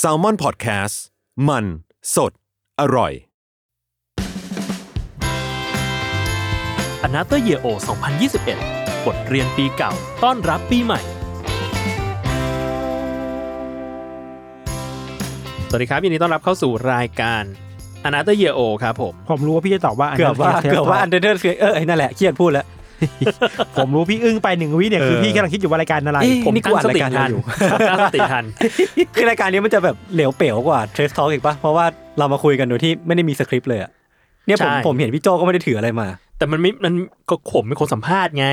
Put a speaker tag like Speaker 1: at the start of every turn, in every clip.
Speaker 1: s a l ม o n PODCAST มันสดอร่อย
Speaker 2: a n o t h e r Year O 2021 บทเรียนปีเก่า ต้อนรับปีใหม่ สวัสดีครับ ยินดีต้อนรับเข้าสู่รายการ a n o t h e r Year O ครับผม
Speaker 3: ผมรู้ว่าพี่จะตอบว่า
Speaker 4: เกือบว่า
Speaker 3: Undertale
Speaker 4: เกือบว่าอัน
Speaker 3: ต
Speaker 4: เดอร์เดอร์เฟียเออไอ้นั่นแหละเครียดพูดแล้ว
Speaker 3: ผมรู้พี่อึ้งไปหนึ่งวิเนี่ยคือ
Speaker 4: เออ
Speaker 3: พี่กำลังคิดอยู่ว่ารายการอะไร
Speaker 4: เอ๊ะ
Speaker 3: ผม
Speaker 4: นี่กูอ่านรายการอะไรอยู่
Speaker 2: ตั้งสติทัน
Speaker 4: คือรายการนี้มันจะแบบเหลวเป๋วกว่าเทรสทอลอีกปะเพราะว่าเรามาคุยกันโดยที่ไม่ได้มีสคริปต์เลยอะเนี่ยผม
Speaker 2: ใช่
Speaker 4: ผมเห็นพี่โจก็ไม่ได้ถืออะไรมา
Speaker 2: แต่มันไม่มันก็ผมเป็นคนสัมภาษณ์ไง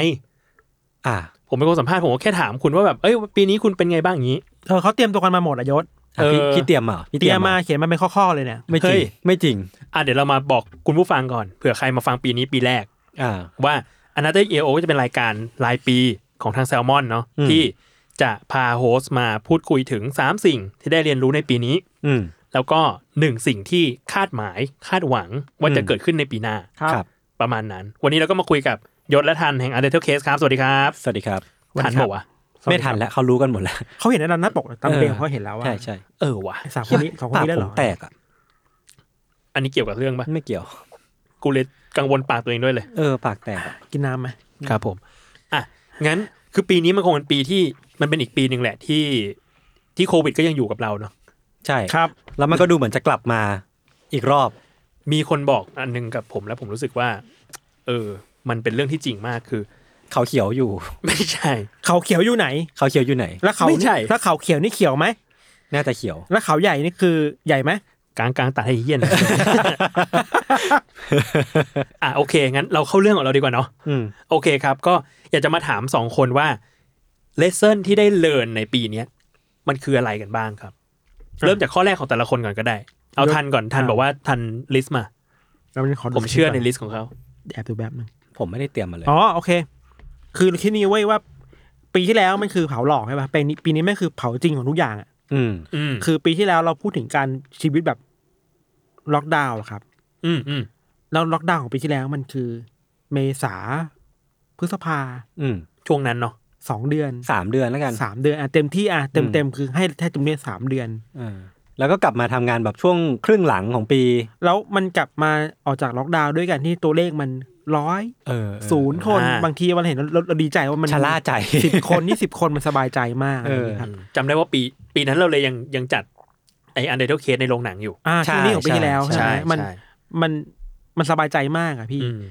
Speaker 4: อ่า
Speaker 2: ผมเป็นคนสัมภาษณ์ ผมก็แค่ถามคุณว่าแบบ เอ้ย ปีนี้คุณเป็นไงบ้างอย่างนี้
Speaker 3: เออเขาเตรียมตัวกันมาหมดอะยศ
Speaker 4: อ่ะพี่
Speaker 2: เออ
Speaker 4: พี่เตรียมมาหอพี่
Speaker 3: เตรียมมาเขียนมาเป็นข้อๆเลยเนี่ย
Speaker 4: ไม่จริ
Speaker 2: เฮ้
Speaker 4: ง
Speaker 2: ย
Speaker 4: ไม่จริง
Speaker 2: อ่ะเดี๋ยวเรามาบอกคุณผู้ฟังก่อน เผื่อใครมาฟังปีนี้ปีแรก
Speaker 4: อ่า
Speaker 2: ว่า a n o t h e r Year O ก็จะเป็นรายการรายปีของทางแซลมอนเนาะ
Speaker 4: อืม
Speaker 2: ที่จะพาโฮสต์มาพูดคุยถึง 3 สิ่งที่ได้เรียนรู้ในปีนี้
Speaker 4: อืม
Speaker 2: แล้วก็ 1 สิ่งที่คาดหมายคาดหวังว่าจะ
Speaker 4: อืม
Speaker 2: เกิดขึ้นในปีหน้า
Speaker 4: ครับ
Speaker 2: ประมาณนั้น วันนี้เราก็มาคุยกับยศและทันแห่ง u n d e r t a l e Case ครับ สวัสดีครับ
Speaker 4: สวัสดีครับ
Speaker 2: ทันบอกว่าว
Speaker 4: ไม่ทันแล้วเขารู้กันหมดแล้ว
Speaker 3: เขาเห็นอันนั้นหน้าปกตามเพลง
Speaker 4: เออ
Speaker 3: เขาเห็นแล้วว่า
Speaker 4: ใช่ใช่
Speaker 2: ะเออว่ะ
Speaker 3: สามคนนี้สองคน
Speaker 4: ปาก
Speaker 3: นี้ได้
Speaker 4: ผ
Speaker 3: เหร
Speaker 4: ม
Speaker 3: อ
Speaker 4: แตกอ่ะ
Speaker 2: อันนี้เกี่ยวกับเรื่องปะ
Speaker 4: ไม่เกี่ยว
Speaker 2: กูเลยกังวลปากตัวเองด้วยเลย
Speaker 4: เออ ปากแตกอะ
Speaker 3: กินน้ำไหม
Speaker 2: ครับผม อ่ะ งั้น คือปีนี้มันคงเป็นปีที่ มันเป็นอีกปีหนึ่งแหละที่ ที่โควิดก็ยังอยู่กับเราเนาะ
Speaker 4: ใช่
Speaker 3: ครับ
Speaker 4: แล้วมันก็ดูเหมือนจะกลับมาอีกรอบ
Speaker 2: มีคนบอกอันหนึงกับผมแล้วผมรู้สึกว่า เออ มันเป็นเรื่องที่จริงมากคือ
Speaker 4: เขาเขียวอยู่
Speaker 2: ไม่ใช่
Speaker 3: เขาเขียวอยู่ไหน
Speaker 4: เขาเขียวอยู่ไหน
Speaker 3: แล้วเขา
Speaker 2: ไม่ใช่
Speaker 3: แล้วเขาเขียวนี่เขียวไหม
Speaker 4: น่าจะเขียว
Speaker 3: แล้วเขาใหญ่นี่คือใหญ่ไหม
Speaker 2: กลางกลางตัดให้เหี้ยน อ่ะโอเค งั้นเราเข้าเรื่องของเราดีกว่าเนาะ
Speaker 4: อืม
Speaker 2: โอเคครับ ก็อยากจะมาถามสองคนว่าเลสเซ o n ที่ได้เรียนในปีเนี้ยมันคืออะไรกันบ้างครับ เริ่มจากข้อแรกของแต่ละคนก่อนก็ได้ เอาทันก่อนทันบอกว่าทันลิสต์มา
Speaker 3: เราขดู
Speaker 2: ผมเชื่อใน
Speaker 3: ก่
Speaker 2: ลิสต์ของเขา
Speaker 3: แอบดูแบบนึง
Speaker 4: ผมไม่ได้เตรียมมาเลย
Speaker 3: อ๋อโอเค คือคิดนี้ไว้ยว่า ปีที่แล้วมันคือเผาหลอกใช่ป่ะปีนี้ปีนี้แม่งคือเผาจริงของทุกอย่างอะ
Speaker 4: อืม
Speaker 2: อืม
Speaker 3: คือปีที่แล้วเราพูดถึงการชีวิตแบบล็อกดาวน์อะครับ
Speaker 2: อืมอืม
Speaker 3: แล้วล็อกดาวน์ของปีที่แล้วมันคือ เมษาพฤษภา
Speaker 4: อืม
Speaker 2: ช่วงนั้นเนาะ
Speaker 3: สองเดือน
Speaker 4: สามเดือนแล้วกัน
Speaker 3: สามเดือนอ่ะเต็มที่อ่ะเต็มเต็มคือให้ให้จำนวนสามเดือน
Speaker 4: อ่าแล้วก็กลับมาทำงานแบบช่วงครึ่งหลังของปี
Speaker 3: แล้วมันกลับมาออกจากล็อกดาวน์ด้วยกันที่ตัวเลขมันร้อย
Speaker 4: เออ
Speaker 3: ศูนย์คน
Speaker 2: อ่า
Speaker 3: บางทีวันเห็นเราเราดีใจว่ามัน
Speaker 4: ชะล่าใจ
Speaker 3: สิบคนยี่สิบคนมันสบายใจมาก
Speaker 4: เออ
Speaker 3: ะไร
Speaker 4: อ
Speaker 3: ย่างงี้ยครับ
Speaker 2: จำได้ว่าปีปีนั้นเราเลยยังยังจัดไออันเดอร์เคสในโรงหนังอยู่
Speaker 3: อ่า
Speaker 4: ใช่
Speaker 3: ช่วงนี้ของปีที่แล้ว
Speaker 4: ใช่
Speaker 3: ใช่ไหมมัน
Speaker 2: ใช่
Speaker 3: มันมันสบายใจมากอ่ะพี่
Speaker 2: อืม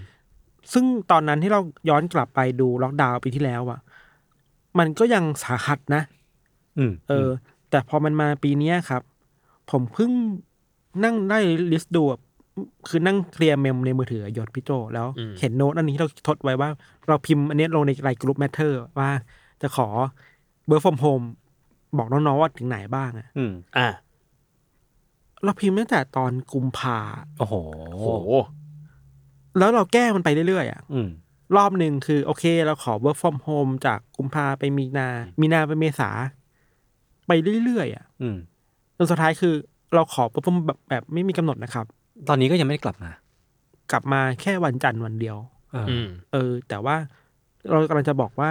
Speaker 3: ซึ่งตอนนั้นที่เราย้อนกลับไปดูล็อกดาวน์ปีที่แล้วอะมันก็ยังสาหัสนะ
Speaker 4: อืม
Speaker 3: เออ แต่พอมันมาปีเนี้ยครับ ผมเพิ่งนั่งได้ลิสต์ดูอะคือนั่งเคลียร์เมมในมือถือหยดพี่โจแล้ว เห็นโน้ตอันนี้ที่เราทดไว้ว่า เราพิมพ์อันเนี้ยลงในไลน์กลุ่มแมทเทอร์ว่าจะขอเบอร์ฟอมโฮมบอกน้องๆว่าถึงไหนบ้างอะ
Speaker 4: อืม
Speaker 2: อ่ะ
Speaker 3: เราพิมพ์ตั้งแต่ตอนกุมภา
Speaker 4: โอ้โห
Speaker 2: โอ้โห
Speaker 3: แล้วเราแก้มันไปเรื่อยๆอะ
Speaker 4: อืม
Speaker 3: รอบหนึ่งคือ โอเค เราขอ work from home จากกุมภาไปมีนา มีนาไปเมษา ไปเรื่อยๆอ่ะ
Speaker 4: อืม
Speaker 3: จนสุดท้ายคือ เราขอ work from แบบแบบไม่มีกำหนดนะครับ
Speaker 4: ตอนนี้ก็ยังไม่ได้กลับมาก
Speaker 3: ลับมาแค่วันจันทร์วันเดียว
Speaker 4: เอออ
Speaker 2: อืม
Speaker 3: เออ แต่ว่าเรากำลังจะบอกว่า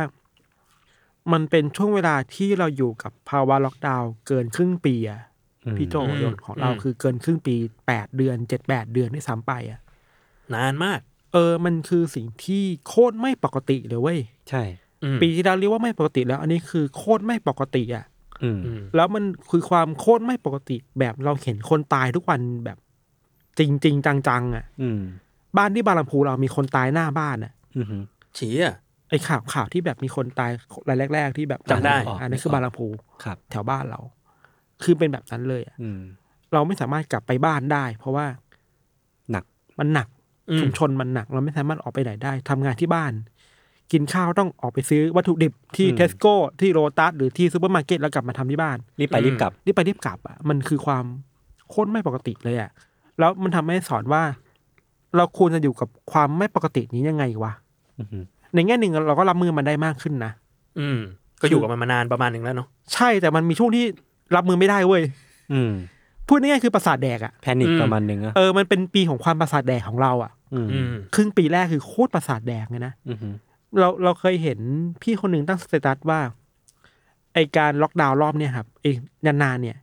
Speaker 3: มันเป็นช่วงเวลาที่เราอยู่กับภาวะล็อกดาวน์เกินครึ่งปีอะ
Speaker 4: อืม
Speaker 3: พี่โจ
Speaker 2: อืม
Speaker 3: โยนของเรา
Speaker 2: อืม
Speaker 3: คือเกินครึ่งปีแปดเดือนเจ็ดแปดเดือนด้วยซ้ำไปอ่ะ
Speaker 2: นานมาก
Speaker 3: เออ มันคือสิ่งที่โคตรไม่ปกติเลยเว้ย
Speaker 4: ใช่
Speaker 2: อืม
Speaker 3: ปีที่แล้วเรียกว่าไม่ปกติแล้ว อันนี้คือโคตรไม่ปกติอ่ะ
Speaker 4: อืม
Speaker 2: อืม
Speaker 3: แล้วมันคือความโคตรไม่ปกติแบบเราเห็นคนตายทุกวันแบบจริงจริงๆจังๆอ่ะ
Speaker 4: อืม
Speaker 3: บ้านที่บางลำพูเรามีคนตายหน้าบ้านอ่ะ
Speaker 4: อืม
Speaker 2: เฉีย
Speaker 3: ไอ้ข่าวข่าวที่แบบมีคนตายรายแรก ๆ ที่แบบ
Speaker 2: จำได้
Speaker 3: อ่ะอันนี้คือบางลำพู
Speaker 4: ครับ
Speaker 3: แถวบ้านเรา คือเป็นแบบนั้นเลยอ่ะ
Speaker 4: อืม
Speaker 3: เราไม่สามารถกลับไปบ้านได้ เพราะว่า
Speaker 4: หนัก
Speaker 3: มันหนัก
Speaker 2: อื
Speaker 3: ชุ
Speaker 2: ม
Speaker 3: มชนมันหนัก เราไม่สามารถออกไปไหนได้ทำงานที่บ้าน กินข้าวต้องออกไปซื้อวัตถุดิบที่
Speaker 4: อืม
Speaker 3: เทสโก้ที่โรตัสหรือที่ซูเปอร์มาร์เก็ตแล้วกลับมาทำที่บ้าน
Speaker 4: รีบไปรีบกลับ
Speaker 3: รีบไปรีบกลับอ่ะมันคือความโคตรไม่ปกติเลยอ่ะแล้วมันทำให้สอนว่า เราควรจะอยู่กับความไม่ปกตินี้ยังไงวะ
Speaker 4: อืม
Speaker 3: ในแง่หนึ่งเราก็รับมือมันได้มากขึ้นนะ
Speaker 2: อืม ก็อยู่กับมันมานานประมาณหนึ่งแล้วเนาะ
Speaker 3: ใช่แต่มันมีช่วงที่รับมือไม่ได้เว้ย
Speaker 4: อืม
Speaker 3: พูดง่ายๆคือประสาทแดกอ่ะ
Speaker 4: แพนิค
Speaker 2: อืม
Speaker 4: ประมาณนึงอ่ะ
Speaker 3: เออมันเป็นปีของความประสาทแดกของเราอ่ะ
Speaker 4: อืม
Speaker 2: อืม
Speaker 3: ครึ่งปีแรกคือโคตรประสาทแดกเลยนะ
Speaker 4: อืม
Speaker 3: เราเราเคยเห็นพี่คนหนึ่งตั้งสเตตัสว่า ไอการล็อกดาวน์รอบเนี่ยครับไอนานๆเนี่ย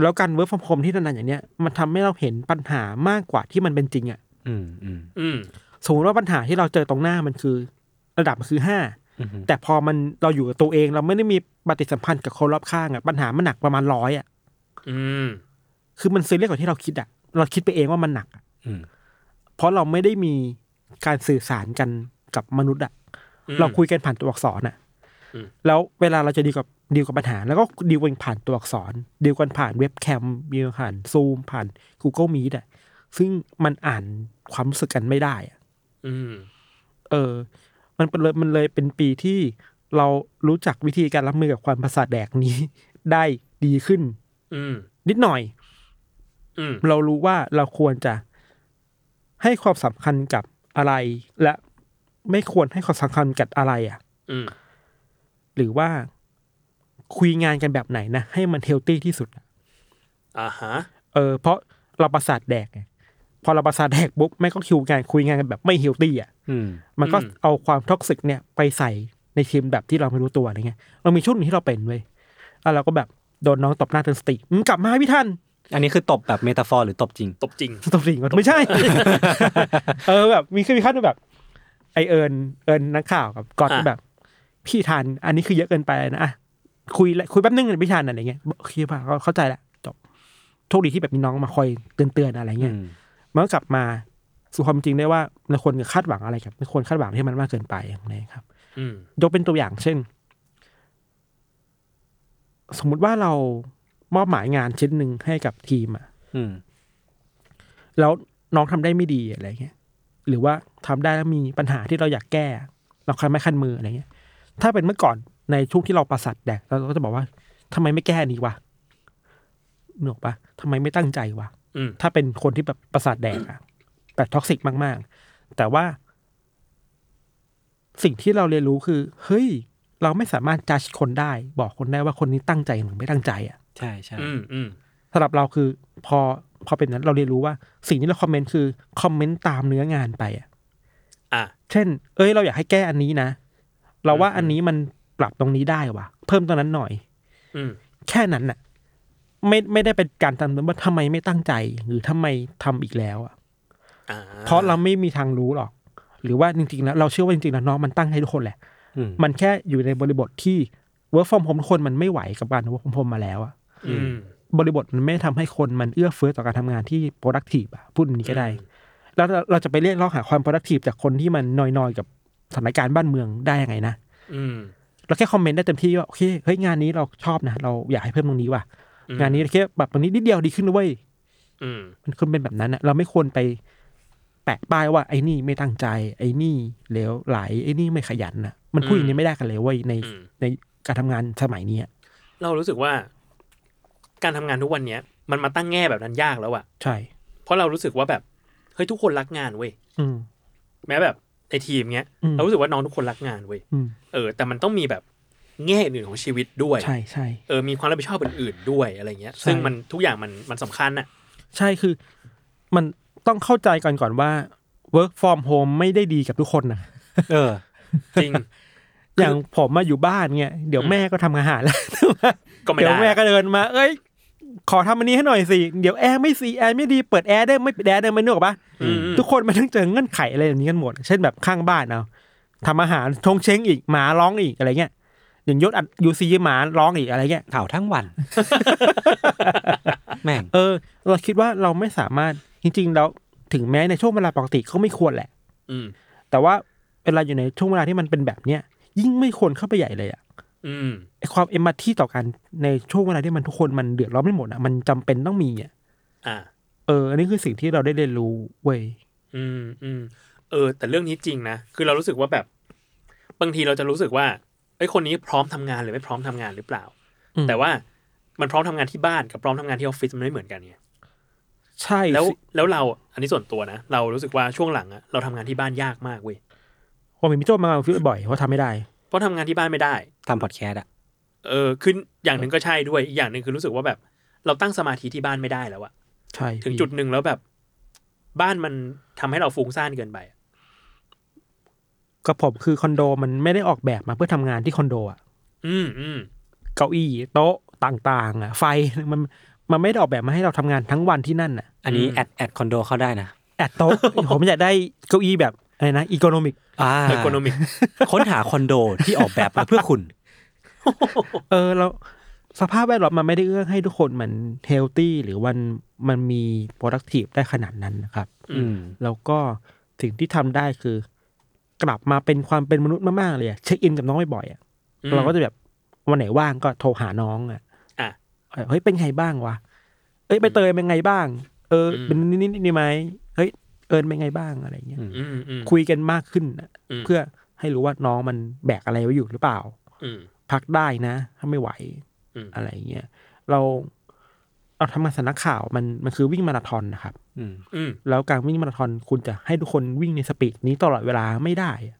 Speaker 3: แล้วการเวิร์กฟอร์มโฮมที่นานๆอย่างเนี้ยมันทำให้เราเห็นปัญหามากกว่าที่มันเป็นจริงอะ
Speaker 4: อืมอืม
Speaker 2: อืม
Speaker 3: สมมติว่าปัญหาที่เราเจอตรงหน้ามันคือ ระดับมันคือห้า
Speaker 4: อืม
Speaker 3: แต่พอมันเราอยู่กับตัวเองเราไม่ได้มีปฏิสัมพันธ์กับคนรอบข้างอะปัญหามันหนักประมาณร้อยอะ
Speaker 2: อืม
Speaker 3: คือมันซีเรียสกว่าที่เราคิดอะเราคิดไปเองว่ามันหนักอะ
Speaker 4: อืม
Speaker 3: เพราะเราไม่ได้มีการสื่อสารกันกับมนุษย์อะเราคุยกันผ่านตัวอักษรอะ
Speaker 2: อืม
Speaker 3: แล้วเวลาเราจะดีลกับดีลกับปัญหา แล้วก็ดีลกันผ่านตัวอักษรดีลกันผ่านเว็บแคมดีลกันผ่านซูมผ่าน Google Meet อะซึ่งมันอ่านความรู้สึกกันไม่ได้อะ
Speaker 2: อืม
Speaker 3: เออ มันเป็นเลยมันเลยเป็นปีที่เรารู้จักวิธีการรับมือกับความประสาทแดกนี้ ได้ดีขึ้น
Speaker 2: อืม
Speaker 3: นิดหน่อย
Speaker 2: อืม
Speaker 3: เรารู้ว่าเราควรจะให้ความสำคัญกับอะไร และไม่ควรให้ความสำคัญกับอะไรอะ่ะ
Speaker 2: อืม
Speaker 3: หรือว่าคุยงานกันแบบไหนนะ ให้มันเฮลตี้ที่สุด
Speaker 2: อ่าฮะ
Speaker 3: เออ เพราะเราประสาทแดกไงพอเราประสาทแดกปุ๊บไม่งก็คิวงานคุยงานกันแบบไม่เฮลตี้อ่ะ
Speaker 4: อืม
Speaker 3: มันก็
Speaker 2: อืม
Speaker 3: เอาความท็อกซิกเนี่ยไปใส่ในทีมแบบที่เราไม่รู้ตัวอะไรเงี้ย เรามีช่วงหนึงที่เราเป็นเว้ยแล้วเราก็แบบโดนน้องตบหน้าจนสติมึงกลับมาพี่ท่าน
Speaker 4: อันนี้คือตบแบบเมตาฟอร์หรือตบจริง
Speaker 2: ตบจริง
Speaker 3: สติก็ ไม่ใช่ เออแบบมีเคยมีขั้นแบบ ไอเอิญเอิญนักข่าวกับกอด
Speaker 2: อ่ะ
Speaker 3: แบบ พี่ทันอันนี้คือเยอะเกินไปนะอ่ะคุยละคุยแป๊บนึงนะพี่ทันอะไรเงี้ยบอกโอเคป่ะเข้าใจละจบโชคดีที่แบบมีน้องมาคอยเตือนๆอะไรเงี้ย มันก็กลับมาสู่ความจริงได้ว่าเราควรจะคาดหวังอะไรกับไม่ควรคาดหวังที่มันมากเกินไปอย่างไรครับ
Speaker 2: อืม
Speaker 3: ยกเป็นตัวอย่างเช่น สมมุติว่าเรามอบหมายงานชิ้นหนึ่งให้กับทีมอะ
Speaker 4: อืม
Speaker 3: แล้วน้องทำได้ไม่ดีอะไรเงี้ยหรือว่าทำได้แล้วมีปัญหาที่เราอยากแก้ เราคันไม่คันมืออะไรเงี้ย ถ้าเป็นเมื่อก่อนในช่วงที่เราประสัดแดกเราก็จะบอกว่าทำไมไม่แก้อันนี้วะหนกปะทำไมไม่ตั้งใจวะ
Speaker 2: อืม
Speaker 3: ถ้าเป็นคนที่แบบประสาทแดกอะแบบท็อกซิกมาก ๆ แต่ว่า สิ่งที่เราเรียนรู้คือ เฮ้ย เราไม่สามารถจัดคนได้ บอกคนได้ว่าคนนี้ตั้งใจหรือไม่ตั้งใจอะ
Speaker 4: ใช่ใช่
Speaker 2: อืม อืม
Speaker 3: สำหรับเราคือ พอพอเป็นนั้นเราเรียนรู้ว่า สิ่งที่เราคอมเมนต์คือคอมเมนต์ตามเนื้องานไปอะ
Speaker 2: อ่ะ
Speaker 3: เช่น เอ้ย เราอยากให้แก้อันนี้นะ เราว่าอันนี้มันปรับตรงนี้ได้ว่ะ เพิ่มตรงนั้นหน่อย
Speaker 2: อืม
Speaker 3: แค่นั้นน่ะ ไม่ไม่ได้เป็นการตามว่าทำไมไม่ตั้งใจ หรือทำไมทำอีกแล้วอะ
Speaker 2: อ่า
Speaker 3: เพราะเราไม่มีทางรู้หรอก หรือว่าจริงๆแล้วเราเชื่อว่าจริงๆแล้วน้องมันตั้งให้ทุกคนแหละ
Speaker 4: อืม
Speaker 3: มันแค่อยู่ในบริบทที่ work from home ทุกคนมันไม่ไหวกับการ work from home มาแล้วอะ
Speaker 2: อืม
Speaker 3: บริบทมันไม่ทำให้คนมันเอื้อเฟื้อต่อการทำงานที่ productive อะพูดแบบนี้ก็ได้
Speaker 2: อืม
Speaker 3: แล้วเราเราจะไปเรียกร้องหาความ productive จากคนที่มันนอยๆ กับสถานการณ์บ้านเมืองได้ยังไงนะ
Speaker 2: อืม
Speaker 3: เราแค่คอมเมนต์ได้เต็มที่ว่าโอเคเฮ้ยงานนี้เราชอบนะ เราอยากให้เพิ่มตรงนี้ว่ะ
Speaker 2: อืม
Speaker 3: งานนี้เราแค่แบบตรงนี้นิดเดียวดีขึ้นนะเว้ย
Speaker 2: อืม
Speaker 3: มันควรเป็นแบบนั้นนะเราไม่ควรไปแปะป้ายว่าไอ้นี่ไม่ตั้งใจ ไอ้นี่เหลวไหลไอ้นี่ไม่ขยันนะมันพูด
Speaker 2: อืม
Speaker 3: อย่างนี้ไม่ได้กันเลยเว้ยใน
Speaker 2: อืม
Speaker 3: ในการทำงานสมัยเนี้ย
Speaker 2: เรารู้สึกว่า การทำงานทุกวันเนี้ย มันมาตั้งแง่แบบนั้นยากแล้วอะ
Speaker 3: ใช่
Speaker 2: เพราะเรารู้สึกว่าแบบ เฮ้ยทุกคนรักงานเว้ย
Speaker 3: อืม
Speaker 2: แม้แบบไอทีมเนี้ย
Speaker 3: อืม
Speaker 2: เรารู้สึกว่าน้องทุกคนรักงานเว้ย
Speaker 3: อืม
Speaker 2: เออ แต่มันต้องมีแบบแง่อื่นของชีวิตด้วย
Speaker 3: ใช่ใช่
Speaker 2: เออ มีความรับผิดชอบอื่นๆด้วยอะไรเงี้ย
Speaker 3: ใช่
Speaker 2: ซึ่งมันทุกอย่างมันมันสำคัญ อะ
Speaker 3: ใช่คือ มันต้องเข้าใจก่อนก่อนว่า work from home ไม่ได้ดีกับทุกคนนะ
Speaker 4: เออ
Speaker 2: จริง
Speaker 3: อย่างผมมาอยู่บ้านเนี่ยเดี๋ยวแม่ก็ทำอาหารแล้ว
Speaker 2: ก็ไม่
Speaker 3: เดี๋ย
Speaker 2: ได้
Speaker 3: วแม่ก็เดินมา เอ้ย ขอทำอันนี้ให้หน่อยสิ เดี๋ยวแอร์ไม่สีแอร์ไม่ดี เปิดแอร์ได้ไม่ปิดแอร์ได้ไหม่นึกออกปะทุกคนมันต้องเจอเงื่อนไขอะไรอย่างนี้กันหมด เช่นแบบข้างบ้านเอาทำอาหารชงเช้งอีก หมาร้องอีกอะไรเงี้ย อย่างยศอัดยูซีหมาร้องอีกอะไรเงี้ย
Speaker 4: ข่าวทั้งวัน แม่ง
Speaker 3: เออ เราคิดว่าเราไม่สามารถ จริงๆแล้วถึงแม้ในช่วงเวลาปกติก็ไม่ควรแหละ
Speaker 2: อืม
Speaker 3: แต่ว่าเวลาอยู่ในช่วงเวลาที่มันเป็นแบบเนี้ย ยิ่งไม่ควรเข้าไปใหญ่เลยอะ
Speaker 2: อืม
Speaker 3: ไอ้ความเอมพัตที่ต่อกันในช่วงเวลาที่มันทุกคนมันเดือดร้อนไม่หมดอะมันจำเป็นต้องมีอะ
Speaker 2: อ่า
Speaker 3: เออ อันนี้คือสิ่งที่เราได้เรียนรู้เว้ย
Speaker 2: อืมอืมเออ แต่เรื่องนี้จริงนะ คือเรารู้สึกว่าแบบ บางทีเราจะรู้สึกว่าไอ้ยคนนี้พร้อมทำงานหรือไม่พร้อมทำงานหรือเปล่า
Speaker 3: อืม
Speaker 2: แต่ว่ามันพร้อมทำงานที่บ้านกับพร้อมทำงานที่ออฟฟิศมันไม่เหมือนกันไง
Speaker 3: ใช่
Speaker 2: แล้ว
Speaker 3: สิ
Speaker 2: แล้วเราอันนี้ส่วนตัวนะ เรารู้สึกว่าช่วงหลังอะเราทำงานที่บ้านยากมากเว้ย
Speaker 3: ผมเห็นพี่โจมาฟิวบ่อยว่าทำไม่ได้
Speaker 2: เพราะทำงานที่บ้านไม่ได้
Speaker 4: ทำพอดแคสต์อะ
Speaker 2: เออคืออย่างหนึ่งก็ใช่ด้วยอีกอย่างหนึ่งคือรู้สึกว่าแบบ เราตั้งสมาธิที่บ้านไม่ได้แล้วอะ
Speaker 3: ใช่
Speaker 2: ถึงจุดหนึ่งแล้วแบบ บ้านมันทำให้เราฟุ้งซ่านเกินไปอะ
Speaker 3: กับผมคือคอนโดมันไม่ได้ออกแบบมาเพื่อทำงานที่คอนโดอะ
Speaker 2: อืมอืม
Speaker 3: เก้าอี้โต๊ะต่างๆอ่ะไฟมันมันไม่ได้ออกแบบมาให้เราทำงานทั้งวันที่นั่นอ่ะ
Speaker 4: อันนี้แอดแอดคอนโดเข้าได้นะ
Speaker 3: แอดโต๊ะ ผมอยากได้เก้าอี้แบบอะไรนะอีโคโนมิก
Speaker 4: อ่า
Speaker 2: อีโคโนมิก
Speaker 4: ค้นหาคอนโดที่ออกแบบมาเพื่อคุณ
Speaker 3: เออเราสภาพแวดล้อมมันไม่ได้เอื้อให้ทุกคนมันเฮลตี้หรือวันมันมี productive ได้ขนาดนั้นนะครับ
Speaker 4: อืม
Speaker 3: แล้วก็สิ่งที่ทำได้คือ กลับมาเป็นความเป็นมนุษย์มากๆเลยอะเช็คอินกับน้องบ่อยๆอะเราก็จะแบบวันไหนว่างก็โทรหาน้องอ่ะ
Speaker 2: อ่ะ
Speaker 3: เออเฮ้ยเป็นไงบ้างวะเอ้ยไปเตยเป็นไงบ้าง เอออ
Speaker 2: ม
Speaker 3: เป็นนี่นี่นี่ไหมเฮ้ยเอิญเป็นไงบ้างอะไรเงี้ย
Speaker 4: อืม
Speaker 2: อืมอืม
Speaker 3: คุยกันมากขึ้นอะ
Speaker 2: อืม
Speaker 3: เพื่อให้รู้ว่าน้องมันแบกอะไรไว้อยู่หรือเปล่า
Speaker 2: อืม
Speaker 3: พักได้นะ ถ้าไม่ไหว
Speaker 2: อืม
Speaker 3: อะไรเงี้ยเราเราทำงานสำนักข่าวมันมันคือวิ่งมาราธอนนะครับ
Speaker 4: อืม
Speaker 2: อืม
Speaker 3: แล้วการวิ่งมาราธอนคุณจะให้ทุกคนวิ่งในสปีดนี้ตลอดเวลาไม่ได้อะ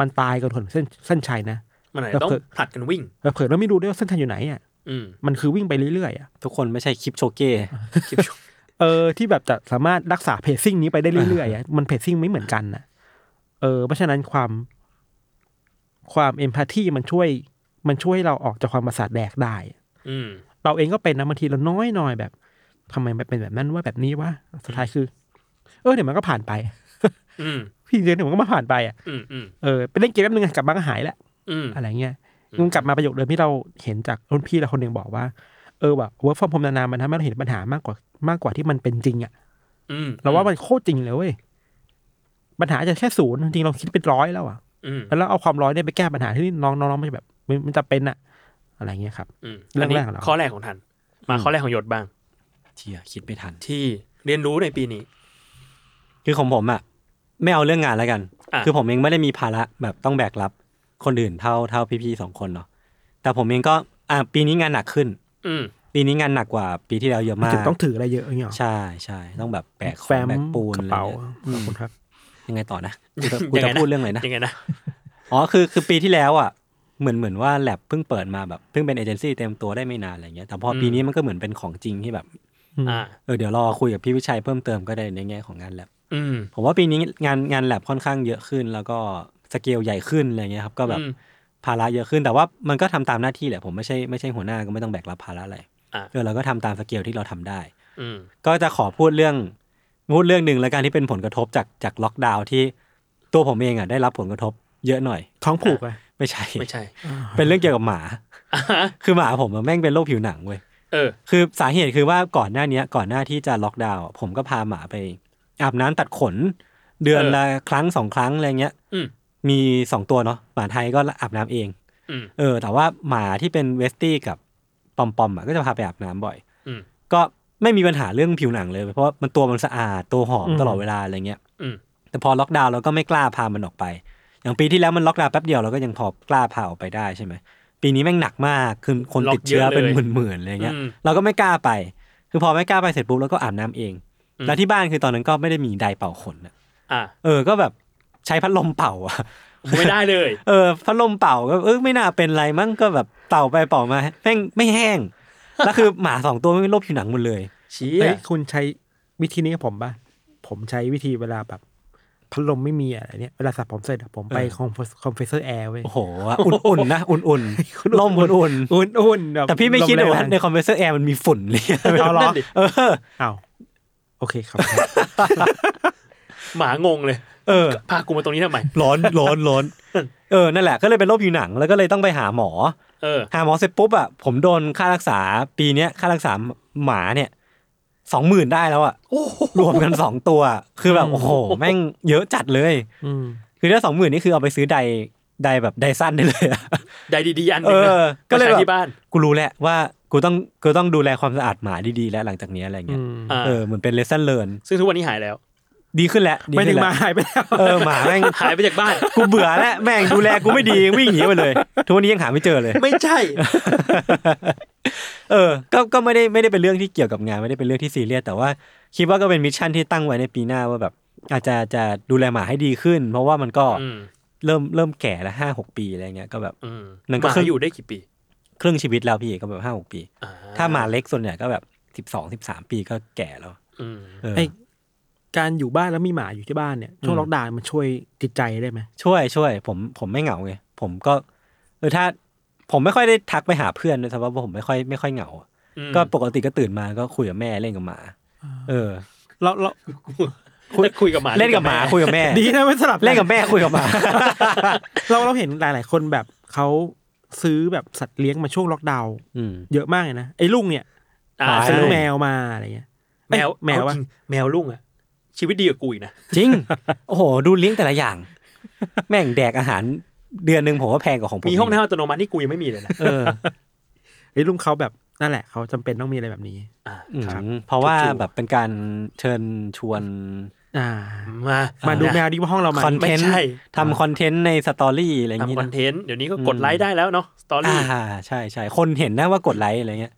Speaker 3: มันตายกันถึงเส้นเส้นชัยนะ
Speaker 2: มันอาจจะ
Speaker 3: แล้ว
Speaker 2: ต้อง
Speaker 3: เผลอ
Speaker 2: ผลัดกันวิ่ง
Speaker 3: เผลอๆเราไม่รู้ด้วยว่าเส้นชัยอยู่ไหนอ่ะ
Speaker 2: อืม
Speaker 3: มันคือวิ่งไปเรื่อยๆอ่ะ
Speaker 4: ทุกคนไม่ใช่คลิปโชเก้
Speaker 3: เออที่แบบจะสามารถรักษาเพซซิ่งนี้ไปได้เรื่อยๆอ่ะมันเพซซิ่งไม่เหมือนกันอ่ะเออเพราะฉะนั้นความความเอมพัตตีมันช่วย มันช่วยเราออกจากความประสาทแดกได้
Speaker 2: อืม
Speaker 3: เราเองก็เป็นนะบางทีเราน้อยหน่อยแบบทำไมมันเป็นแบบนั้นว่าแบบนี้วะสุดท้ายคือ เออเดี๋ยวมันก็ผ่านไป
Speaker 2: อืม
Speaker 3: พี่เดือนเดี๋ยวมันก็มาผ่านไปอ่ะ
Speaker 2: อืมอืม
Speaker 3: เออไปเล่นเกมแป๊บนึงอะกลับบ้านก็หายแล้ว
Speaker 2: อืม
Speaker 3: อะไรเงี้ย
Speaker 2: อืม
Speaker 3: มันกลับมาประโยคเดิมที่เราเห็นจากรุ่นพี่เราคนหนึ่งบอกว่า เออแบบเวิร์กฟอร์มพรมนานๆมันทำให้เราเห็นปัญหามากกว่ามากกว่าที่มันเป็นจริงอะ
Speaker 2: อืม
Speaker 3: เราว่ามันโคตรจริงเลยเว้ยปัญหาอาจจะแค่ศูนย์จริงๆเราคิดเป็นร้อยแล้วอะ
Speaker 2: อืม
Speaker 3: แล้วเราเอาความร้อยเนี่ยไปแก้ปัญหาที่น้องน้องๆมันแบบมันมันจะเป็นอะอะไรเงี้ยครับ
Speaker 2: อืม
Speaker 3: เรื่
Speaker 2: อั
Speaker 3: อนง
Speaker 2: นี้
Speaker 3: แรกเหรอ
Speaker 2: ข้อแรกของทัน มาข้อแรกของหยดบ้าง
Speaker 4: เชียคิดไม่ทัน
Speaker 2: ที่เรียนรู้ในปีนี้
Speaker 4: คือของผมอะไม่เอาเรื่องงานแล้วกัน
Speaker 2: อ่ะ
Speaker 4: คือผมเองไม่ได้มีภาระแบบต้องแบกรับคนอื่นเท่าเท่าพี่ๆสองคนเนาะแต่ผมเองก็อ่ะปีนี้งานหนักขึ้น
Speaker 2: อืม
Speaker 4: ปีนี้งานหนักกว่าปีที่แล้วเยอะมาก
Speaker 3: ถึงต้องถืออะไรเยอะอย่างเงี้ยหรอ
Speaker 4: ใช่ใช่ต้องแบบแบกของ
Speaker 3: แฟ้ม
Speaker 4: แบกปูน
Speaker 3: ก
Speaker 4: อะ
Speaker 3: ระ
Speaker 4: ไร
Speaker 3: เป๋า
Speaker 4: เงี้
Speaker 3: ขอ
Speaker 4: ย
Speaker 3: บคุณครับ
Speaker 4: ยังไงต่อนะกูจะ
Speaker 2: ยังไงนะ
Speaker 4: กูจะพูดเรื่องอะไรนะ
Speaker 2: ยังไงนะ
Speaker 4: อ๋อคือคือปีที่แล้วอะเหมือนเหมือนว่าแลบเพิ่งเปิดมาแบบเพิ่งเป็นเอเจนซี่เต็มตัวได้ไม่นานอะไรเงี้ยแต่พอปีนี้มันก็เหมือนเป็นของจริงที่แบบ
Speaker 3: อืม
Speaker 2: อ่า
Speaker 4: เออเดี๋ยวรอคุยกับพี่วิชัยเพิ่มเติมก็ได้ในแง่ของงานแลบ
Speaker 2: อืม
Speaker 4: ผมว่าปีนี้งานงานแลบค่อนข้างเยอะขึ้น แล้วก็สเกลใหญ่ขึ้นอะไรเงี้ยครับก็แบบ
Speaker 2: อืม
Speaker 4: ภาระเยอะขึ้นแต่ว่ามันก็ทำตามหน้าที่แหละผมไม่ใช่ไม่ใช่หัวหน้าก็ไม่ต้องแบกรับภาระอะไร
Speaker 2: อ่ะ
Speaker 4: เออเราก็ทำตามสเกลที่เราทำได้
Speaker 2: อืม
Speaker 4: ก็จะขอพูดเรื่องพูดเรื่องหนึ่งแล้วกันที่เป็นผลกระทบจากจากล็อกดาวน์ที่ตัวผมเองอ่ะได้รับผลกระทบเยอะหน่อย
Speaker 3: ท้องผูกอะ
Speaker 4: ไม่ใช่
Speaker 2: ไม่ใช่
Speaker 4: เป็นเรื่องเกี่ยวกับหมา
Speaker 2: อ่าฮะ
Speaker 4: คือหมาผมอะแม่งเป็นโรคผิวหนังเว้ย
Speaker 2: เออ
Speaker 4: คือสาเหตุคือว่าก่อนหน้าเนี้ยก่อนหน้าที่จะล็อกดาวน์อะผมก็พาหมาไป อาบน้ำตัดขน เดือน
Speaker 2: เออ
Speaker 4: ละครั้งสองครั้งอะไรเงี้ย
Speaker 2: อืม
Speaker 4: มีสองตัวเนาะหมาไทยก็อาบน้ำเอง
Speaker 2: อืม
Speaker 4: เออ แต่ว่าหมาที่เป็นเวสตี้กับปอมปอมอ่ะก็จะพาไปอาบน้ำบ่อย
Speaker 2: อืม
Speaker 4: ก็ไม่มีปัญหาเรื่องผิวหนังเลย เพราะว่ามันตัวมันสะอาดตัวหอม
Speaker 3: อืม
Speaker 4: ตลอดเวลาอะไรเงี้ย
Speaker 2: อืม
Speaker 4: แต่พอล็อกดาวน์เราก็ไม่กล้าพามันออกไป อย่างปีที่แล้วมันล็อกดาวน์แป๊บเดียวเราก็ยังพอกล้าพาออกไปได้ใช่ไหมปีนี้แม่งหนักมากคือคนติดเชื้อเป็นหมื่นๆอะไรเงี้ย
Speaker 2: อืม
Speaker 4: เราก็ไม่กล้าไป คือพอไม่กล้าไปเสร็จปุ๊บเราก็อาบน้ำเอง
Speaker 2: อืม
Speaker 4: แล้วที่บ้านคือตอนนั้นก็ไม่ได้มีไดร์เป่าขนอะ
Speaker 2: อ่า
Speaker 4: เออ ก็แบบใช้พัดลมเป่าอะ
Speaker 2: ไม่ได้เลย
Speaker 4: เออพัดลมเป่าก็เออไม่น่าเป็นไรมั้งก็แบบเป่าไปเป่ามาแม่งไม่แห้ง แล้วคือหมาสองตัวไม่มีโรคผิวหนังหมดเลย
Speaker 2: เชี้
Speaker 3: เฮ้ยคุณใช้วิธีนี้กับผมปะผมใช้วิธีเวลาแบบพัดลมไม่มีอะไรเนี่ยเวลาสระผมเสร็จอะผมไป
Speaker 4: เออ
Speaker 3: คอมคอมเพรสเซอร์แอร์เว้ย
Speaker 4: โอ้โหอุ่นๆนะอุ่น ๆลมอุ่น
Speaker 3: อุ่นอุ่นๆบ
Speaker 4: ๆแต่พี่ไม่คิดเลยว่าในคอมเพรสเซอร์แอร์มันมีฝุ่นเลย
Speaker 3: เอาเหรอ
Speaker 4: เออ
Speaker 3: เอาโอเคครับ
Speaker 2: หมางงเลย
Speaker 4: เออ
Speaker 2: พากูมาตรงนี้ทำไม
Speaker 4: ร้อนร้อนร้อนเออนั่นแหละก็เลยเป็นโรคผิวหนังแล้วก็เลยต้องไปหาหมอ
Speaker 2: เออ
Speaker 4: หาหมอเสร็จปุ๊บอ่ะผมโดนค่ารักษาปีเนี้ยค่ารักษาหมาเนี่ยสองหมื่นได้แล้วอ่ะรวมกันสองตัว คือแบบโอ้โหแม่งเยอะจัดเลย
Speaker 3: อืม
Speaker 4: คือถ้าสองหมื่นนี่คือเอาไปซื้อใดใดแบบไดสั้นได้เลยอะ
Speaker 2: ได้ดีๆอันหนึงนะ
Speaker 4: เออก็เลย
Speaker 2: มาใช้
Speaker 4: แบบ
Speaker 2: ที่บ้าน
Speaker 4: กูรู้แหละว่ากูต้องกูต้องดูแลความสะอาดหมาดีๆ แล้วหลังจากนี้อะไร
Speaker 3: อื
Speaker 4: เงี้ย
Speaker 3: ม
Speaker 2: อ่า
Speaker 4: เออเหมือนเป็นเลสันเลิน
Speaker 2: ซึ่งทุกวันนี้หายแล้ว
Speaker 4: ดีขึ้นแล้วดี
Speaker 3: ไม่
Speaker 4: ขึ้
Speaker 3: ถึ
Speaker 4: น
Speaker 3: ง
Speaker 4: แล้
Speaker 3: มาว หายไปแล้ว
Speaker 4: เออหมาแม่ง
Speaker 2: หายไปจากบ้าน
Speaker 4: กูเบื่อแล้วแม่งดูแลกูไม่ดีวิ่งหนีไปเลย ทุกวันนี้ยังหาไม่เจอเลย
Speaker 2: ไม่ใช่
Speaker 4: เออ ก็ก็ไม่ได้ไม่ได้เป็นเรื่องที่เกี่ยวกับงานไม่ได้เป็นเรื่องที่ซีเรียสแต่ว่าคิดว่าก็เป็นมิชชั่นที่ตั้งไว้ในปีหน้าว่าแบบอาจจะจะดูแลหมาให้ดีขึ้น เพราะว่ามันก็
Speaker 2: อืม
Speaker 4: เริ่มเริ่มแก่แล้วห้าหกปีอะไรเงี้ยก็แบบ
Speaker 2: อืม
Speaker 4: นั่น
Speaker 2: ห
Speaker 4: ก็
Speaker 2: มา
Speaker 4: คือ
Speaker 2: อยู่ได้กี่ปี
Speaker 4: ครึ่งชีวิตแล้วพี่ก็แบบห้าหกปี
Speaker 2: อ่
Speaker 4: ถ้าหมาเล็กส่วนใหญ่ก็แบบสิบสองสิบสามปีก็แก่แล้ว
Speaker 2: อืม
Speaker 4: เออ
Speaker 3: ไอการอยู่บ้านแล้วมีหมาอยู่ที่บ้านเนี่ยช่วงล็อกดาวน์มันช่วยจิตใจได้ไหม
Speaker 4: ช่วยช่วยผมผมไม่เหงาไงผมก็เออถ้า ผมไม่ค่อยได้ทักไปหาเพื่อนนะสำหรับว่าผมไม่ค่อยไม่ค่อยเหงา
Speaker 2: อืม
Speaker 4: ก็ปกติก็ตื่นมาก็คุยกับแม่เล่นกับหมา เออ
Speaker 3: เราเรา
Speaker 2: คุยคุยกับหมา
Speaker 4: เล่นกับหมาคุยกับแม่
Speaker 3: ดีนะไม่สลับ
Speaker 4: เล่นกับแม่คุยกับหมา
Speaker 3: เราเราเห็นหลาย ๆ คนแบบเขาซื้อแบบสัตว์เลี้ยงมาช่วงล็อกดาวน์
Speaker 4: อืม
Speaker 3: เยอะมากเลยนะไอ้ลุงเนี่ย
Speaker 2: อ่า
Speaker 4: หมา
Speaker 2: ซื้
Speaker 3: ซื้
Speaker 2: อ
Speaker 3: อ
Speaker 2: แม
Speaker 3: แม
Speaker 2: ว
Speaker 3: วมาอะไรเงี้ย
Speaker 2: แมว
Speaker 3: เอ้ยแมว
Speaker 2: เอา
Speaker 3: ว่า
Speaker 2: จริงแมวลุงอะชีวิตดีกว่ากูอีกนะ
Speaker 4: จริง โอ้โห ดูเลี้ยงแต่ละอย่าง แม่งแดกอาหารเดือนหนึ่งผมว่าแพงกว่าของผม
Speaker 2: มีห้องน้ำอัตโนมัติที่กูยังไม่มีเลยนะ
Speaker 3: เออไอ้ลุงเขาแบบนั่นแหละเขาจำเป็นต้องมีอะไรแบบนี้
Speaker 2: อ่า
Speaker 4: อืม
Speaker 3: ครับ
Speaker 4: เพราะว่าแบบเป็นการเชิญชวน
Speaker 3: อ่า
Speaker 2: มา
Speaker 3: มา
Speaker 2: มา
Speaker 3: ดูแมวดีกว่าห้องเรามา
Speaker 4: คอนเท
Speaker 2: ไม่
Speaker 4: นต์
Speaker 2: ใช่
Speaker 4: ทำคอนเทนต์ในสตอรี่อะไรอย่างงี้
Speaker 2: ทำคอน
Speaker 4: นะ
Speaker 2: เทนต์เดี๋ยวนี้ก็
Speaker 4: อืม
Speaker 2: กดไลค์ได้แล้วเนาะสตอรี่
Speaker 4: อ่าใช่ใช่คนเห็นนะว่ากดไลค์อะไรเงี้ย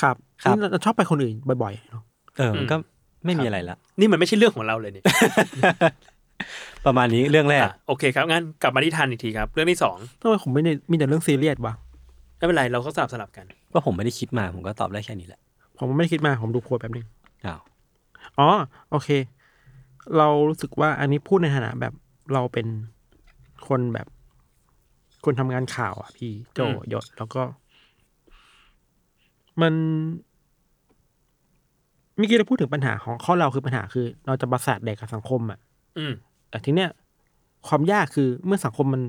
Speaker 3: ครับ
Speaker 4: ครับ
Speaker 3: นี่เราชอบไปคนอื่นบ่อยๆเนอะ
Speaker 4: เออมันก็ไม่มีอะไรละ
Speaker 2: นี่มันไม่ใช่เรื่องของเราเลยนี่
Speaker 4: ประมาณนี้เรื่องแรก
Speaker 2: อ่ะโอเคครับงั้นกลับมาที่ทันอีกทีครับ เรื่องที่สอง
Speaker 3: ทำไมผมไม่ได้มีแต่เรื่องซีเรียสวะ
Speaker 2: ไม่เป็นไรเราก็สลับสลับกัน
Speaker 4: ก็ผมไม่ได้คิดมาผมก็ตอบได้แค่นี้แหละ
Speaker 3: ผมไม่ได้คิดมาผมดูโพสต์แป๊บนึง
Speaker 4: อ้าว
Speaker 3: อ๋อโอเค เรารู้สึกว่าอันนี้พูดในฐานะแบบเราเป็นคนแบบ คนทำงานข่าวอ่ะพี่โจ
Speaker 2: อืม
Speaker 3: ยศแล้วก็ มันเมื่อกี้เราพูดถึงปัญหาของข้อเราคือปัญหาคือ เราจะประสาทแดกกับสังคมอ่ะ
Speaker 2: อืม
Speaker 3: แต่ทีเนี้ยความยากคือเมื่อสังคมมัน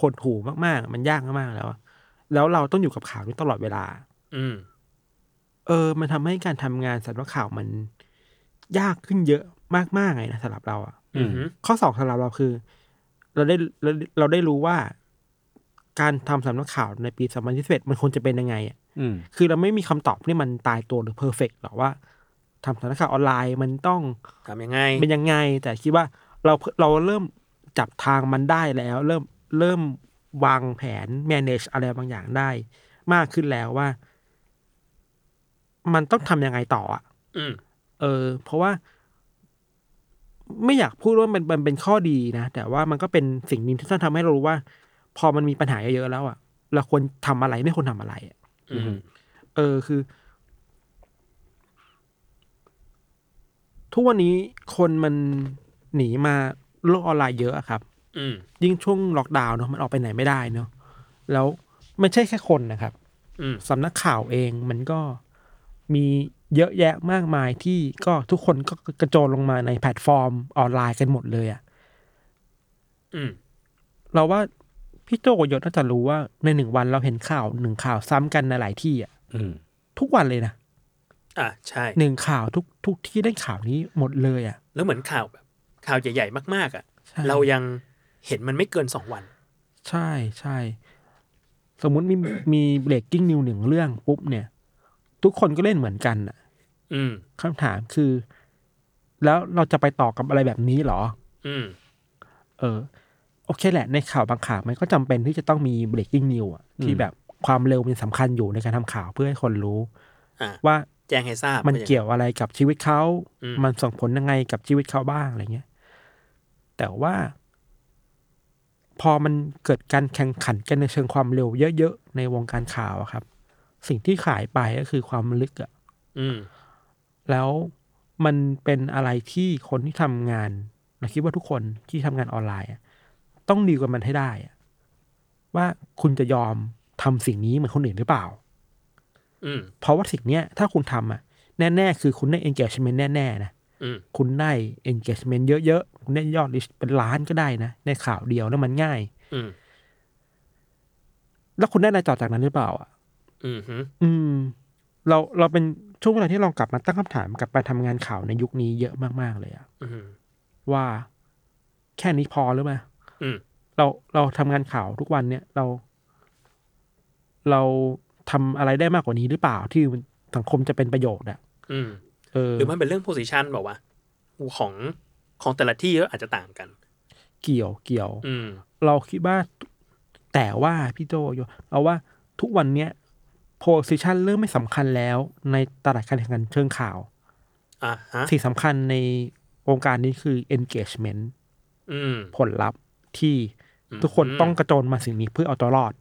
Speaker 3: หดหู่มากๆ มันยากมากๆแล้วอะแล้วเราต้องอยู่กับข่าวนี้ตลอดเวลา
Speaker 2: อืม
Speaker 3: เออ มันทำให้การทำงานสำนักข่าวมันยากขึ้นเยอะมากๆเลยนะสำหรับเราอะ
Speaker 2: อืม
Speaker 3: ข้อสองสำหรับเราคือ เราได้เราเราได้รู้ว่า การทำสำนักข่าวในปี 2021 มันควรจะเป็นยังไงอะ
Speaker 4: อืม
Speaker 3: คือเราไม่มีคำตอบที่มันตายตัวหรือเพอร์เฟกหรอกว่าทำสำนักข่าวออนไลน์มันต้อง
Speaker 2: ทำยังไง
Speaker 3: เป็นยังไง แต่คิดว่าเราเราเริ่มจับทางมันได้แล้ว เริ่มเริ่มวางแผน manage อะไรบางอย่างได้ มากขึ้นแล้วว่า มันต้องทำยังไงต่ออะ
Speaker 2: อืม
Speaker 3: เออเพราะว่าไม่อยากพูดว่ามันมันเป็นข้อดีนะ แต่ว่ามันก็เป็นสิ่งหนึงที่ต้องทำให้เรารู้ว่า พอมันมีปัญหาเยอะๆแล้วอะเราควรทำอะไรไม่ควรทำอะไรอะ
Speaker 2: อืม
Speaker 3: เออคือ ทุกวันนี้คนมันหนีมาโลกออนไลน์เยอะอะครับ
Speaker 2: อืม
Speaker 3: ยิ่งช่วงล็อกดาวน์เนาะมันออกไปไหนไม่ได้เนาะแล้วไม่ใช่แค่คนนะครับ
Speaker 2: อืม
Speaker 3: สำนักข่าวเองมันก็มีเยอะแยะมากมายที่ก็ทุกคนก็กระโจนลงมาในแพลตฟอร์มออนไลน์กันหมดเลยอะ
Speaker 2: อืม
Speaker 3: เราว่าพี่โจกับยศน่าจะรู้ว่าในหนึ่งวันเราเห็นข่าวหนึ่งข่าวซ้ำกันในหลายที่อะ
Speaker 4: อืม
Speaker 3: ทุกวันเลยนะ
Speaker 2: อ่ะใช่
Speaker 3: หนึ่งข่าวทุกทุกที่ได้ข่าวนี้หมดเลยอะ
Speaker 2: แล้วเหมือนข่าวแบบ ข่าวใหญ่ๆมากๆอ่ะ
Speaker 3: ใช่
Speaker 2: เรายังเห็นมันไม่เกินสองวัน
Speaker 3: ใช่ใช่ สมมุติมีมีเบรกกิ้งนิวหนึ่งเรื่องปุ๊บเนี่ย ทุกคนก็เล่นเหมือนกันอะ
Speaker 2: อืม
Speaker 3: คำถามคือ แล้วเราจะไปต่อกับอะไรแบบนี้เหรอ
Speaker 2: อืม
Speaker 3: เออโอเคแหละ ในข่าวบางข่าวมันก็จำเป็นที่จะต้องมี breaking news อะที่
Speaker 4: อืม
Speaker 3: แบบความเร็วมันสำคัญอยู่ในการทำข่าวเพื่อให้คนรู้
Speaker 2: อ่า
Speaker 3: ว่า
Speaker 2: แจ้งให้ทราบ
Speaker 3: มัน
Speaker 2: ว่าอย่าง
Speaker 3: เกี่ยวอะไรกับชีวิตเขา
Speaker 2: อืม
Speaker 3: มันส่งผลยังไงกับชีวิตเขาบ้างอะไรเงี้ยแต่ว่า พอมันเกิดการแข่งขันกันในเชิงความเร็วเยอะๆในวงการข่าวอะครับ สิ่งที่ขายไปก็คือความลึกอะ
Speaker 2: อืม
Speaker 3: แล้วมันเป็นอะไรที่คนที่ทำงานนะคิดว่าทุกคนที่ทำงานออนไลน์อะต้องดีลกับมันให้ได้อะว่าคุณจะยอมทำสิ่งนี้เหมือนคนอื่นหรือเปล่า
Speaker 2: อืม
Speaker 3: เพราะว่าสิ่งเนี้ยถ้าคุณทำอ่ะ แน่ ๆ คือคุณได้ engagement แน่ ๆ นะ
Speaker 2: อืม
Speaker 3: คุณได้ engagement เยอะ ๆ คุณได้ยอด reach เป็นล้านก็ได้นะ ในข่าวเดียวแล้วมันง่าย
Speaker 2: อืม
Speaker 3: แล้วคุณได้อะไรต่อจากนั้นหรือเปล่าอ่ะ
Speaker 2: อืมฮึ
Speaker 3: อืม เราเราเป็นช่วงเวลาที่เรากลับมาตั้งคำถามกับการทำงานข่าวในยุคนี้เยอะมากๆเลยอะ
Speaker 2: อืม
Speaker 3: ว่าแค่นี้พอหรือเปล่า
Speaker 2: อืม
Speaker 3: เราเราทำงานข่าวทุกวันเนี่ยเรา เราทำอะไรได้มากกว่านี้หรือเปล่าที่มันสังคมจะเป็นประโยชน์อะ
Speaker 2: อืม
Speaker 3: เออ
Speaker 2: หรือมันเป็นเรื่องโพสิชันบอกว่าวะของของแต่ละที่ก็อาจจะต่างกัน
Speaker 3: เกี่ยวเกี่ยว
Speaker 2: อืม
Speaker 3: เราคิดว่าแต่ว่าพี่โจโยเราว่าทุกวันเนี้ยโพสิชันเริ่มไม่สำคัญแล้ว ในตลาดการแข่งขันเชิงข่าว
Speaker 2: อ่ะฮะ
Speaker 3: สิ่งสำคัญในองค์การนี้คือ engagement
Speaker 2: อืม
Speaker 3: ผลลัพธ์ที่
Speaker 2: อืม
Speaker 3: ทุกคนต้องกระโจนมาสิ่งนี้เพื่อเอาตัวรอด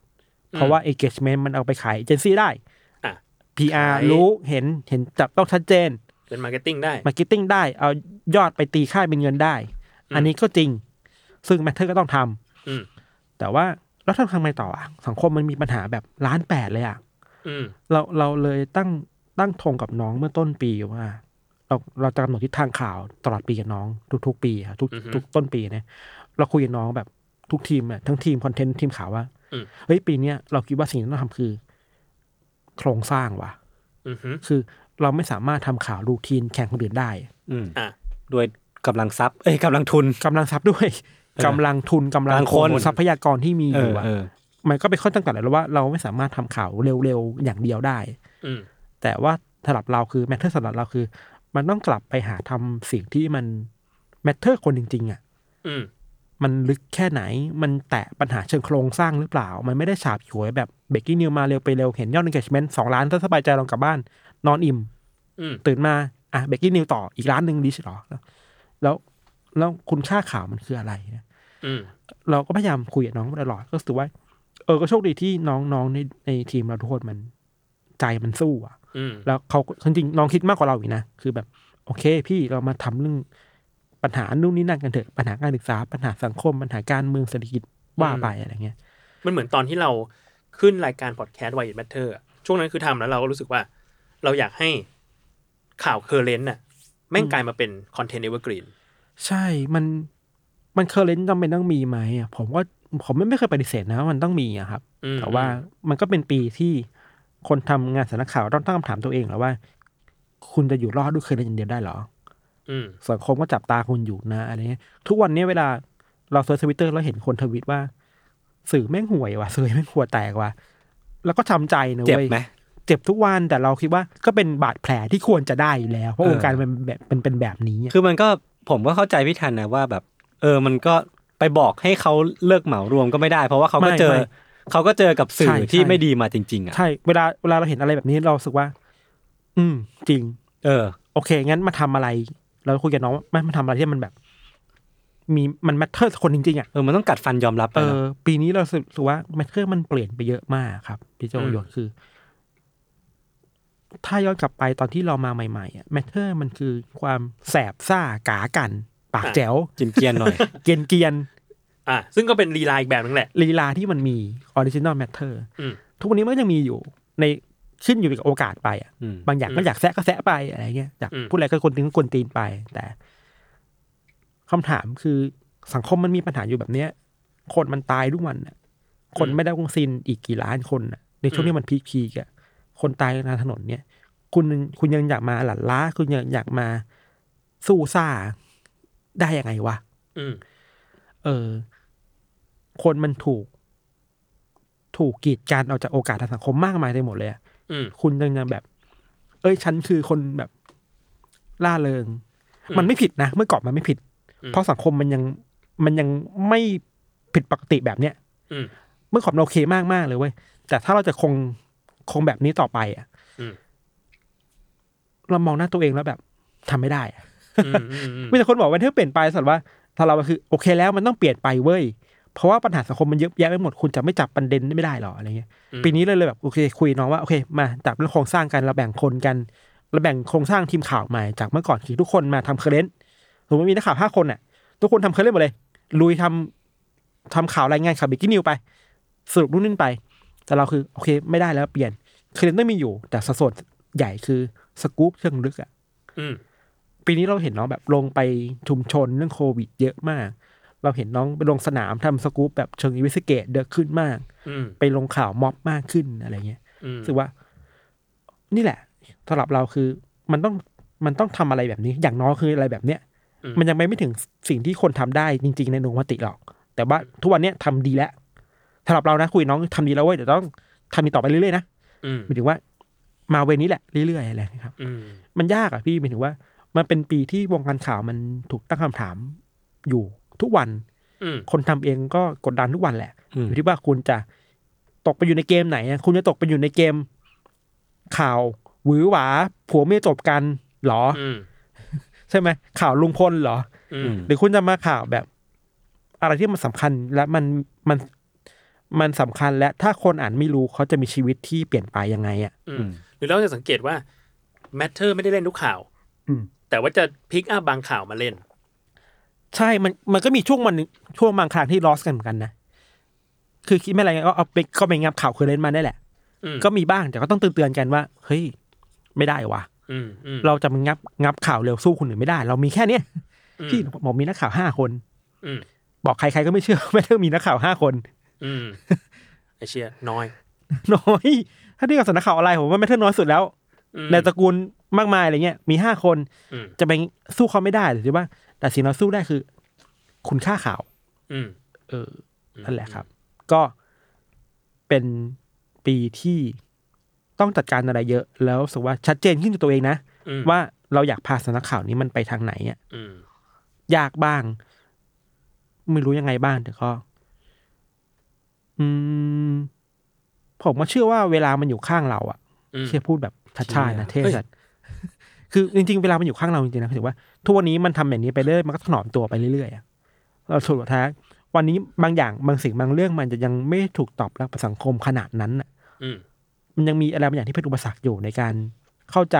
Speaker 3: เพราะว่า engagement มันเอาไปขายเอเจนซี่ได้
Speaker 2: อ่ะ
Speaker 3: PR
Speaker 2: ขาย
Speaker 3: รู้เห็นเห็นจับต้องชัดเจน
Speaker 2: เป็นมาร์เก็ตติ้งได้
Speaker 3: marketing ได้ เอายอดไปตีค่าเป็นเงินได้
Speaker 2: อืม
Speaker 3: อันนี้ก็จริง ซึ่งแมทเทอร์ก็ต้องทำ
Speaker 2: อืม
Speaker 3: แต่ว่า แล้วทำทำไมต่ออ่ะสังคมมันมีปัญหาแบบล้านแปดเลยอ่ะ
Speaker 2: อืม
Speaker 3: เราเราเลยตั้งตั้งธงกับน้องเมื่อต้นปีว่า เราเราจะกำหนดทิศทางข่าวตลอดปีกับน้อง ทุก ๆ ปีครับทุก
Speaker 2: อือฮึ
Speaker 3: ทุกต้นปีเนี่ยเราคุยกับน้องแบบทุกทีมอะทั้งทีมคอนเทนต์ทีมข่าวว่า
Speaker 2: อืม
Speaker 3: เฮ้ยปีเนี้ยเราคิดว่าสิ่งที่ต้องทำคือ โครงสร้างว่ะ
Speaker 2: อือฮึ
Speaker 3: คือเราไม่สามารถทำข่าวรูทีนแข่งคนอื่นได้
Speaker 4: อืม
Speaker 2: อ่ะ
Speaker 4: ด้วยกำลังทรัพย์เอ้ยกำลังทุน
Speaker 3: กำลังทรัพย์ด้วยกำลังทุนกำลัง
Speaker 4: กำลัง
Speaker 3: ค
Speaker 4: คน น
Speaker 3: ทรัพยากรที่มี
Speaker 4: เอ
Speaker 3: อ
Speaker 4: อยู่
Speaker 3: อะ
Speaker 4: เออ
Speaker 3: มันก็เป็นข้อจำกัดแหละว่าเราไม่สามารถทำข่าวเร็วๆอย่างเดียวได้
Speaker 2: อืม
Speaker 3: แต่ว่าสำหรับเราคือแมทเทอร์สำหรับเราคือ มันต้องกลับไปหาทำสิ่งที่มันแมทเทอร์คนจริงๆอะ่ะ
Speaker 2: อืม
Speaker 3: มันลึกแค่ไหนมันแตะปัญหาเชิงโครงสร้างหรือเปล่า มันไม่ได้ฉาบฉวยแบบเบกกี้นิวมาเร็วไปเร็ว เห็นยอด engagement สองล้านถ้าสบายใจลองกลับบ้าน นอนอิ่ม
Speaker 2: อืม
Speaker 3: ตื่นมาอ่ะเบกกี้นิวต่ออีกร้านหนึ่งดีใช่หรอแล้วแล้วแล้วคุณค่าข่าวมันคืออะไรนะ
Speaker 2: อืม
Speaker 3: เราก็พยายามคุยกับน้องมาตลอดก็รู้สึกว่า เออก็โชคดีที่น้องๆในในทีมเราทุกคนมันใจมันสู้อ่ะ
Speaker 2: อืม
Speaker 3: แล้วเขาก็จริงๆน้องคิดมากกว่าเราอีกนะ คือแบบ โอเค พี่เรามาทำเรื่องปัญหานู่นนี่นั่นกันเถอะ ปัญหาการศึกษา ปัญหาสังคม ปัญหาการเมืองเศรษฐกิจว่าไปอะไรเงี้ย
Speaker 2: มันเหมือนตอนที่เราขึ้นรายการพอดแคสต์ Why It Matter อะช่วงนั้นคือทำแล้วเราก็รู้สึกว่า เราอยากให้ข่าวเคอร์เรนต์น่ะแม่งกลายมาเป็นคอนเทนต์เอเวอร์กรีน
Speaker 3: ใช่ มัน มันเคอร์เรนต์จำเป็นต้องมีไหมอ่ะผมว่าผมไม่เคยปฏิเสธนะว่ามันต้องมีอะครับ แต่ว่ามันก็เป็นปีที่คนทำงานสารกข่าวต้องตั้งคำถามตัวเองแล้วว่า คุณจะอยู่รอดด้วยเคอร์เรนต์อย่างเดียวได้เหรอ
Speaker 2: อืม
Speaker 3: สังคมก็จับตาคุณอยู่นะอะไรเงี้ยทุกวันเนี้ยเวลาเราเซิร์ชทวิตเตอร์เราเห็นคนทวิตว่า สื่อแม่งห่วยว่ะสื่อแม่งหัวแตกว่ะแล้วก็ทำใจนะ
Speaker 4: เจ็บ
Speaker 3: เว้ย
Speaker 4: ไหม
Speaker 3: เจ็บทุกวันแต่เราคิดว่าก็เป็นบาดแผลที่ควรจะได้อยู่แล้ว เพราะ
Speaker 4: เออ
Speaker 3: วงการมันแบบเป็นเป็นแบบนี้อะ
Speaker 4: คือมันก็ผมก็เข้าใจพี่ทันนะว่าแบบ เออมันก็ไปบอกให้เขาเลิกเหมารวมก็ไม่ได้ เพราะว่าเขาก็เจอ
Speaker 3: ไม่
Speaker 4: เขาก็เจอกับสื่
Speaker 3: ใช่
Speaker 4: อที่
Speaker 3: ใช่
Speaker 4: ไม่ดีมาจริง ๆ
Speaker 3: ไม่
Speaker 4: อ่ะ
Speaker 3: ใช่เวลาเวลาเราเห็นอะไรแบบนี้เรารู้สึกว่า อืม จริง
Speaker 4: เออ
Speaker 3: โอเค งั้นมาทำอะไร เราคุยกับน้องว่ามันมาทำอะไรที่มันแบบ มีมันแมทเทอร์คนจริงๆอ่ะ
Speaker 4: เออมันต้องกัดฟันยอมรับไป
Speaker 3: เอ
Speaker 4: เน
Speaker 3: อ
Speaker 4: อะ
Speaker 3: ปีนี้เรารู้สึกว่าแมทเทอร์มันเปลี่ยนไปเยอะมากครับพี่โจ
Speaker 2: อืม
Speaker 3: ยศคือ ถ้าย้อนกลับไปตอนที่เรามาใหม่ๆอ่ะแมทเทอร์มันคือความแสบซ่ากากัน ปากแจ๋ว
Speaker 4: จินเกียนหน่อย
Speaker 3: เกรียนเกรียน
Speaker 2: อ่ะซึ่งก็เป็นรีไลน์อีกแบบนึงแหละ
Speaker 3: ลีลาที่มันมีออริจินอลแมทเทอร์
Speaker 2: อืม
Speaker 3: ทุกวันนี้มันก็ยังมีอยู่ ในขึ้นอยู่กับโอกาสไปอ่ะ
Speaker 4: อืม
Speaker 3: บางอย่างก็อยากแซะก็แซะไปอะไรเงี้ยอยาก
Speaker 2: อืม
Speaker 3: พูดอะไรก็คนตีนก็คนตีนไป แต่คำถามคือสังคมมันมีปัญหาอยู่แบบเนี้ย คนมันตายทุกวันน่ะ คนไม่ได้วัคซีนอีกกี่ล้านคนน่ะในช่วงที่มันพีคๆอ่ะคนตายในถนนเนี่ย คุณคุณยังอยากมาหลั่นล้า คุณยังอยากมาสู้ซ่าได้ยังไงวะ
Speaker 2: อืม
Speaker 3: เออ คนมันถูก ถูกกีดกันออกจากโอกาสทางสังคมมากมายไปหมดเลยอะ
Speaker 2: อืม
Speaker 3: คุณยังแบบ เอ้ย ฉันคือคนแบบล่าเริง
Speaker 2: อืม
Speaker 3: มันไม่ผิดนะ เมื่อก่อนมันไม่ผิด
Speaker 2: อืม
Speaker 3: เพราะสังคมมันยังมันยังไม่ผิดปกติแบบเนี้ย
Speaker 2: อืม
Speaker 3: เมื่อก่อนมันโอเคมากมากๆเลยเว้ย แต่ถ้าเราจะคงคงแบบนี้ต่อไปอ่ะ
Speaker 2: อืม
Speaker 3: เรามองหน้าตัวเองแล้วแบบทำไม่ได้อะ
Speaker 2: อืมอืมอืม
Speaker 3: มีแต่คนบอกว่าเธอเปลี่ยนไปสัตว์ว่าถ้าเราคือโอเคแล้วมันต้องเปลี่ยนไปเว้ย เพราะว่าปัญหาสังคมมันเยอะแยะไปหมดคุณจะไม่จับประเด็นไม่ได้หรออะไรเงี้ย
Speaker 2: อืม
Speaker 3: ปีนี้เลยเลยแบบโอเคคุยน้องว่าโอเคมาจับเรื่องโครงสร้างกันเราแบ่งคนกันเราแบ่งโครงสร้างทีมข่าวใหม่จากเมื่อก่อนคือทุกคนมาทำเคอร์เรนต์สมมติมีนักข่าวห้าคนน่ะ ทุกคนทำเคอร์เรนต์หมดเลยลุยทำทำข่าวรายงานข่าวบิกกี้นิวไป สรุปนู่นนี่ไป แต่เราคือโอเค ไม่ได้แล้วเปลี่ยนเคอร์เรนต์ต้องมีอยู่ แต่สัดส่วนใหญ่คือสกู๊ปเชิงลึกอะ
Speaker 2: อืม
Speaker 3: ปีนี้เราเห็นน้องแบบลงไปชุมชนเรื่องโควิดเยอะมาก เราเห็นน้องไปลงสนามทำสกู๊ปแบบเชิงอินเวสติเกตเยอะขึ้นมาก
Speaker 2: อืม
Speaker 3: ไปลงข่าวม็อบมากขึ้นอะไรเงี้ย
Speaker 2: อืม
Speaker 3: รู้สึกว่า นี่แหละสำหรับเราคือมันต้องมันต้องทำอะไรแบบนี้ อย่างน้อยคืออะไรแบบเนี้ย มันยังไปไม่ถึงสิ่งที่คนทำได้จริง ๆ ในดวงมติหรอก แต่ว่าทุกวันเนี้ยทำดีแล้วสำหรับเรานะคุยน้องทำดีแล้วเว้ยเดี๋ยวต้องทำดีต่อไปเรื่อยๆนะ
Speaker 2: อืม
Speaker 3: หมายถึงว่า มาเวรนี้แหละเรื่อยๆอะไรนะครับ
Speaker 2: อืม
Speaker 3: มันยากอะพี่หมายถึงว่า มันเป็นปีที่วงการข่าวมันถูกตั้งคำถามอยู่ทุกวัน
Speaker 2: อืม
Speaker 3: คนทำเองก็กดดันทุกวันแหละ
Speaker 4: อืม
Speaker 3: อยู่ที่ว่าคุณจะตกไปอยู่ในเกมไหนอะคุณจะตกไปอยู่ในเกม ข่าวหวือหวา ผัวเมียจบกันเหรอ
Speaker 2: อืม
Speaker 3: ใช่ไหมข่าวลุงพลเหรอ
Speaker 2: อื
Speaker 4: อื
Speaker 2: ม
Speaker 4: ม
Speaker 3: หรือคุณจะมาข่าวแบบ อะไรที่มันสำคัญและมันมันมันสำคัญและถ้าคนอ่านไม่รู้เขาจะมีชีวิตที่เปลี่ยนไปยังไงอ่ะ
Speaker 2: อื
Speaker 4: อื
Speaker 2: ม
Speaker 4: ม
Speaker 2: หรือเราจะสังเกตว่าแมทเ e อร์ไม่ได้เล่นทุกข่าว
Speaker 3: อืม
Speaker 2: แต่ว่าจะพิกอัพบางข่าวมาเล่น
Speaker 3: ใช่มันมันก็มีช่วงมันช่วงบางครั้งที่ลอสกันเหมือนกันนะ คือคิดไม่อะไรไงก็เอาไปก็ไปงับข่าวเคยเล่นมาได้แหละ
Speaker 2: อืม
Speaker 3: ก็มีบ้างแต่ก็ต้องเตือนๆกันว่า เฮ้ย ไม่ได้วะ
Speaker 2: อืมอืม
Speaker 3: เราจะมางับงับข่าวเร็วสู้คนอื่นไม่ได้ เรามีแค่เนี้ย
Speaker 2: อืม
Speaker 3: พี่บอกมีนักข่าวห้าคน
Speaker 2: อืม
Speaker 3: บอกใครๆก็ไม่เชื่อ ไม่าต้องมีนักข่าวห้าคน
Speaker 2: อืมไอเชียน้อย
Speaker 3: น้อย ถ้าเทียบกับสำนักข่าวออนไลน์ผมว่าไม่เท่าน้อยสุดแล้ว
Speaker 2: อืม
Speaker 3: ในตระกูลมากมายอะไรเงี้ยมีห้าคน
Speaker 2: อืม
Speaker 3: จะไปสู้เขาไม่ได้หรือว่า แต่สิ่งเราสู้ได้คือ คุณค่าข่าว
Speaker 2: อืม
Speaker 3: เออนั่นแหละครับ ก็เป็นปีที่ต้องจัดการอะไรเยอะ แล้วรู้สึกว่าชัดเจนขึ้นกับตัวเองนะ
Speaker 2: อืม
Speaker 3: ว่าเราอยากพาสำนักข่าวนี้มันไปทางไหนเนี่ย
Speaker 2: อืม
Speaker 3: ยากบ้าง ไม่รู้ยังไงบ้างแต่ก็ อืม ผมก็เชื่อว่าเวลามันอยู่ข้างเราอะ
Speaker 2: อืม
Speaker 3: เชี่ยพูดแบบชัดชาตินะ
Speaker 2: เชี่
Speaker 3: เท่
Speaker 2: ย
Speaker 3: สัตว์คือจริงๆ เวลามันอยู่ข้างเราจริงๆนะถือว่าทุกวันนี้มันทำแบบนี้ไปเรื่อยมันก็ถนอมตัวไปเรื่อยๆอะเราสุดท้ายวันนี้บางอย่างบางสิ่งบางเรื่องมันจะยังไม่ถูกตอบรับจากสังคมขนาดนั้นน่ะ
Speaker 2: อืม
Speaker 3: มันยังมีอะไรบางอย่างที่เป็นอุปสรรคอยู่ในการเข้าใจ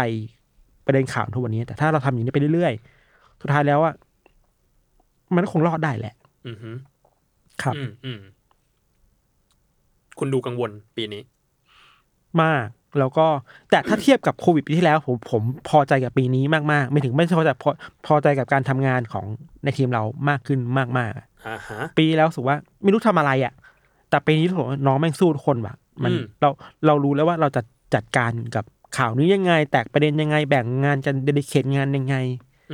Speaker 3: ประเด็นข่าวทุกวันนี้ แต่ถ้าเราทำอย่างนี้ไปเรื่อยๆสุดท้ายแล้วอ่ะมันก็คงรอดได้แหละ
Speaker 2: อืมอืม
Speaker 3: ครับ
Speaker 2: อืมอืมคุณดูกังวลปีนี้
Speaker 3: มาก แล้วก็แต่ถ้าเทียบกับโควิดปีที่แล้ว ผมผมพอใจกับปีนี้มากๆ ไม่ถึงไม่ใช่พอใจพอพอใจกับการทำงานของในทีมเรามากขึ้นมากๆอะ
Speaker 2: อ่าฮะ
Speaker 3: ปีแล้วรู้สุว่าไม่รู้ทำอะไรอะ่ะ แต่ปีนี้ผมว่าน้องแม่งสู้ทุกคนว่ะ มัน
Speaker 2: อืม
Speaker 3: เราเรารู้แล้วว่าเราจะจัดการกับข่าวนี้ยังไง แตกประเด็นยังไงแบ่งงานกันเดลิเคทงานยังไง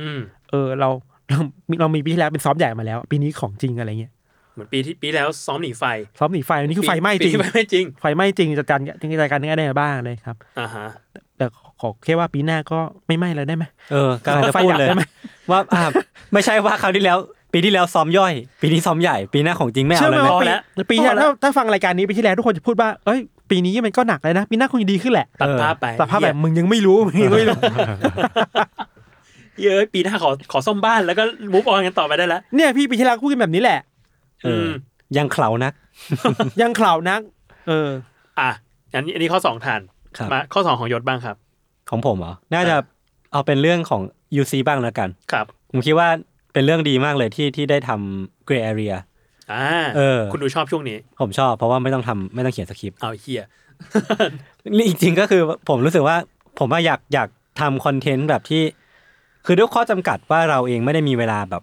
Speaker 2: อืม
Speaker 3: เออเราเราเรามีปีที่แล้วเป็นซ้อมใหญ่มาแล้ว ปีนี้ของจริงอะไรเงี้ย
Speaker 2: เหมือนปีที่ปีแล้วซ้อมหนีไฟ
Speaker 3: ซ้อมหนีไฟอันนี้คือไฟไหม้จ
Speaker 2: ปี
Speaker 3: ริง
Speaker 2: ที่ไฟไหม้จริง
Speaker 3: ไฟไหม้จริงจัดการจัดการได้บ้างเลยครับ
Speaker 2: อ่าฮะ
Speaker 3: แต่ขอขอแค่ว่าปีหน้าก็ไม่ไหม้แล้วได้ไหม
Speaker 4: เออกำลังจะพูดเลย
Speaker 3: ไฟดับได้ไหม
Speaker 4: ว่าอ่าไม่ใช่ว่าคราวที่แล้ว ปีที่แล้วซ้อมย่อย ปีนี้ซ้อมใหญ่ ปีหน้าของจริงไม่เอาแล้
Speaker 3: ไห
Speaker 4: วนะ
Speaker 2: พอแล้ว
Speaker 3: ปีปีที่แล้วถ้าถ้าฟังรายการนี้ปีที่แล้วทุกคนจะพูดว่าเอ้ย ปีนี้มันก็หนักเลยนะ ปีหน้าคงจะดีขึ้นแหละ
Speaker 2: ตัด
Speaker 4: เออ
Speaker 2: ภาพไป
Speaker 3: แต่ภาพแบบมึงยังไม่รู้มึงยังไม่รู้
Speaker 2: เย้ยเอ้ยปีหน้าขอขอซ่อมบ้านแล้วก็มูฟออนกันต่อไปได้แล้ว
Speaker 3: เนี่ยพี่ปีที่แล้วพูดกันแบบนี้แหละ
Speaker 4: เออยังเขลานัก
Speaker 3: ยังข่าวนัก เออ
Speaker 2: อ่ะอันนี้อันนี้ข้อสองทาน
Speaker 4: ครับ
Speaker 2: มาข้อสองของยศบ้างครับ
Speaker 4: ของผมเหรอ น่าจะ
Speaker 2: อ่ะ
Speaker 4: เอาเป็นเรื่องของ UC บ้างแล้วกัน
Speaker 2: ครับ
Speaker 4: ผมคิดว่าเป็นเรื่องดีมากเลยที่ที่ได้ทำ Gray Area
Speaker 2: อ่า
Speaker 4: เออ
Speaker 2: คุณดูชอบช่วงนี้
Speaker 4: ผมชอบเพราะว่าไม่ต้องทำไม่ต้องเขียนสคริปต์
Speaker 2: เอาเฮีย
Speaker 4: จริงๆก็คือผมรู้สึกว่าผมว่าอยากอยากทำคอนเทนต์แบบที่ คือด้วยข้อจำกัดว่าเราเองไม่ได้มีเวลาแบบ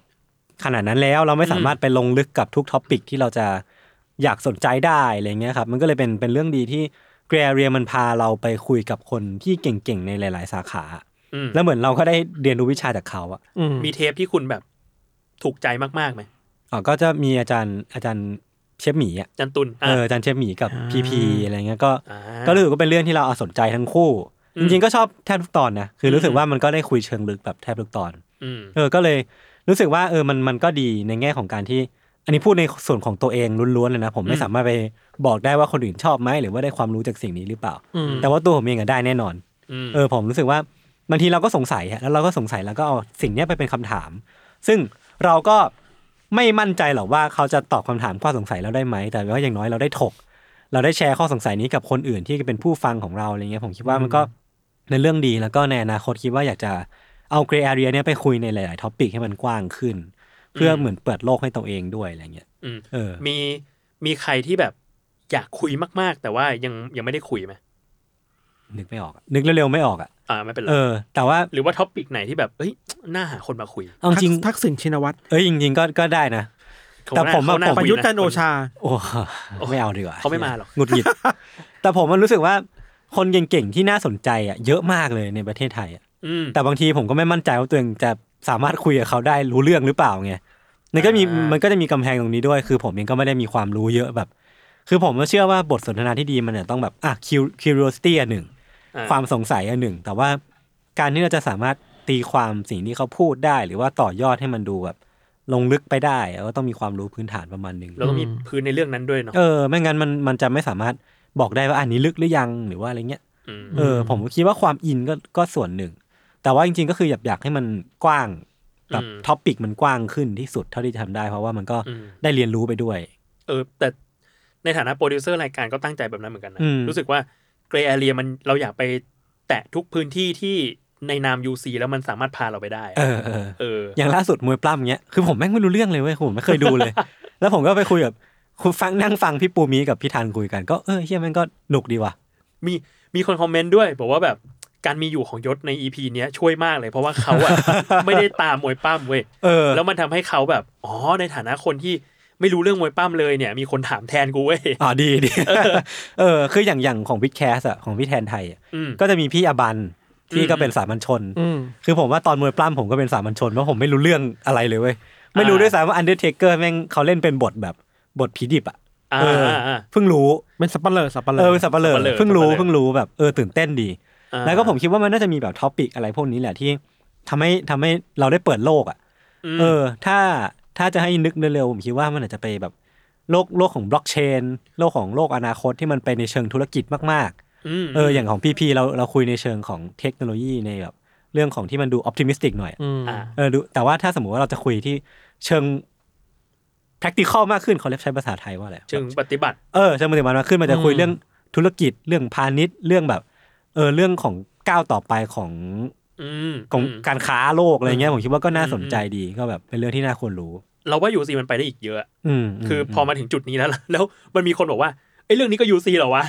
Speaker 4: ขนาดนั้นแล้วเราไม่สามารถไปลงลึกกับทุกท็อปิกที่เราจะอยากสนใจได้อะไรเงี้ยครับ มันก็เลยเป็นเป็นเรื่องดีที่ Gray Area มันพาเราไปคุยกับคนที่เก่งๆในหลาย ๆ สาขา
Speaker 2: อืม
Speaker 4: แล้วเหมือนเราก็ได้เรียนรู้วิชาจากเขาอะ
Speaker 3: อืม
Speaker 2: มีเทปที่คุณแบบถูกใจมากๆไหม
Speaker 4: อ๋อก็จะมีอาจารย์อาจารย์เชฟหมีอ่ะ
Speaker 2: จันตุน
Speaker 4: เอออาจารย์เชฟหมีกับพีพีอะไรเงี้ยก็
Speaker 2: า
Speaker 4: ก็รู้สึกว่าเป็นเรื่องที่เราเอาสนใจทั้งคู่
Speaker 2: อื
Speaker 4: จ
Speaker 2: ม
Speaker 4: ริงๆก็ชอบแทบทุกตอนนะคือรู้สึ
Speaker 2: อื
Speaker 4: ก
Speaker 2: ม
Speaker 4: ว่ามันก็ได้คุยเชิงลึกแบบแทบทุกตอน
Speaker 2: อืม
Speaker 4: เออก็เลยรู้สึกว่าเออมันมันก็ดีในแง่ของการที่ อันนี้พูดในส่วนของตัวเองล้วนๆเลยนะผมไม่สามารถไปบอกได้ว่าคนอื่นชอบไหมหรือว่าได้ความรู้จากสิ่งนี้หรือเปล่า
Speaker 3: อืม
Speaker 4: แต่ว่าตัวผมเองอะได้แน่นอน
Speaker 2: อืม
Speaker 4: เออผมรู้สึกว่าบางทีเราก็สงสัยอะแล้วเราก็สงสัยแล้วก็เอาสิ่งเนี้ยไปเป็นคำถาม ซึ่งเราก็ไม่มั่นใจหรอกว่าเขาจะตอบคำถามข้อสงสัยเราได้ไหม แต่ว่าอย่างน้อยเราได้ถก เราได้แชร์ข้อสงสัยนี้กับคนอื่นที่เป็นผู้ฟังของเราอะไรเงี้ยผมคิดว่ามันก็ในเรื่องดีแล้วก็ในอนาคตคิดว่าอยากจะเอาเกรย์แอเรียเนี้ยไปคุยในหลาย ๆ ท็อปิกให้มันกว้างขึ้น เพื่อเหมือนเปิดโลกให้ตัวเองด้วยอะไรเงี้ย
Speaker 2: อืม
Speaker 4: เออ
Speaker 2: มีมีใครที่แบบอยากคุยมาก ๆ แต่ว่ายังยังไม่ได้คุยไหม
Speaker 4: นึกไม่ออกอะนึกเร็วๆไม่ออกอ่ะ
Speaker 2: อ่าไม่เป็นไร
Speaker 4: เออ แต่ว่า
Speaker 2: หรือว่าท็อปิกไหนที่แบบเอ้ยน่าหาคนมาคุย
Speaker 4: เอาจริง
Speaker 3: ทักษิณชินวัตร
Speaker 4: เอ้ยจริง ๆ ก็ก็ได้นะ
Speaker 2: เขา
Speaker 4: แต่
Speaker 2: น่า
Speaker 4: ผมอะ
Speaker 2: เขาน่า
Speaker 4: ผม
Speaker 2: คุ
Speaker 3: ประยุทธ์
Speaker 2: ะ
Speaker 3: จันทร์โอชา
Speaker 4: โอ้ไม่เอาดีกว่า
Speaker 2: เขาไม่มาหรอก
Speaker 4: หงุดหงิ ด แต่ผมมันรู้สึกว่าคนเก่งๆที่น่าสนใจอ่ะเยอะมากเลยในประเทศไทยอ่ะ
Speaker 2: อืม
Speaker 4: แต่บางทีผมก็ไม่มั่นใจว่าตัวเองจะสามารถคุยกับเขาได้รู้เรื่องหรือเปล่าไงมันก็มี
Speaker 2: อ่ามั
Speaker 4: มันก็จะมีกำแพงตรงนี้ด้วย คือผมเองก็ไม่ได้มีความรู้เยอะแบบ คือผมก็เชื่อว่าบทสนทนาที่ดีมันเนี่ยต้องแบบอ่ะ cur- curiosity อันหนึ่ง
Speaker 2: อ่
Speaker 4: ความสงสัยอันหนึ่ง แต่ว่าการที่เราจะสามารถตีความสิ่งที่เขาพูดได้ หรือว่าต่อยอดให้มันดูแบบลงลึกไปได้ก็ต้องมีความรู้พื้นฐานประมาณหนึ่ง
Speaker 2: เราต้องมีพื้นในเรื่องนั้นด้วยเนาะ
Speaker 4: เออไม่งั้นมันมันจะไม่สามารถบอกได้ว่าอันนี้ลึกหรือยังหรือว่าอะไรเงี้ย
Speaker 2: ม
Speaker 4: เออผมก็คิดว่าความอินก็ก็ส่วนหนึ่ง แต่ว่าจริงๆก็คืออยากอยากให้มันกว้างแบบท็อปิกมันกว้างขึ้นที่สุดเท่าที่จะทำได้ เพราะว่ามันก็
Speaker 2: อืม
Speaker 4: ได้เรียนรู้ไปด้วย
Speaker 2: เออแต่ในฐานะโปรดิวเซอร์รายการก็ตั้งใจแบบนั้นเหมือนกันนะ
Speaker 4: อืม
Speaker 2: รู้สึกว่าเกรย์แอเรียมันเราอยากไปแตะทุกพื้นที่ที่ในนาม UC แล้วมันสามารถพาเราไปได้
Speaker 4: เอ
Speaker 2: อะ
Speaker 4: อเออ
Speaker 2: เออ
Speaker 4: อย่างล่าสุดมวยปล้ำเงี้ยคือผมแม่งไม่รู้เรื่องเลยเว้ยผมไม่เคยดูเลย แล้วผมก็ไปคุยกับ คุณฟังนั่งฟังพี่ปูมีกับพี่ธันคุยกันก็เออเฮียมันก็หนุกดีว่ะ
Speaker 2: มีมีคนคอมเมนต์ด้วย บอกว่าแบบการมีอยู่ของยศในอีพีเนี้ยช่วยมากเลย เพราะว่าเขา อะ ไม่ได้ตามมวยปั้มเว้ย
Speaker 4: เออ
Speaker 2: แล้วมันทำให้เขาแบบอ๋อในฐานะคนที่ไม่รู้เรื่องมวยปั้มเลยเนี่ย มีคนถามแทนกูเว้ย
Speaker 4: อ๋อดีดี เออ คืออย่างอย่างของพี่แคสอะของพี่แทนไทยอะ
Speaker 2: อืม
Speaker 4: ก็จะมีพี่อบันที่ก็เป็นสามัญชน
Speaker 3: อืม
Speaker 4: คือผมว่าตอนมวยปล้ำผมก็เป็นสามัญชนเพราะผมไม่รู้เรื่องอะไรเลยเว้ยไม่รู้ด้วยซ้ำว่าอันเดอร์เทเกอร์แม่งเขาเล่นเป็นบทแบบบทผีดิบอะ
Speaker 2: อ่า
Speaker 4: เออ
Speaker 2: อ่าอ่า
Speaker 4: เพิ่งรู้
Speaker 3: เป็นสับปะเลอสับปะเล
Speaker 4: เอ
Speaker 3: อ
Speaker 4: อเป็นสับปะเลอ
Speaker 2: สับปะเลอ
Speaker 4: เพิ่งรู้
Speaker 2: สับปะเลอ
Speaker 4: เพิ่งรู้แบบเออตื่นเต้นดี
Speaker 2: อ่า
Speaker 4: แล้วก็ผมคิดว่ามันน่าจะมีแบบท็อปิกอะไรพวกนี้แหละที่ทำให้ทำให้เราได้เปิดโลกอะ
Speaker 2: ม
Speaker 4: เออ ถ้าถ้าจะให้นึกเร็วๆผมคิดว่ามันอาจจะไปแบบโลกโลกของบล็อกเชนโลกของโลกอนาคตที่มันไปในเชิงธุรกิจมากๆ
Speaker 2: ม
Speaker 4: เอออย่างของพี่พีเราเราคุยในเชิงของเทคโนโลยีในแบบเรื่องของที่มันดูออ t ติมิสติกหน่อย
Speaker 3: อืม
Speaker 2: อ่า
Speaker 4: เออดูแต่ว่าถ้าสมมุติว่าเราจะคุยที่เชิง practical มากขึ้นเขาเรียกใช้ภาษาไทยว่าอะไร
Speaker 2: เชิงปฏิบัติ
Speaker 4: เออเชิงปฏิบัติมากขึ้นมันจะคุยเรื่องธุรกิจเรื่องพาณิชย์เรื่องแบบเออเรื่องของก้าวต่อไปของ
Speaker 2: อืม
Speaker 4: ของ
Speaker 2: ม
Speaker 4: การค้าโลกอะไรเงี้ยผมคิดว่าก็น่า
Speaker 2: อืม
Speaker 4: สนใจดีก็แบบเป็นเรื่องที่น่าควรรู้
Speaker 2: เราว่ายูซีมันไปได้อีกเยอะ
Speaker 4: อืม
Speaker 2: คือพอมาถึงจุดนี้แล้ว แล้วมันมีคนบอกว่าไอ้ยเรื่องนี้ก็ยูซีเหรอวะ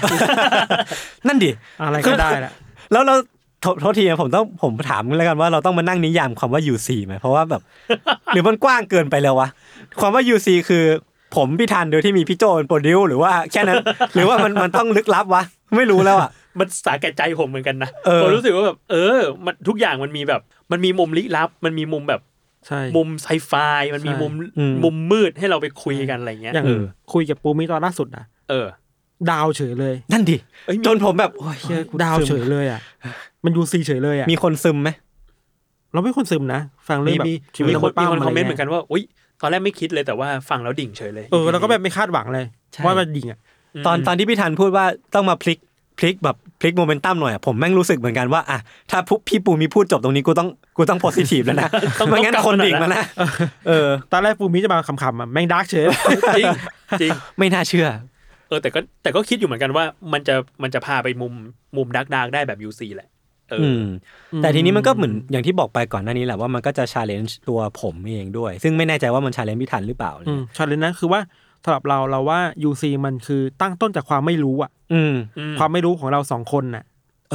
Speaker 4: นั่นดิ
Speaker 3: อะไรก็ได้แหละ
Speaker 4: แล้วเราโทโทษทีนะผมต้องผมถามแล้วกันว่าเราต้องมานั่งนิยามคำว่า UC ไหมเพราะว่า แบบ หรือมันกว้างเกินไปแล้ววะความว่า UC คือผมพี่ทันโดยที่มีพี่โจเป็นโปรดิวซ์หรือว่าแค่ นั้น หรือว่ามันมันต้องลึกลับวะ ไม่รู้แล้วอ่ะ
Speaker 2: มันสาแก่ใจผมเหมือนกันนะ
Speaker 4: เออ
Speaker 2: ผมรู้สึกว่าแบบเออ มันทุกอย่างมันมีแบบ มันมีมุมลี้ลับ มันมีมุมแบบ
Speaker 3: ใช่
Speaker 2: มุมไซไฟมันมี
Speaker 3: ใช่
Speaker 2: มุม
Speaker 4: อืม
Speaker 2: มุมมืดให้เราไปคุยกันอะไรเงี้ย
Speaker 3: อย่าง
Speaker 4: เออ
Speaker 3: คุยกับปูมิตอนล่าสุดอะ
Speaker 2: เออ
Speaker 3: ดาวเฉยเลย
Speaker 4: นั่นดิ
Speaker 2: เอ้ยมี
Speaker 4: จนผมแบบโอ้ย
Speaker 3: เชี่ยดาวเฉยเลยอะมันยูซีเฉยเลยอะ
Speaker 4: มีคนซึมไหม
Speaker 3: เราไม่คนซึมนะฟังเรื่อ
Speaker 2: มี
Speaker 3: งแบบ
Speaker 2: มี
Speaker 3: ชีวิต
Speaker 2: มีคนมี
Speaker 3: ราไปั้
Speaker 2: คนคอมเมนต์
Speaker 3: ะไร
Speaker 2: เหมือนกันว่าอุ้ยตอนแรกไม่คิดเลยแต่ว่าฟังแล้วดิ่งเฉยเลย
Speaker 3: เออเราก็แบบไม่คาดหวังเลยว่ามันยิงอะ
Speaker 2: ม
Speaker 4: ตอนตอนที่พี่ทันพูดว่าต้องมาพลิกพลิกแบบพลิกโมเมนตัมหน่อยอะผมแม่งรู้สึกเหมือนกันว่าอ่ะถ้าพุพี่ปูมีพูดจบตรงนี้กูต้องกูต้องโพสิทีฟแล้วนะไม่งั้นคนดิ่งแล้วนะเออ
Speaker 3: ตอนแรกปูมิจะมาคำๆอะแม่งดาร์กเฉย
Speaker 2: จริง จริง
Speaker 4: ไม่น่าเชื่อ
Speaker 2: เออแต่ก็แต่ก็คิดอยู่เหมือนกันว่ามันจะมันจะพาไปมุมมุมดักดากได้แบบ UC แหละเออ
Speaker 4: อื
Speaker 2: อ
Speaker 4: มแต่ทีนี้มันก็เหมือนอย่างที่บอกไปก่อนหน้านี้แหละว่ามันก็จะชาเลนจ์ตัวผมเองด้วย ซึ่งไม่แน่ใจว่ามันชาเลนจ์พิธันหรือเปล่าเนี่ย
Speaker 3: ชาเลนนั้นคือว่าสำหรับเราเราว่า UC มันคือตั้งต้นจากความไม่รู้อะ
Speaker 4: อืม
Speaker 2: อื
Speaker 3: ความไม่รู้ของเราสองคนน่ะ
Speaker 4: เอ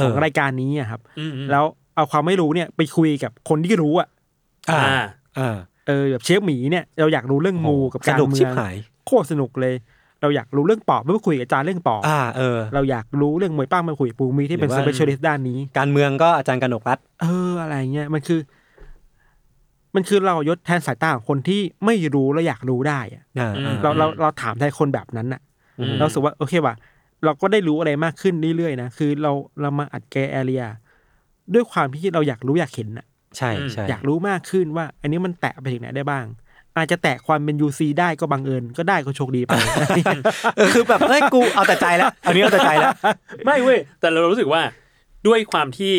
Speaker 3: ข
Speaker 4: อ
Speaker 3: องรายการนี้อะครับ
Speaker 2: อืมอืม
Speaker 3: แล้วเอาความไม่รู้เนี่ยไปคุยกับคนที่รู้อะ
Speaker 4: อ่า
Speaker 2: อ่า
Speaker 4: เออ
Speaker 3: เออแบบเชฟหมีเนี่ยเราอยากรู้เรื่องงูกับ
Speaker 4: ส
Speaker 3: การ
Speaker 4: นุก
Speaker 3: เมื
Speaker 4: ชิบ
Speaker 3: อง
Speaker 4: หาย
Speaker 3: โคตรสนุกเลย เราอยากรู้เรื่องปอบไม่ไปคุยกับอาจารย์เรื่องปอบ
Speaker 4: อ่าเออ
Speaker 3: เราอยากรู้เรื่องมวยป้างมาคุยกับปูมีที่เป็น
Speaker 4: หรือ
Speaker 3: ส
Speaker 4: ว่า
Speaker 3: เปเชียลิสต์ด้านนี้
Speaker 4: การเมืองก็อาจารย์กนกรัฐ
Speaker 3: เอออะไรเงี้ยมันคือ มันคือเรายศแทนสายตาของคนที่ไม่รู้แล้วอยากรู้ได้อะ
Speaker 4: อ่า
Speaker 2: อืม
Speaker 4: อ่า
Speaker 3: เราเราเราถามแทนคนแบบนั้นน่ะ
Speaker 4: อืม
Speaker 3: เรารู้สึกว่าโอเคว่ะเราก็ได้รู้อะไรมากขึ้นเรื่อยๆนะคือเราเรามาอัดแกแอเรียด้วยความที่เราอยากรู้อยากเห็นน่ะ
Speaker 4: ใช่ใช่
Speaker 3: อยากรู้มากขึ้นว่า อันนี้มันแตะไปถึงไหนได้บ้าง อาจจะแตะความเป็น UC ได้ก็บังเอิญก็ได้ก็โชคดีไป
Speaker 4: เออคือแบบเฮ้ยกูเอาแต่ใจแล้วอันนี้เอาแต่ใจแล้ว
Speaker 2: ไม่เว้ยแต่เรารู้สึกว่าด้วยความที่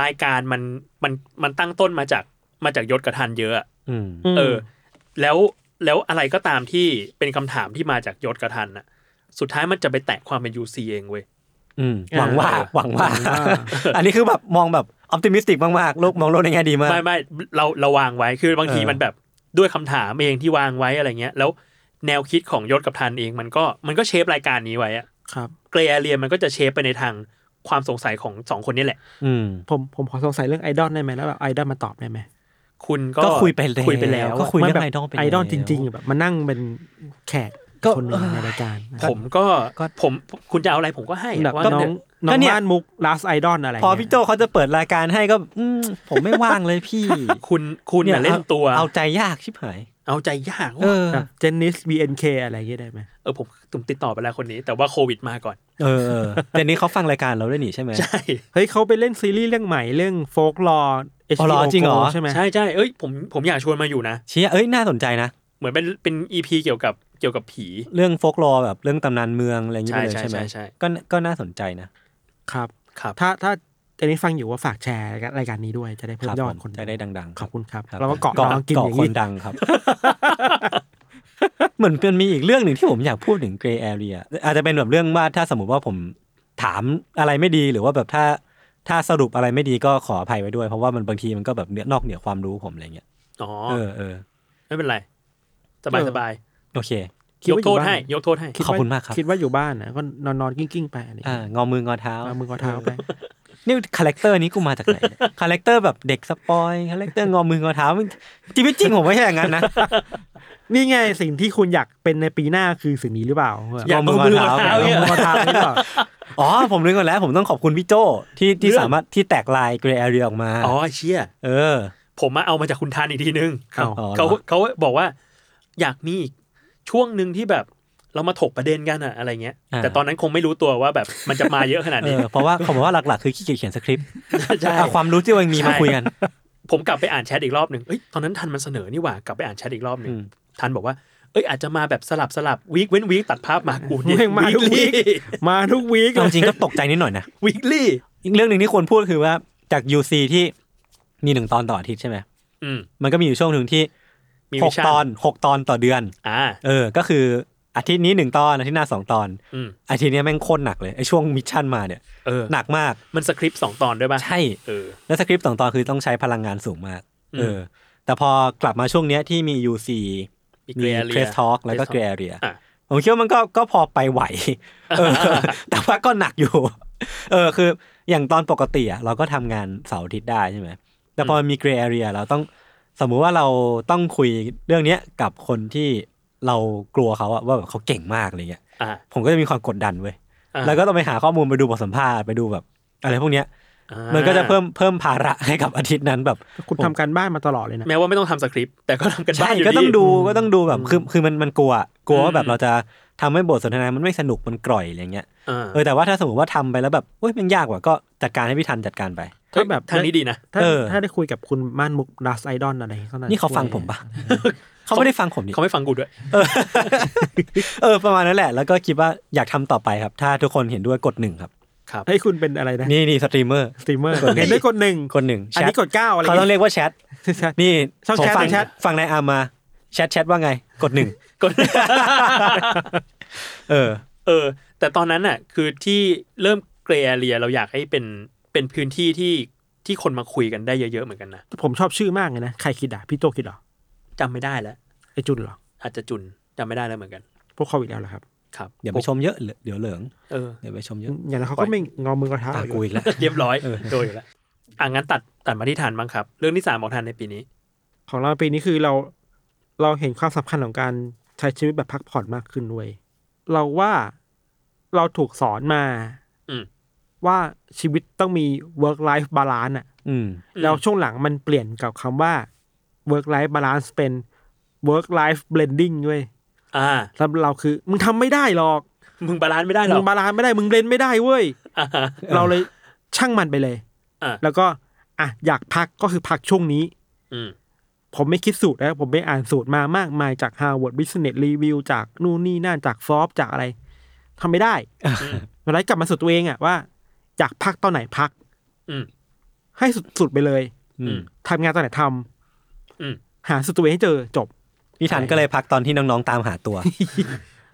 Speaker 2: รายการมันมันมันตั้งต้นมาจากมาจากยศกระทันเยอะอะ
Speaker 4: อืม
Speaker 2: เออ แล้วแล้วอะไรก็ตามที่เป็นคำถามที่มาจากยศกระทันน่ะ สุดท้ายมันจะไปแตะความเป็น UC เองเว้ย
Speaker 4: อืมหวังว่า
Speaker 2: เออ
Speaker 4: หวังว่า
Speaker 3: หวังว่า
Speaker 4: อันนี้คือแบบมองแบบออพติมิสติกมากๆโลกมองโลกในแง่ดีมาก
Speaker 2: ไม่ไม่เราเราวางไว้คือบางที
Speaker 4: เออ
Speaker 2: มันแบบด้วยคำถามเองที่วางไว้อะไรเงี้ย แล้วแนวคิดของยศกับทันเองมันก็มันก็เชฟรายการนี้ไว้อะ
Speaker 3: ครับ
Speaker 2: เกรย์แอเรียมันก็จะเชฟไปในทางความสงสัยของสองคนนี้แหละ
Speaker 4: อืม
Speaker 3: ผมผมขอสงสัยเรื่องไอดอลได้ไหมแล้วแบบไอดอลมาตอบได้ไหม
Speaker 2: คุณก็
Speaker 4: ก็คุยไปแล้ว
Speaker 2: คุยไปแล้ว
Speaker 4: ก็คุย
Speaker 3: มั
Speaker 4: เรื่อ
Speaker 3: แบบ
Speaker 4: งไอดอลไปแล้ว
Speaker 3: ไอดอลจริงๆแบบมานั่งเป็นแขก
Speaker 4: ก็
Speaker 3: คนหนึ่งในรายการนะ
Speaker 2: ผ
Speaker 3: ครับ
Speaker 2: มก็
Speaker 4: ก็
Speaker 2: ผมคุณจะเอาอะไรผมก็ให้
Speaker 3: แบบ
Speaker 2: ว่า
Speaker 3: น้องน้อ
Speaker 4: ก็
Speaker 3: ง
Speaker 4: เนี่ย
Speaker 3: ว่านมุก last idol อะไร
Speaker 4: พอพี่โจเขาจะเปิดรายการให้ก็อืมผมไม่ว่างเลยพี่
Speaker 2: คุณคุณน่ะเล่นตัว
Speaker 4: เอาใจยากชิบหาย
Speaker 2: เอาใจยาก
Speaker 4: เออ
Speaker 3: เจนนิส BNK อะไรอย่างเงี้ยได้ไหม
Speaker 2: เออผมตุ่มติดต่อไปแล้วคนนี้ แต่ว่าโควิดมาก่อน
Speaker 4: เออเออเดี๋ยวนี้เขาฟังรายการเราด้วยนี่ใช่ไหม
Speaker 2: ใช่
Speaker 3: เฮ้ยเขาไปเล่นซีรีส์เรื่องใหม่เรื่องโฟกลอร์เอช
Speaker 4: อ๋อเหรอจริงเหรอ
Speaker 3: ใช่ไหม
Speaker 2: ใช่ใช่เอ้ยผมผมอยากชวนมาอยู่นะ
Speaker 4: เชี่ยเอ้ย น่าสนใจนะ
Speaker 2: เหมือนเป็นเป็นอีพีเกี่ยวกับเกี่ยวกับผี
Speaker 4: เรื่องโฟกลอร์แบบเรื่องตำนานเมืองอะไรอย่างเงี้ย
Speaker 2: ใช่
Speaker 4: เลย
Speaker 2: ใช่
Speaker 4: ใช่ไหม
Speaker 2: ใช่ใช่
Speaker 4: ก็ก็น่าสนใจนะ
Speaker 3: ครับ
Speaker 2: ครับ
Speaker 3: ถ้าถ้าอันนี้ฟังอยู่ว่าฝากแชร์รายการนี้ด้วยจะได้เพิ่
Speaker 4: ค
Speaker 3: ม
Speaker 4: รับ
Speaker 3: ยอด
Speaker 4: ผม
Speaker 3: คน
Speaker 4: จะได้ดังๆ
Speaker 3: ขอบคุณครับ
Speaker 4: ครับ
Speaker 3: เราก็เกาะน้องกินอย่าง
Speaker 4: ค
Speaker 3: นี้
Speaker 4: นดังครับ เหมือนเป็นมีอีกเรื่องหนึ่งที่ผมอยากพูดถึงเกรย์แอเรียอาจจะเป็นแบบเรื่องว่าถ้าสมมติว่าผมถามอะไรไม่ดีหรือว่าแบบถ้าถ้าสรุปอะไรไม่ดีก็ขออภัยไว้ด้วย เพราะว่ามันบางทีมันก็แบบเนื้อนอกเหนือความรู้ผมอะไรเงี้ย
Speaker 2: อ๋อ
Speaker 4: เออเออ
Speaker 2: ไม่เป็นไร สบาย
Speaker 3: เออ
Speaker 2: สบาย
Speaker 4: โอเค
Speaker 3: คิ
Speaker 2: ย
Speaker 3: ด
Speaker 2: ก
Speaker 3: ว่าอ
Speaker 2: โทษ
Speaker 3: บ้าน
Speaker 2: ให้ยกโทษให้
Speaker 3: ด
Speaker 4: ขอบ
Speaker 3: ว่
Speaker 4: คุณมากครับ
Speaker 3: คิดว่าอยู่บ้านนะก็นอนนอนๆกิ้งกิ้งๆไปอะไรอย่าง
Speaker 4: อ่า
Speaker 3: เงี้ย
Speaker 4: งอมืองอเท้า
Speaker 3: เอามือกอเท้าไป
Speaker 4: นี่คาแรคเตอร์นี้กูมาจากไหน เนี่ย คาแรคเตอร์แบบเด็กสปอยคาแรคเตอร์งอมืองอเท้ามึงชีวิตจริงผมไม่ใช่อย่างนั้นนะ
Speaker 3: นี่ไงสิ่งที่คุณอยากเป็นในปีหน้าคือสิ่งนี้หรือเปล่า
Speaker 2: อยาก
Speaker 4: งอมืองอเท้า
Speaker 2: เอา มื เนี่ ย
Speaker 3: มือกอเท้าหรือเปล่า
Speaker 4: อ๋อผมนึกก่อนแล้ว ผมต้องขอบคุณพี่โจที่ที่
Speaker 2: เรื่อง
Speaker 4: สามารถที่แตกลายเกรย์แอเรียออกมา
Speaker 2: อ๋อเชี่ย
Speaker 4: เออ
Speaker 2: ผมมาเอามาจากคุณทานอีกทีนึง
Speaker 4: เอาอ๋อเหรอ
Speaker 2: เขาเขาบอกว่า อยากมีอีกช่วงหนึ่งที่แบบเรามาถกประเด็นกันอะอะไรเงี้ย แต่ตอนนั้นคงไม่รู้ตัวว่า แบบมันจะมาเยอะขนาด
Speaker 4: เอ
Speaker 2: นี้
Speaker 4: อ เพราะว่าเขาบอกว่าหลักๆ คือขี้เกียจเขียนสคริปต์
Speaker 2: ใช่
Speaker 4: เอาความรู้ที่ตัวเองมี
Speaker 2: ใช่
Speaker 4: มาคุยกัน
Speaker 2: ผมกลับไปอ่านแชทอีกรอบหนึ่งเอ้ยตอนนั้นทันมันเสนอนี่หว่ากลับไปอ่านแชทอีกรอบหนึ่ง
Speaker 4: อืม
Speaker 2: ทันบอกว่า เอ้ยอาจจะมาแบบสลับสลับวีคเว้นวีคตัดภาพมากู เนี่ย
Speaker 3: แม่งมาทุกวี ค มาทุกวีค
Speaker 4: เอาจริงก็ตกใจนิดหน่อยนะ
Speaker 2: วีคลี่
Speaker 4: อีกเรื่องหนึ่งที่ควรพูดคือว่าจาก UC ที่มีหนึ่งตอนต่ออาทิตย์ใช่ไหม
Speaker 2: อืม
Speaker 4: มันก็มีอยู่ช่วงหนึ่งที่
Speaker 2: มี
Speaker 4: ห
Speaker 2: วิ
Speaker 4: ก
Speaker 2: ชา
Speaker 4: ตอนหกตอนต่อเดือน
Speaker 2: อ่า
Speaker 4: เออ ก็คืออาทิตย์นี้หนึ่งตอนอาทิตย์หน้าสองตอน
Speaker 2: อืม
Speaker 4: อาทิตย์เนี้ยแม่งโคตรหนักเลยไอช่วงมิชชั่นมาเนี่ย
Speaker 2: เออ
Speaker 4: หนักมาก
Speaker 2: มันสคริปต์สองตอนด้วยป่ะ
Speaker 4: ใช่
Speaker 2: เออ
Speaker 4: แล้วสคริปต์สองตอนคือต้องใช้พลังงานสูงมาก
Speaker 2: อืม
Speaker 4: เออ แต่พอกลับมาช่วงเนี้ยที่มี UC
Speaker 2: มีเก
Speaker 4: มี
Speaker 2: รย์เรี
Speaker 4: Press Talk แล้วก็
Speaker 2: Press Talk
Speaker 4: Grey Area
Speaker 2: อ่ะ
Speaker 4: ผมคิดว่ามันก็ก็พอไปไหวเอ อ แต่ว่าก็หนักอยู่ เออคืออย่างตอนปกติอะเราก็ทำงานเสาร์อาทิตย์ได้ใช่ไหมแต่พอมี Grey Area เราต้องสมมุติว่าเราต้องคุยเรื่องเนี้ยกับคนที่เรากลัวเขาอะว่าแบบเขาเก่งมากอะไรเงี้ย
Speaker 2: อ่ะ
Speaker 4: ผมก็จะมีความกดดันเว้ย
Speaker 2: อ่ะ
Speaker 4: แล้วก็ต้องไปหาข้อมูลไปดูบทสัมภาษณ์ไปดูแบบ อะไรพวกเนี้ย
Speaker 2: อ่
Speaker 4: มันก็จะเพิ่มเพิ่มภาระให้กับอาทิตย์นั้นแบบ
Speaker 3: คุณทำการบ้านมาตลอดเลยนะ
Speaker 2: แม้ว่าไม่ต้องทำสคริปต์แต่ก็ทำกันบ้านอยู่ดี
Speaker 4: ก็ต้องดูก็ต้องดูแบบคือคือมันมันกลัวกลัวว่าแบ
Speaker 2: อื
Speaker 4: บ
Speaker 2: ม
Speaker 4: เราจะทำให้บทสนทนามันไม่สนุกมันกร่อยอะไรเงี้ย
Speaker 2: อ่า
Speaker 4: เออแต่ว่าถ้าสมมติว่าทำไปแล้วแบบเอ้ยมันยากว่ะก็จัดการให้พี่ทันจัดการไป
Speaker 3: ถ้าแบบ
Speaker 2: ทางนี้ดีนะ
Speaker 3: ถ้า
Speaker 4: เออ
Speaker 3: ถ้าได้คุยกับคุณม่านมุกดัสไอดอนอะไรเขา
Speaker 4: นี่เขาฟังผมปะเขาไม่ได้ฟังผมนี่
Speaker 2: เขาไม่ฟังกูด้วย
Speaker 4: เออประมาณนั้นแหละ แล้วก็คิดว่าอยากทำต่อไปครับ ถ้าทุกคนเห็นด้วยกดหนึ่งครับ
Speaker 2: ครับ
Speaker 3: ให้คุณเป็นอะไรนะ
Speaker 4: นี่นี่สตรีมเมอร์
Speaker 3: สตรีมเมอร์เห็นด้วยกดหนึ่ง
Speaker 4: คนหนึ่ง
Speaker 3: อัน
Speaker 4: แชท
Speaker 3: นี้กดเก้าอะไร
Speaker 4: เขาต้องเรียกว่าแชท
Speaker 3: ใช่
Speaker 4: นี่
Speaker 3: ช่อง
Speaker 4: ผม
Speaker 3: แชท
Speaker 4: ฟัง
Speaker 3: ในแชท
Speaker 4: ฟังนายอาร์มมาแชทแชทว่าไง กดหนึ่ง
Speaker 2: ก็
Speaker 4: เออ
Speaker 2: เออ แต่ตอนนั้นน่ะ คือที่เริ่มเกรย์เรียเราอยากให้เป็นเป็นพื้นที่ที่ที่คนมาคุยกันได้เยอะๆเหมือนกันนะ
Speaker 3: ผมชอบชื่อมากเลยนะใครคิดอ่ะพี่โจคิดเหรอ
Speaker 2: จำไม่ได้แล้ว
Speaker 3: ไอจุนเหรอ
Speaker 2: อาจจะจุนจำไม่ได้แล้วเหมือนกัน
Speaker 3: พวกเขาอีกแล้วเหรอครับ
Speaker 2: ครับ
Speaker 4: เดี๋ยวไปชมเยอะเหลือเดี๋ยวเหลือง
Speaker 2: เออ
Speaker 4: เดี๋ยวไปชมเยอะ
Speaker 3: อย่างนั้นเขาก็ไม่งอมือกอเท้า
Speaker 4: ตากูอีก แล้ว
Speaker 2: เรียบร้อย
Speaker 4: เออ
Speaker 2: โดยอยู่แล้วอ่ะงั้นตัดตัดมาที่ทานบ้างครับ เรื่องที่สามของทานในปีนี้
Speaker 3: ของเราปีนี้คือเราเราเห็นความสำคัญของการใช้ชีวิตแบบพักผ่อนมากขึ้นเว้ยเราว่าเราถูกสอนมา
Speaker 2: อืม
Speaker 3: ว่าชีวิตต้องมี work life balance อะ
Speaker 4: อืม
Speaker 3: แล้วช่วงหลังมันเปลี่ยนกับคำว่า work life balance เป็น work life blending ด้วย
Speaker 2: อ่า
Speaker 3: สำหรับเราคือ มึงทำไม่ได้หรอก
Speaker 2: มึงบาลานซ์ไม่ได้หร
Speaker 3: มึ
Speaker 2: อก
Speaker 3: งบาลานซ์ไม่ได้ มึงเบลนไม่ได้เว้ย
Speaker 2: อ่า
Speaker 3: เราเลยช่างมันไปเลย
Speaker 2: อ่ะ
Speaker 3: แล้วก็อ่ะอยากพักก็คือพักช่วงนี้
Speaker 2: อืม
Speaker 3: ผมไม่คิดสูตรแล้ว ผมไปอ่านสูตรมามากมายจาก Harvard Business Review จากนู่นนี่นั่นจากฟอ b จากอะไรทำไม่ได้เวลากลับมาสูตรตัวเองอะว่า อยากพักตอนไหนพัก
Speaker 2: อืม
Speaker 3: ให้สุดๆไปเลย
Speaker 4: อืม
Speaker 3: ทำงานตอนไหนทำ
Speaker 2: อืม
Speaker 3: หาสูตรตัวเองให้เจอจบ
Speaker 4: พี่ทันก็เลยพักตอนที่น้องๆตามหาตัว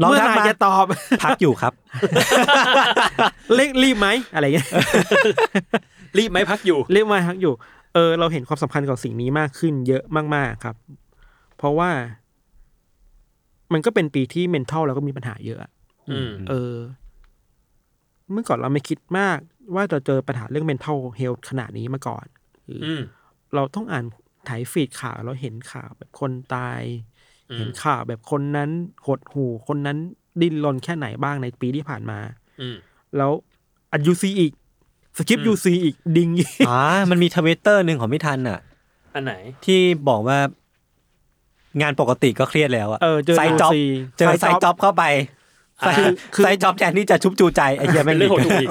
Speaker 4: น้อง
Speaker 3: เมื่อ
Speaker 4: ทัก
Speaker 3: ไหร่
Speaker 4: มา
Speaker 3: จะตอบ
Speaker 4: พักอยู่ครับ
Speaker 3: เร่งรีบไหมอะไรเงี้ย
Speaker 2: รีบไหมพักอยู่
Speaker 3: เรียกมาทักอยู่ เออ เราเห็นความสำคัญของสิ่งนี้มากขึ้นเยอะมากๆครับ เพราะว่า มันก็เป็นปีที่ mental เราก็มีปัญหาเยอะอะ
Speaker 2: อืม
Speaker 3: เออ เมื่อก่อนเราไม่คิดมาก ว่าจะเจอปัญหาเรื่อง mental health ขนาดนี้มาก่อน
Speaker 2: อืม
Speaker 3: เราต้องอ่านถ่ายฟีดข่าวเราเห็นข่าวแบบคนตาย
Speaker 2: อืม
Speaker 3: เห็นข่าวแบบคนนั้นหดหูคนนั้นดิ้นรนแค่ไหนบ้างในปีที่ผ่านมา
Speaker 2: อืม
Speaker 3: แล้วอัดยูซีอีก สกิป
Speaker 2: อืม
Speaker 3: ยูซีอีก ดิงอีก
Speaker 4: อ๋อมันมีทวิตเตอร์หนึ่งของพี่ทันอ่ะ
Speaker 2: อันไหน
Speaker 4: ที่บอกว่างานปกติก็เครียดแล้วอ่ะ
Speaker 3: เออเจอ
Speaker 4: ไซจ็อบ
Speaker 3: UC
Speaker 4: เจอไซ
Speaker 3: side job
Speaker 4: จ็อบเข้าไป
Speaker 2: อ่า
Speaker 4: ไซจ็อบแทนที่จะชุบจูใจไอเหี้ยแม่
Speaker 2: เป็น
Speaker 4: ง
Speaker 2: เรื่องของถูกอีก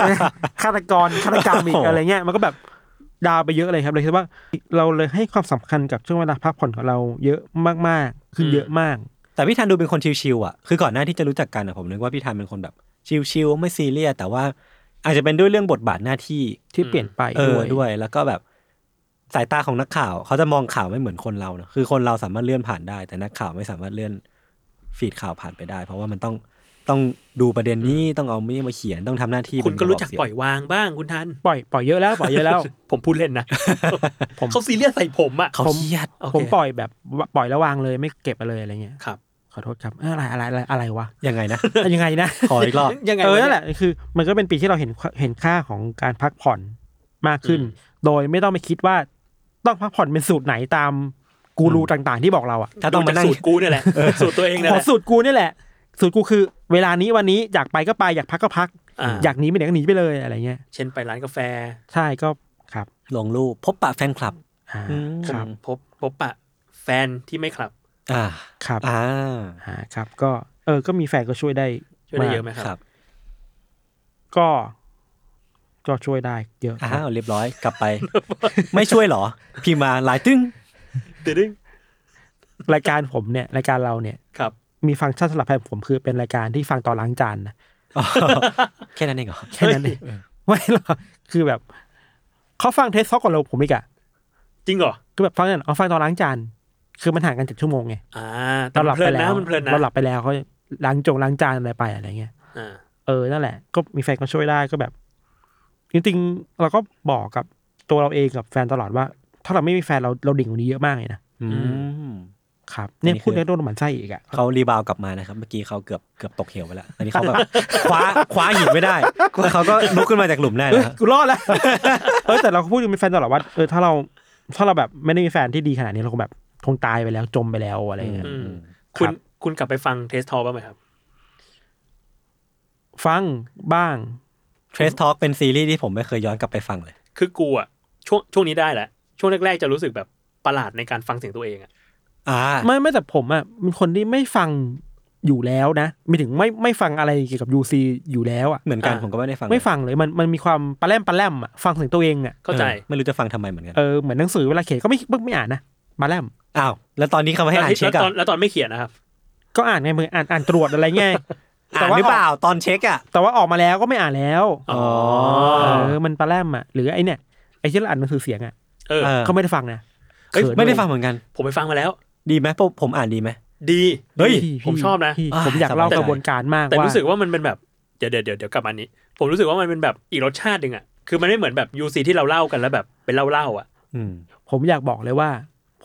Speaker 3: ฆาตกรฆาตกรรมอี
Speaker 4: โโห
Speaker 3: กอะไรเงี้ยมันก็แบบดาวไปเยอะเลยครับเลยคิดว่า เราเลยให้ความสำคัญกับช่วงเวลาพักผ่อนของเราเยอะมากๆขึ้นเยอะมาก
Speaker 4: แต่พี่ทันดูเป็นคนชิวๆอ่ะคือก่อนหน้าที่จะรู้จักกันอ่ะผมนึกว่าพี่ทันเป็นคนแบบชิวๆไม่ซีเรียสแต่ว่าอาจจะเป็นด้วยเรื่องบทบาทหน้าที่
Speaker 3: ที่เปลี่ยนไป
Speaker 4: เออ
Speaker 3: ด้
Speaker 4: ด้
Speaker 3: ว
Speaker 4: วย ยแล้วก็แบบสายตาของนักข่าว เขาจะมองข่าวไม่เหมือนคนเราเนอะคือคนเราสามารถเลื่อนผ่านได้ แต่นักข่าวไม่สามารถเลื่อนฟีดข่าวผ่านไปได้ เพราะว่ามันต้องต้องดูประเด็นนี้ต้องเอาไม่มาเขียนต้องทำหน้าที่
Speaker 2: คุณก็รู้จัก
Speaker 4: เป็น
Speaker 2: ป
Speaker 4: บ
Speaker 2: ล่อยวางบ้างคุณทัน
Speaker 3: ปล่อยปล่อยเยอะแล้วปล่อยเยอะแล้ว
Speaker 2: ผมพูดเล่นนะ
Speaker 3: ผม
Speaker 2: เขาซีเรียสใส่ผมอ่ะ
Speaker 3: ผม
Speaker 4: เสียงเขาเครียด
Speaker 2: โอเค
Speaker 3: ผมปล่อยแบบปล่อยแล้ววางเลยไม่เก็บไปเลยอะไรเงี้ย
Speaker 2: ครับ
Speaker 3: ขอโทษครับเอ้ยอะไรอะไรอะไรอะไรวะ
Speaker 4: ยังไงนะ
Speaker 3: เอ้ยยังไงนะ
Speaker 4: ขออีกรอบ
Speaker 2: ยังไง
Speaker 3: เออ
Speaker 2: ว
Speaker 3: นั่นแหละคือ มันก็เป็นปีที่เราเห็นเห็นค่าของการพักผ่อนมากขึ้น โดยไม่ต้องไปคิดว่าต้องพักผ่อนเป็นสูตรไหนตามกูรูต่างๆ ที่บอกเราอ่ะ
Speaker 4: ถ้าต้องมานั่ง
Speaker 2: ดูจกสูตรกูเนี่ยแหละสูตรตัวเองเนี่ย
Speaker 3: ข
Speaker 2: แห
Speaker 3: อ
Speaker 2: ละ
Speaker 3: สูตรกูนี่แหละ สูตรกูคือ เวลานี้วันนี้อยากไปก็ไปอยากพักก็พัก
Speaker 2: อ่า
Speaker 3: อยากหนีไปไหนก็หนีไปเลยอะไรเงี้ย
Speaker 2: เช่นไปร้านกาแฟ
Speaker 3: ใช่ก็ครับ
Speaker 4: ลงรูปพบปะแฟนคลับ
Speaker 3: อ่า
Speaker 4: อืม
Speaker 3: ครับ
Speaker 2: พบพบปะแฟนที่ไม่คลับ
Speaker 4: อ่า
Speaker 3: ครับ
Speaker 4: อ่า
Speaker 3: อ่าครับ ก็ เออก็มีแฟนก็ช่วยได้
Speaker 2: ช่วยได้เยอะไหมค
Speaker 4: ครั
Speaker 2: รับ
Speaker 4: บ
Speaker 3: ก็ ก็ช่วยได้เยอะ
Speaker 4: อ้า
Speaker 3: ครับ
Speaker 4: วเรียบร้อยกลับไป ไม่ช่วยเหรอ พี่มาหลายตึ้ง
Speaker 2: ตึ้ง
Speaker 3: รายการผมเนี่ยรายการเราเนี่ย
Speaker 2: ครับ
Speaker 3: มีฟังก์ชันสำหรับแฟนผมคือเป็นรายการที่ฟังตอนล้างจานนะ
Speaker 4: อ๋อแค่นั้นเองเหรอ
Speaker 3: แค่นั้นเองไม่หรอกคือแบบเขาฟังเทสซอกก่อนเราผมอีกอะ
Speaker 2: จริงเหรอ
Speaker 3: คือแบบฟังกันเอาฟังตอนล้างจานคือมันห่างกันเจ็ดชั่วโมงไง
Speaker 2: อ่าแต่
Speaker 3: เราห
Speaker 2: มันเพลิ
Speaker 3: ลับไป
Speaker 2: น
Speaker 3: แล้
Speaker 2: นะ
Speaker 3: ว
Speaker 2: มันเพลินนะ
Speaker 3: เราหลับไปแล้วเขาล้างจงล้างจานอะไรไปอะไรเงี้ย
Speaker 2: อ่า
Speaker 3: เออนั่นแหละก็มีแฟนก็ช่วยได้ก็แบบ จริงๆเราก็บอกกับตัวเราเองกับแฟนตลอดว่า ถ้าเราไม่มีแฟนเราเราดิ่งกว่านี้เยอะมากเลยนะ
Speaker 4: อืม
Speaker 3: ครับเนี่ย
Speaker 4: อันนี้คือ
Speaker 3: พูดได้โดนหมันไส้อีกอะ
Speaker 4: เขารีบาวด์กลับมานะครับ เมื่อกี้เขาเกือบเกือบตกเหวไปแล้ว อันนี้เขาแบบ คว้าคว้าหินไม่ได้เขาก็ลุกขึ้นมาจากหลุมได้
Speaker 3: เอ้ย
Speaker 4: นะ
Speaker 3: กูรอดแล้ว เออแต่เราก็พูดกับแฟนตลอดว่าเออถ้าเราถ้าเราแบบไม่ได้มีแฟนที่ดีขนาดนี้เราคงแบบคงตายไปแล้วจมไปแล้วอะไรเงี้ย
Speaker 2: อืม
Speaker 3: ครับ
Speaker 2: คุณคุณกลับไปฟังเทสทอบ้างไหมครับ
Speaker 3: ฟังบ้าง
Speaker 4: เทรสทอ a l k เป็นซีรีส์ที่ผมไม่เคยย้อนกลับไปฟังเลย
Speaker 2: คือกูอะช่วงช่วงนี้ได้แหละ ช่วงแรกๆจะรู้สึกแบบประหลาดในการฟังเสียงตัวเองอะ
Speaker 4: อ่า
Speaker 3: ไม่ไม่แต่ผมอ่ะเป็นคนที่ไม่ฟังอยู่แล้วนะไม่ถึงไม่ไม่ฟังอะไรเกี่ยวกับ UC อยู่แล้วอ่ะ
Speaker 4: เหมือนกันผมก็ไม่ได้ฟัง
Speaker 3: ไม่ฟังเลยมันมันมีความปลาแลมปลาแลมอ่ะฟังเสียงตัวเองอ่ะ
Speaker 2: เข้าใจ
Speaker 4: ออไม่รู้จะฟังทำไมเหมือนกัน
Speaker 3: เออเหมือนหนังสือเวลาเขียนก็ไม่ไม่ไม่อ่านนะปลาแลม
Speaker 4: อ้าว แล้วตอนนี้เขาไม่ให้อ่านเช็ค
Speaker 2: แล้ว
Speaker 4: อะ
Speaker 2: ตอนแล้วตอนไม่เขียนนะครับ
Speaker 3: ก็อ่านไงมึงอ่านอ่านตรวจอะไรเงี้ย แต่
Speaker 4: อ่าน
Speaker 3: ว่า
Speaker 4: หรือเปล่าตอนเช็คอะ
Speaker 3: แต่ว่าออกมาแล้วก็ไม่อ่านแล้ว
Speaker 2: อ๋อ
Speaker 3: เออมันปลาแลมอ่ะหรือไอเนี่ยไอที่เราอ่านหนังสือเสียงอ่ะ
Speaker 2: เออ
Speaker 4: เออ
Speaker 3: ก็ไม่ได้ฟังนะ
Speaker 2: เอ้ย
Speaker 3: เขิน
Speaker 4: ไม่ได้ฟังเหมือนกัน
Speaker 2: ผมไปฟังมาแล้ว
Speaker 4: ดีไหมผมผมอ่านดีไหม
Speaker 2: ดี
Speaker 4: เฮ้ย
Speaker 3: พี่
Speaker 2: ผมชอบนะ
Speaker 3: พี่ผมอยากเล่ากระบวนการมาก
Speaker 2: แต่
Speaker 3: ว่า
Speaker 2: รู้สึกว่ามันเป็นแบบเดี๋ยวเดี๋ยวเดี๋ยวเดี๋ยวกลับมาอันนี้ ผมรู้สึกว่ามันเป็นแบบอีกรสชาติหนึ่งอะคือมันไม่เหมือนแบบยูซีที่เราเล่ากันแล้วแบบเป็นเล่าเล่าๆอะ
Speaker 4: อืม
Speaker 3: ผมอยากบอกเลยว่า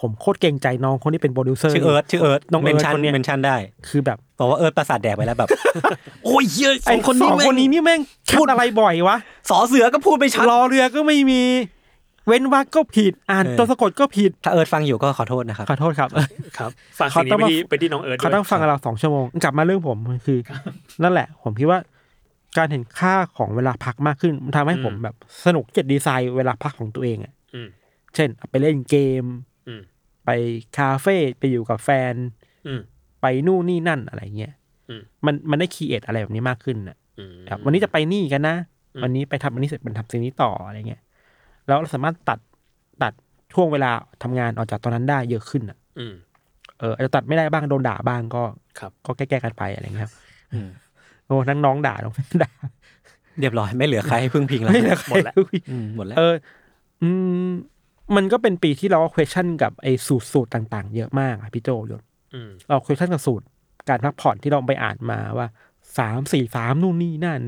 Speaker 3: ผมโคตรเกรงใจน้องคนที่เป็นโปรดิวเซอร์
Speaker 4: ชื่อเอิร์ธชื่อเอิร์ธ
Speaker 3: น้อง
Speaker 4: เมนชั่น
Speaker 3: Earth คนเนี้ย
Speaker 4: เมนชั่นได้
Speaker 3: คือแบบ
Speaker 4: บอกว่าเอิร์ธประสาทแดกไปแล้วแบบ โอ้ยเหี้ยส
Speaker 3: ไอ้
Speaker 4: อง
Speaker 3: ค
Speaker 4: คน น
Speaker 3: นี้
Speaker 4: นี้
Speaker 3: ค
Speaker 4: คน น
Speaker 3: นี้
Speaker 4: นี้
Speaker 3: นี่แม่งพูดอะไรบ่อยวะ
Speaker 4: สอเสือก็พูดไปชัด
Speaker 3: รอเรือก็ไม่มี เว้นวรรคก็ผิด อ่าน
Speaker 4: เออ
Speaker 3: ตัวสะกดก็ผิด
Speaker 4: ถ้าเอิร์ธฟังอยู่ก็ขอโทษนะครับ
Speaker 3: ขอโทษครับ
Speaker 2: ครับฝากสิ่งนี้
Speaker 3: เขาต้อง
Speaker 2: ไป
Speaker 3: มา
Speaker 2: ที่ไปที่น้องเอิร์ธด้
Speaker 3: เขา
Speaker 2: ว
Speaker 3: ต้อย งฟังกับเราสองชั่วโมง กลับมาเรื่องผมคือ นั่นแหละ ผมคิดว่า การเห็นค่าของเวลาพักมากขึ้นมันทำให้ผมแบบ สนุกเก็ดดีไซน์เวลาพักของตัวเองอ่ะ
Speaker 2: อืม
Speaker 3: เช่น ไปเล่นเกม
Speaker 2: อืม
Speaker 3: ไปคาเฟ่ไปอยู่กับแฟน
Speaker 2: อืม
Speaker 3: ไปนู่นนี่นั่นอะไรเงี้ย
Speaker 2: อืม
Speaker 3: มันมันได้คีเอทอะไรแบบนี้มากขึ้นอ่ะ
Speaker 2: อืม
Speaker 3: ครับวันนี้จะไปนี่กันนะ
Speaker 2: อืม
Speaker 3: วันนี้ไปทำอันนี้เสร็จเป็นทำสิ่งนี้ต่ออะไรเงี้ยแล้วเราสามารถตัดตัดช่วงเวลาทำงานออกจากตอนนั้นได้เยอะขึ้นอ่ะ
Speaker 2: อืม
Speaker 3: เอออาจจะตัดไม่ได้บ้างโดนด่าบ้างก็
Speaker 2: ครับ
Speaker 3: ก็แก้ๆกันไปอะไรเงี้ยครับ
Speaker 4: อืม
Speaker 3: โอ้ทั้งน้องด่าน้อ งแฟนด่า
Speaker 4: เรียบร้อยไม่เหลือใครให้พึ่งพิงแล้ว
Speaker 3: ไม่เหลือ
Speaker 2: หมดแล้ว
Speaker 3: ใครคุย
Speaker 4: อืมหมดแล้ว
Speaker 3: เออ อืมมันก็เป็นปีที่เราก็ question กับไอ้สูตรสูตรต่าง ๆ เยอะมากอะพี่โจยศ
Speaker 2: อืม
Speaker 3: เรา question กับสูตร การพักผ่อนที่เราไปอ่านมาว่าสามสี่สามนู่นนี่นั่น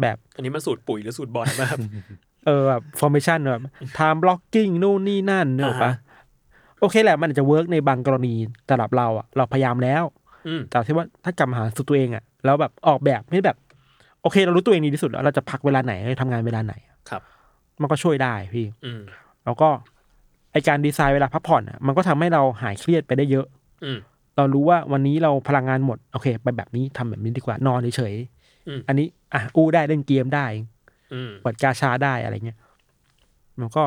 Speaker 3: แบบ
Speaker 2: อันนี้มันสูตรปุ๋ยหรือสูตรบอล มาก
Speaker 3: เออแบบ formation แบบ time blocking นู่นนี่นั่นเนกอะปะ
Speaker 2: อ่าฮะ
Speaker 3: โอเคแหละ มันอาจจะเวิร์กในบางกรณีสำหรับเราอะเราพยายามแล้ว
Speaker 2: อืม
Speaker 3: แต่ที่ว่าถ้ากลับมาหาสูตรตัวเองอะแล้วแบบออกแบบไม่แบบ โอเค เรารู้ตัวเองดีที่สุดแล้ว เราจะพักเวลาไหนทำงานเวลาไหนอะ
Speaker 2: ครับ
Speaker 3: มันก็ช่วยได้พี่
Speaker 2: อืม
Speaker 3: แล้วก็ไอการดีไซน์เวลาพักผ่อนอะมันก็ทำให้เราหายเครียดไปได้เยอะ
Speaker 2: อืม
Speaker 3: เรารู้ว่าวันนี้เราพลังงานหมด โอเค ไปแบบนี้ทำแบบนี้ดีกว่านอนเฉย
Speaker 2: อืม
Speaker 3: ๆอันนี้อ่ะอู้ได้เล่นเกมได้
Speaker 2: อืม
Speaker 3: เปิดกาชาได้อะไรเงี้ย มันก็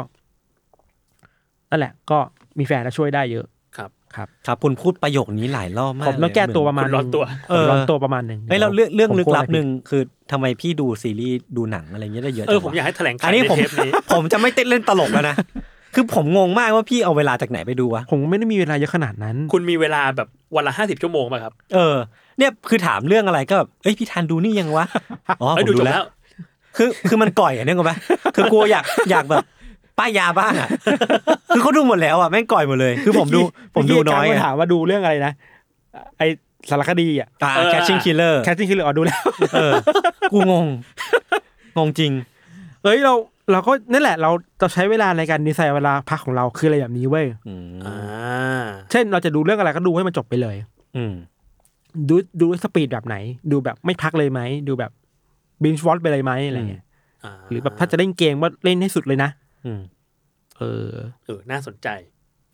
Speaker 3: นั่นแหละ ก็มีแฟนแล้วช่วยได้เยอะ
Speaker 4: ครับคุณพูดประโยคนี้หลายรอบมาก
Speaker 3: ผมต้อง
Speaker 4: เลย
Speaker 3: แก้ตัว
Speaker 4: เห
Speaker 3: ป
Speaker 4: มือน
Speaker 3: ระมาณ
Speaker 2: คุณร้อนตัว
Speaker 3: เออ
Speaker 4: เออ
Speaker 3: ร้อนตัวประมาณหนึ่ง
Speaker 4: เฮ้ยเราเรื่องเรื่องลึกลับหนึ่
Speaker 3: ง
Speaker 4: งคือทำไมพี่ดูซีรีส์ดูหนังอะไรเงี้ยได้เยอะ
Speaker 2: เออ
Speaker 4: จังวะ
Speaker 2: ผมอยากให้แถลงไข
Speaker 4: อัน
Speaker 2: ใน
Speaker 4: นี้ผม
Speaker 2: เทปนี้
Speaker 4: ผมจะไม่เต้นเล่นตลกแล้วนะคือผมงงมากว่าพี่เอาเวลาจากไหนไปดูวะ
Speaker 3: ผมไม่ได้มีเวลาเยอะขนาดนั้น
Speaker 2: คุณมีเวลาแบบวันละห้าสิบชั่วโมงป่ะครับ
Speaker 4: เออ เนี่ยคือถามเรื่องอะไรก็แบบเอ้ยพี่ทันดูนี่ยังวะอ๋อผ
Speaker 2: เอ้ย
Speaker 4: ม
Speaker 2: ดู
Speaker 4: ดู
Speaker 2: จบ
Speaker 4: แล้
Speaker 2: แล้ว ว
Speaker 4: คือคือมันก่อยอะเนี่ยกูไหมคือกลัวอยากอยากแบบป้ายยาบ้างอ่ะคือเขาดูหมดแล้วอ่ะแม่งก่อยหมดเลย คือผมดูผมดูน้อย
Speaker 3: พี่กลาง
Speaker 4: อะ
Speaker 3: มาถามว่าดูเรื่องอะไรนะ ไอสารคดีอ่ะ
Speaker 4: อ่า
Speaker 2: เออ
Speaker 4: catching killer
Speaker 3: แคสติ้งคือเลยอ๋อดูแล้ว
Speaker 4: เออกูงง งงจริง
Speaker 3: เอ้ยเราเราก็นั่นแหละ เราเราใช้เวลาในการดีไซน์เวลาพักของเราคืออะไรแบบนี้เว้ย
Speaker 4: อืม
Speaker 2: อ่า
Speaker 3: เช่นเราจะดูเรื่องอะไรก็ดูให้มันจบไปเลย
Speaker 4: อืม
Speaker 3: ดูดูสปีดแบบไหน ดูแบบไม่พักเลยไหม ดูแบบบินช์วอตไปเลยไหมอะไรเงี้ย
Speaker 2: า
Speaker 3: หรือแบบถ้าจะเล่นเกมว่าเล่นให้สุดเลยนะ
Speaker 4: อืม
Speaker 3: เออ
Speaker 2: เออน่าสนใจ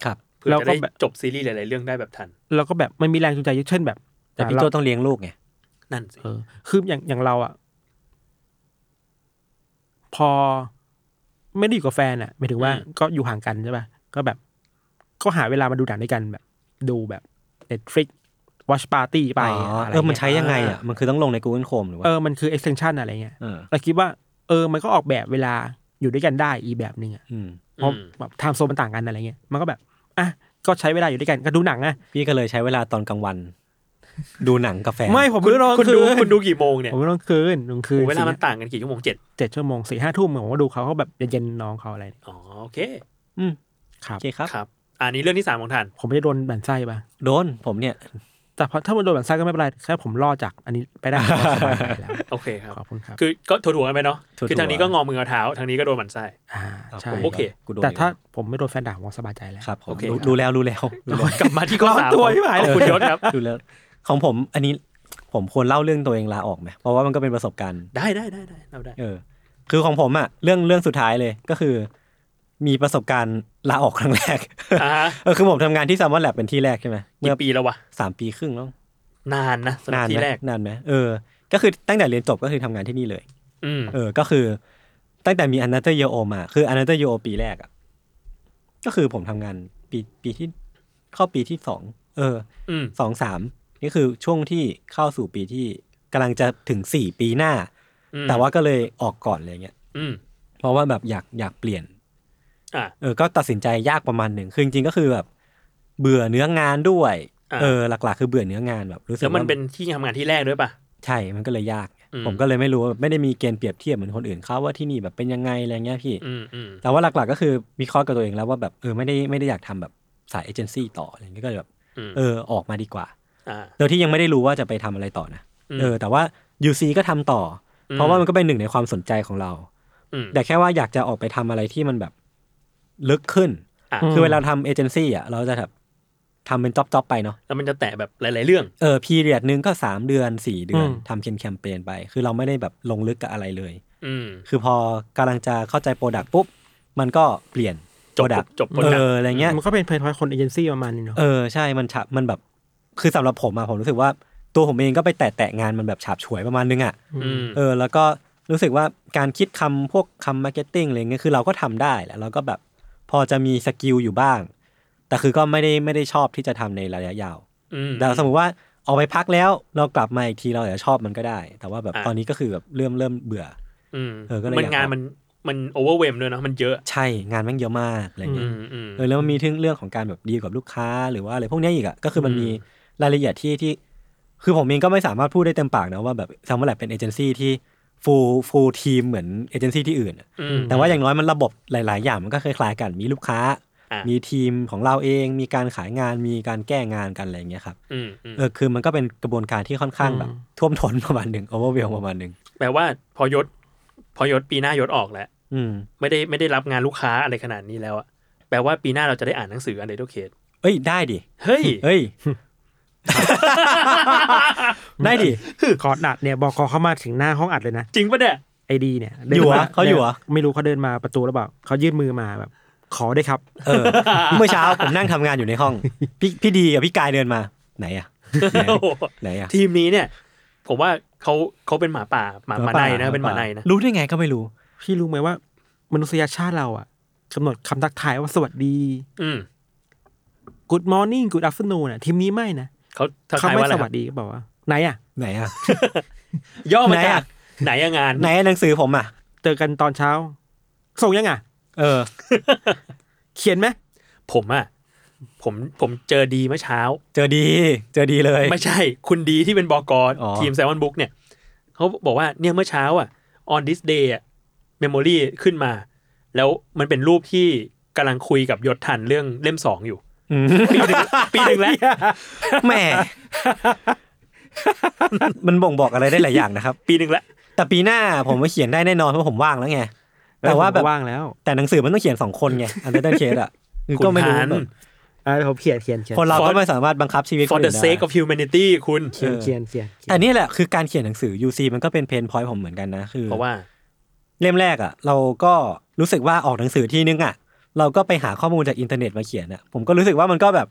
Speaker 4: ครับ
Speaker 2: เพื่อ
Speaker 3: แล้ว
Speaker 2: จะ
Speaker 3: ก็
Speaker 2: ได้
Speaker 3: แบบ
Speaker 2: จบซีรีส์หลายๆเรื่องได้แบบทัน
Speaker 3: แล้วก็แบบมันมีแรงจูงใจเยอะเช่นแบบ
Speaker 4: แต่พี่โจ
Speaker 3: เรา
Speaker 4: ต้องเลี้ยงลูกไง
Speaker 2: นั่นสิ
Speaker 3: เออ คืออย่างอย่างเราอ่ะ พอไม่ได้อยู่กับแฟนอ่ะหมายถึงว่าก็อยู่ห่างกันใช่ป่ะก็แบบ ก็หาเวลามาดูหนังด้วยกันแบบ ดูแบบ Netflix Watch Party ไป
Speaker 4: อ๋อ
Speaker 3: อะไร
Speaker 4: เออ มั
Speaker 3: เงี้
Speaker 4: น
Speaker 3: ย
Speaker 4: ใช้ยังไงอ่ะ มันคือต้องลงใน Google Chrome หรือว่า
Speaker 3: เออมันคือ extension อะไรเงี้ย
Speaker 4: เออ
Speaker 3: เราคิดว่าเออมันก็ออกแบบเวลาอยู่ด้วยกันได้อีกแบบหนึ่งอะ
Speaker 4: อืม
Speaker 3: เพราะแบบไทม์โซนมันต่างกันอะไรเงี้ยมันก็แบบอ่ะก็ใช้เวลาอยู่ด้วยกันก็ดูหนังอะ
Speaker 4: พี่ก็เลยใช้เวลาตอนกลางวัน ดูหนังกาแฟน
Speaker 3: ไม่ผม
Speaker 2: คุณ
Speaker 3: ดูตอน
Speaker 2: คุณ
Speaker 3: คื
Speaker 2: ดู
Speaker 3: น
Speaker 2: คุณดูกี่โมงเนี่ย
Speaker 3: ผมดูตอนคืนตอนคืน
Speaker 2: โอ้เวลามันต่างกันกี่ชั่วโมงเจ็ด
Speaker 3: เจ็ดชั่วโมงสี่ห้าทุ่มผมก็ดูเขาเขาแบบเย็นๆน้องเขาอะไรเนี่ย
Speaker 2: อ๋อโอเค
Speaker 4: อืม
Speaker 3: ครั
Speaker 4: โอบ เคครับ
Speaker 2: ครับ อันนี้เรื่องที่สามของทัน
Speaker 3: ผมไม่ได้โดนบันไส้ปะ
Speaker 4: โดนผมเนี่ย
Speaker 3: แต่พอถ้ามันโดนบันไส้ก็ไม่เป็นไรแค่ผมรอดจากอันนี้ไปได้ ผมก็สบายใจแล้ว
Speaker 2: โอเคครับ
Speaker 3: ขอบคุณครับ
Speaker 2: คือก็ถั่วๆกันไปเนาะ
Speaker 4: ถั่วๆ
Speaker 2: คือทางนี้ก็งอมือเอาเท้าทางนี้ก็โดนหมันไส้
Speaker 3: อ่าใช่
Speaker 4: ผม
Speaker 2: โอเค
Speaker 4: กูโดน
Speaker 3: แต่ถ้า
Speaker 4: อยู่
Speaker 3: ผมไม่โดนแฟนด่าผมก็สบายใจแล้ว
Speaker 4: ครับผม
Speaker 2: โอเค
Speaker 4: รู้รู้แล้วรู้แล้วรู้แล้ว
Speaker 2: กลับมาที่ข้อ
Speaker 3: ร้อน
Speaker 2: สาม
Speaker 3: ตัว
Speaker 2: ของ
Speaker 3: ที่หายเลย
Speaker 2: ของคุณยศครับ
Speaker 4: รู้แล้ว ของผมอันนี้ผมควรเล่าเรื่องตัวเองลาออกไหมเพราะว่ามันก็เป็นประสบการณ์
Speaker 2: ได้ได้ได้ได้เราได้
Speaker 4: เออ คือของผมอ่ะ เรื่องเรื่องสุดท้ายเลยก็คือ มีประสบการณ์ลาออกครั้งแรก
Speaker 2: อ่าฮะ
Speaker 4: เออคือผมทำงานที่ซัมมอนแลบเป็นที่แรกใช่ไหมเมื่
Speaker 2: กี่
Speaker 4: อ
Speaker 2: ปีแล้ววะ
Speaker 4: สามปีครึ่งแล้ว
Speaker 2: นานนะสำหรับ
Speaker 4: นาน
Speaker 2: ที่
Speaker 4: ไหม
Speaker 2: แรก
Speaker 4: นานไหมเออ ก็คือตั้งแต่เรียนจบก็คือทำงานที่นี่เลย
Speaker 2: อืม
Speaker 4: เออ ก็คือตั้งแต่มีอนาเตอร์โยโอมาคืออนาเตอร์โยโอปีแรกอ่ะ ก็คือผมทำงานปีปีที่เข้าปีที่สอง เออ
Speaker 2: อืม
Speaker 4: สองสามนี่คือช่วงที่เข้าสู่ปีที่กำลังจะถึงสี่ปีหน้า
Speaker 2: อืม
Speaker 4: แต่ว่าก็เลยออกก่อนอะไรเงี้ย
Speaker 2: อืม
Speaker 4: เพราะว่าแบบอยากอยากเปลี่ยน
Speaker 2: อ่ะ
Speaker 4: เออ ก็ตัดสินใจยากประมาณหนึ่ง คือจริงๆก็คือแบบเบื่อเนื้องานด้วย
Speaker 2: อ่า
Speaker 4: เออ หลักๆ คือเบื่อเนื้องานแบบรู้สึก
Speaker 2: แล้วมัน
Speaker 4: ว่า
Speaker 2: เป็นที่ทำงานที่แรกด้วยป่ะ
Speaker 4: ใช่ มันก็เลยยาก
Speaker 2: อืม
Speaker 4: ผมก็เลยไม่รู้ว่าไม่ได้มีเกณฑ์เปรียบเทียบเหมือนคนอื่นเขาว่าที่นี่แบบเป็นยังไงอะไรเงี้ยพี่
Speaker 2: อืมอืม
Speaker 4: แต่ว่าหลักๆ ก็คือวิเคราะห์กับตัวเองแล้วว่าแบบเออไม่ได้ไม่ได้อยากทำแบบสายเอเจนซี่ต่ออะไรเงี้ยก็เลยแบบ
Speaker 2: อืม
Speaker 4: เออออกมาดีกว่า
Speaker 2: อ่า
Speaker 4: โดยที่ยังไม่ได้รู้ว่าจะไปทำอะไรต่อนะ
Speaker 2: อืม
Speaker 4: เออ แต่ว่า UC ก็ทำต่ออเพราะว่ามันก็เป็นหนึ่งในความสนใจของเรา
Speaker 2: อืม
Speaker 4: แต่แค่ว่าอยากจะออกไปทำอะไรที่มันแบบลึกขึ้น
Speaker 2: อ่ะ
Speaker 4: คือเวลาทำเอเจนซี่อ่ะเราจะแบบทำเป็นจ็อบๆไปเนาะ
Speaker 2: แล้วมันจะแตะแบบหลาย ๆ เรื่อง
Speaker 4: เออพีเรียดนึงก็สามเดือนสี่เดือน
Speaker 3: อืม
Speaker 4: ทำเป็นแคมเปญไป คือเราไม่ได้แบบลงลึกกับอะไรเลย
Speaker 2: อืม
Speaker 4: คือพอกำลังจะเข้าใจโปรดักต์ปุ๊บ มันก็เปลี่ยน
Speaker 2: จบ
Speaker 4: ดัก
Speaker 2: จบ product
Speaker 4: เอออะไรเงี้ย
Speaker 3: มันก็เป็นเพลย์ทอยคนเอเจนซี่ประมาณนี้เนาะ
Speaker 4: เออใช่มันฉะมันแบบคือสำหรับผมอะผมรู้สึกว่าตัวผมเองก็ไปแตะแตะงานมันแบบฉาบฉวยประมาณนึงอะ
Speaker 2: อืม
Speaker 4: เออแล้วก็รู้สึกว่าการคิดคำพวกคำมาร์เก็ตติ้งอะไรเงี้ยคือเราก็ทำได้แหละเราก็แบบพอจะมีสกิลอยู่บ้าง แต่คือก็ไม่ได้ไม่ได้ชอบที่จะทำในระยะยาว
Speaker 2: อืม
Speaker 4: แต่สมมติว่าเอาไปพักแล้วเรากลับมาอีกทีเราอาจจะชอบมันก็ได้ แต่ว่าแบบ
Speaker 2: อ่ะ
Speaker 4: ตอนนี้ก็คือแบบเริ่มเริ่มเบื่อ
Speaker 2: อืม
Speaker 4: เออก็เลย
Speaker 2: มัน
Speaker 4: อยาก
Speaker 2: งาน
Speaker 4: ทำ
Speaker 2: มันมันโอเวอร์เวมด้วยเนอะมันเยอะ
Speaker 4: ใช่งานแม่งเยอะมากอะไร
Speaker 2: อื
Speaker 4: เงี้ย
Speaker 2: มอืม
Speaker 4: เออแล้วมันมีทึ่งเรื่องของการแบบดีลกับลูกค้าหรือว่าอะไรพวกเนี้ยอีกอะก็คือมันมีรายละเอียดที่ที่ คือผมเองก็ไม่สามารถพูดได้เต็มปากนะว่าแบบซัมเมอร์แลบเป็นเอเจนซี่ที่ฟูลฟูลทีมเหมือนเอเจนซี่ที่อื่นอะ
Speaker 2: อืม
Speaker 4: แต่ว่าอย่างน้อยมันระบบหลาย ๆ อย่างมันก็คล้ายๆกันมีลูกค้า
Speaker 2: อ่ะ
Speaker 4: มีทีมของเราเอง มีการขายงานมีการแก้งานกันอะไรเงี้ยครับ
Speaker 2: อืมอืม
Speaker 4: เออคือมันก็เป็นกระบวนการที่ค่อนข้างแบบท่วมท้นประมาณหนึ่งโอเวอร์เวลประมาณหนึ่ง
Speaker 2: แปลว่าพอยศ พอยศปีหน้ายศออกแล้ว
Speaker 4: อืม
Speaker 2: ไม่ได้ไม่ได้รับงานลูกค้าอะไรขนาดนี้แล้วอะแปลว่าปีหน้าเราจะได้อ่านหนังสืออันเดอร์เคส
Speaker 4: เอ้ยได้ดิ
Speaker 2: เฮ้ย
Speaker 4: เอ้ย ได้ดิ
Speaker 3: คอร์ดอัดเนี่ยบอกเขามาถึงหน้าห้องอัดเลยนะ
Speaker 2: จริงปะเนี่ย
Speaker 3: ไอดีเนี่ยดิน
Speaker 4: อยู่เหรอ
Speaker 3: ม
Speaker 4: เขาอยู่เหรอ
Speaker 3: ไม่รู้เขาเดินมาประตูแล้วเปล่าเขายื่นมือมาแบบ ขอได้ครับ
Speaker 4: เออ เมื่อเช้าผมนั่งทำงานอยู่ในห้อง พี่พี่ดีกับพี่กายเดินมา ไหนอะไหน
Speaker 2: โอ้โห
Speaker 4: ไหนอะ
Speaker 2: ทีมนี้เนี่ย ผมว่าเขาเขาเป็นหมาป่าหมาหมาในนะ
Speaker 4: ป่
Speaker 2: เป็นหมาในนะ
Speaker 4: รู้ได้ไงก็ไม่รู้
Speaker 3: พี่รู้ไหมว่า มนุษยชาติเราอ่ะกำหนดคำทักทายว่าสวัสดี
Speaker 2: อืม
Speaker 3: Good morning Good afternoon น่ะทีมนี้ไม่นะ
Speaker 2: เขาทัก
Speaker 3: เขา
Speaker 2: ทาย
Speaker 3: ไม่
Speaker 2: ว่าอะไร
Speaker 3: ส
Speaker 2: ค
Speaker 3: วั
Speaker 2: รั
Speaker 3: ส
Speaker 2: บ
Speaker 3: ดีก็บอกว่าไหนอ่ะ
Speaker 4: ไหนอะ
Speaker 2: ย่อมา
Speaker 4: ไหน
Speaker 2: จา
Speaker 4: อะ
Speaker 2: กไหนอะงาน
Speaker 4: ไหนหนังสือผมอะ
Speaker 3: เจอกันตอนเช้า ส่งยังอ่ะ
Speaker 4: เออ
Speaker 3: เขียนไหม
Speaker 2: ผมอะผมผมเจอดีเมื่อเช้า
Speaker 4: เจอดี เจอดีเลย
Speaker 2: ไม่ใช่ คุณดีที่เป็นบก
Speaker 4: อ๋อ
Speaker 2: ทีมแซ m มอนบุ๊กเนี่ยเขาบอกว่าเนี่ยเมื่อเช้าอ่ะ on this day อ่ะ memory ขึ้นมา แล้วมันเป็นรูปที่กำลังคุยกับยศทันเรื่องเล่มสองอยู่
Speaker 4: อืม
Speaker 2: ปีหนึ่งปีหนึ่งแล้ว
Speaker 4: แหม่ มันบ่งบอกอะไรได้หลายอย่างนะครับ
Speaker 2: ปีหนึ่งแล้ว
Speaker 4: แต่ปีหน้าผมมาเขียนได้แน่นอนเพราะผมว่างแล้วไง แต่ว่าแบบ
Speaker 3: ว่างแล้ว
Speaker 4: แต่หนังสือมันต้องเขียนสองคนไงอันเดอร์เคสอ่ะคือก็ไม่รู้
Speaker 2: คุณหาร
Speaker 4: แบบ
Speaker 3: อ่าผมเขียนเขียนเขียน
Speaker 4: คนเราก็ไม่สามารถบังคับชีวิตค
Speaker 2: for
Speaker 4: น
Speaker 2: the
Speaker 4: อื่นได้
Speaker 2: sake of humanity คุณ
Speaker 3: เขียนเขียนเขียนเขียน
Speaker 4: แต่นี่แหละคือการเขียนหนังสือ UC มันก็เป็นเพนพอยต์ผมเหมือนกันนะคือ
Speaker 2: เพราะว่า
Speaker 4: เล่มแรกอ่ะ เราก็รู้สึกว่าออกหนังสือที่นึงอ่ะ เราก็ไปหาข้อมูลจากอินเทอร์เน็ตมาเขียนอ่ะผมก็รู้สึกว่ามันก็แบบ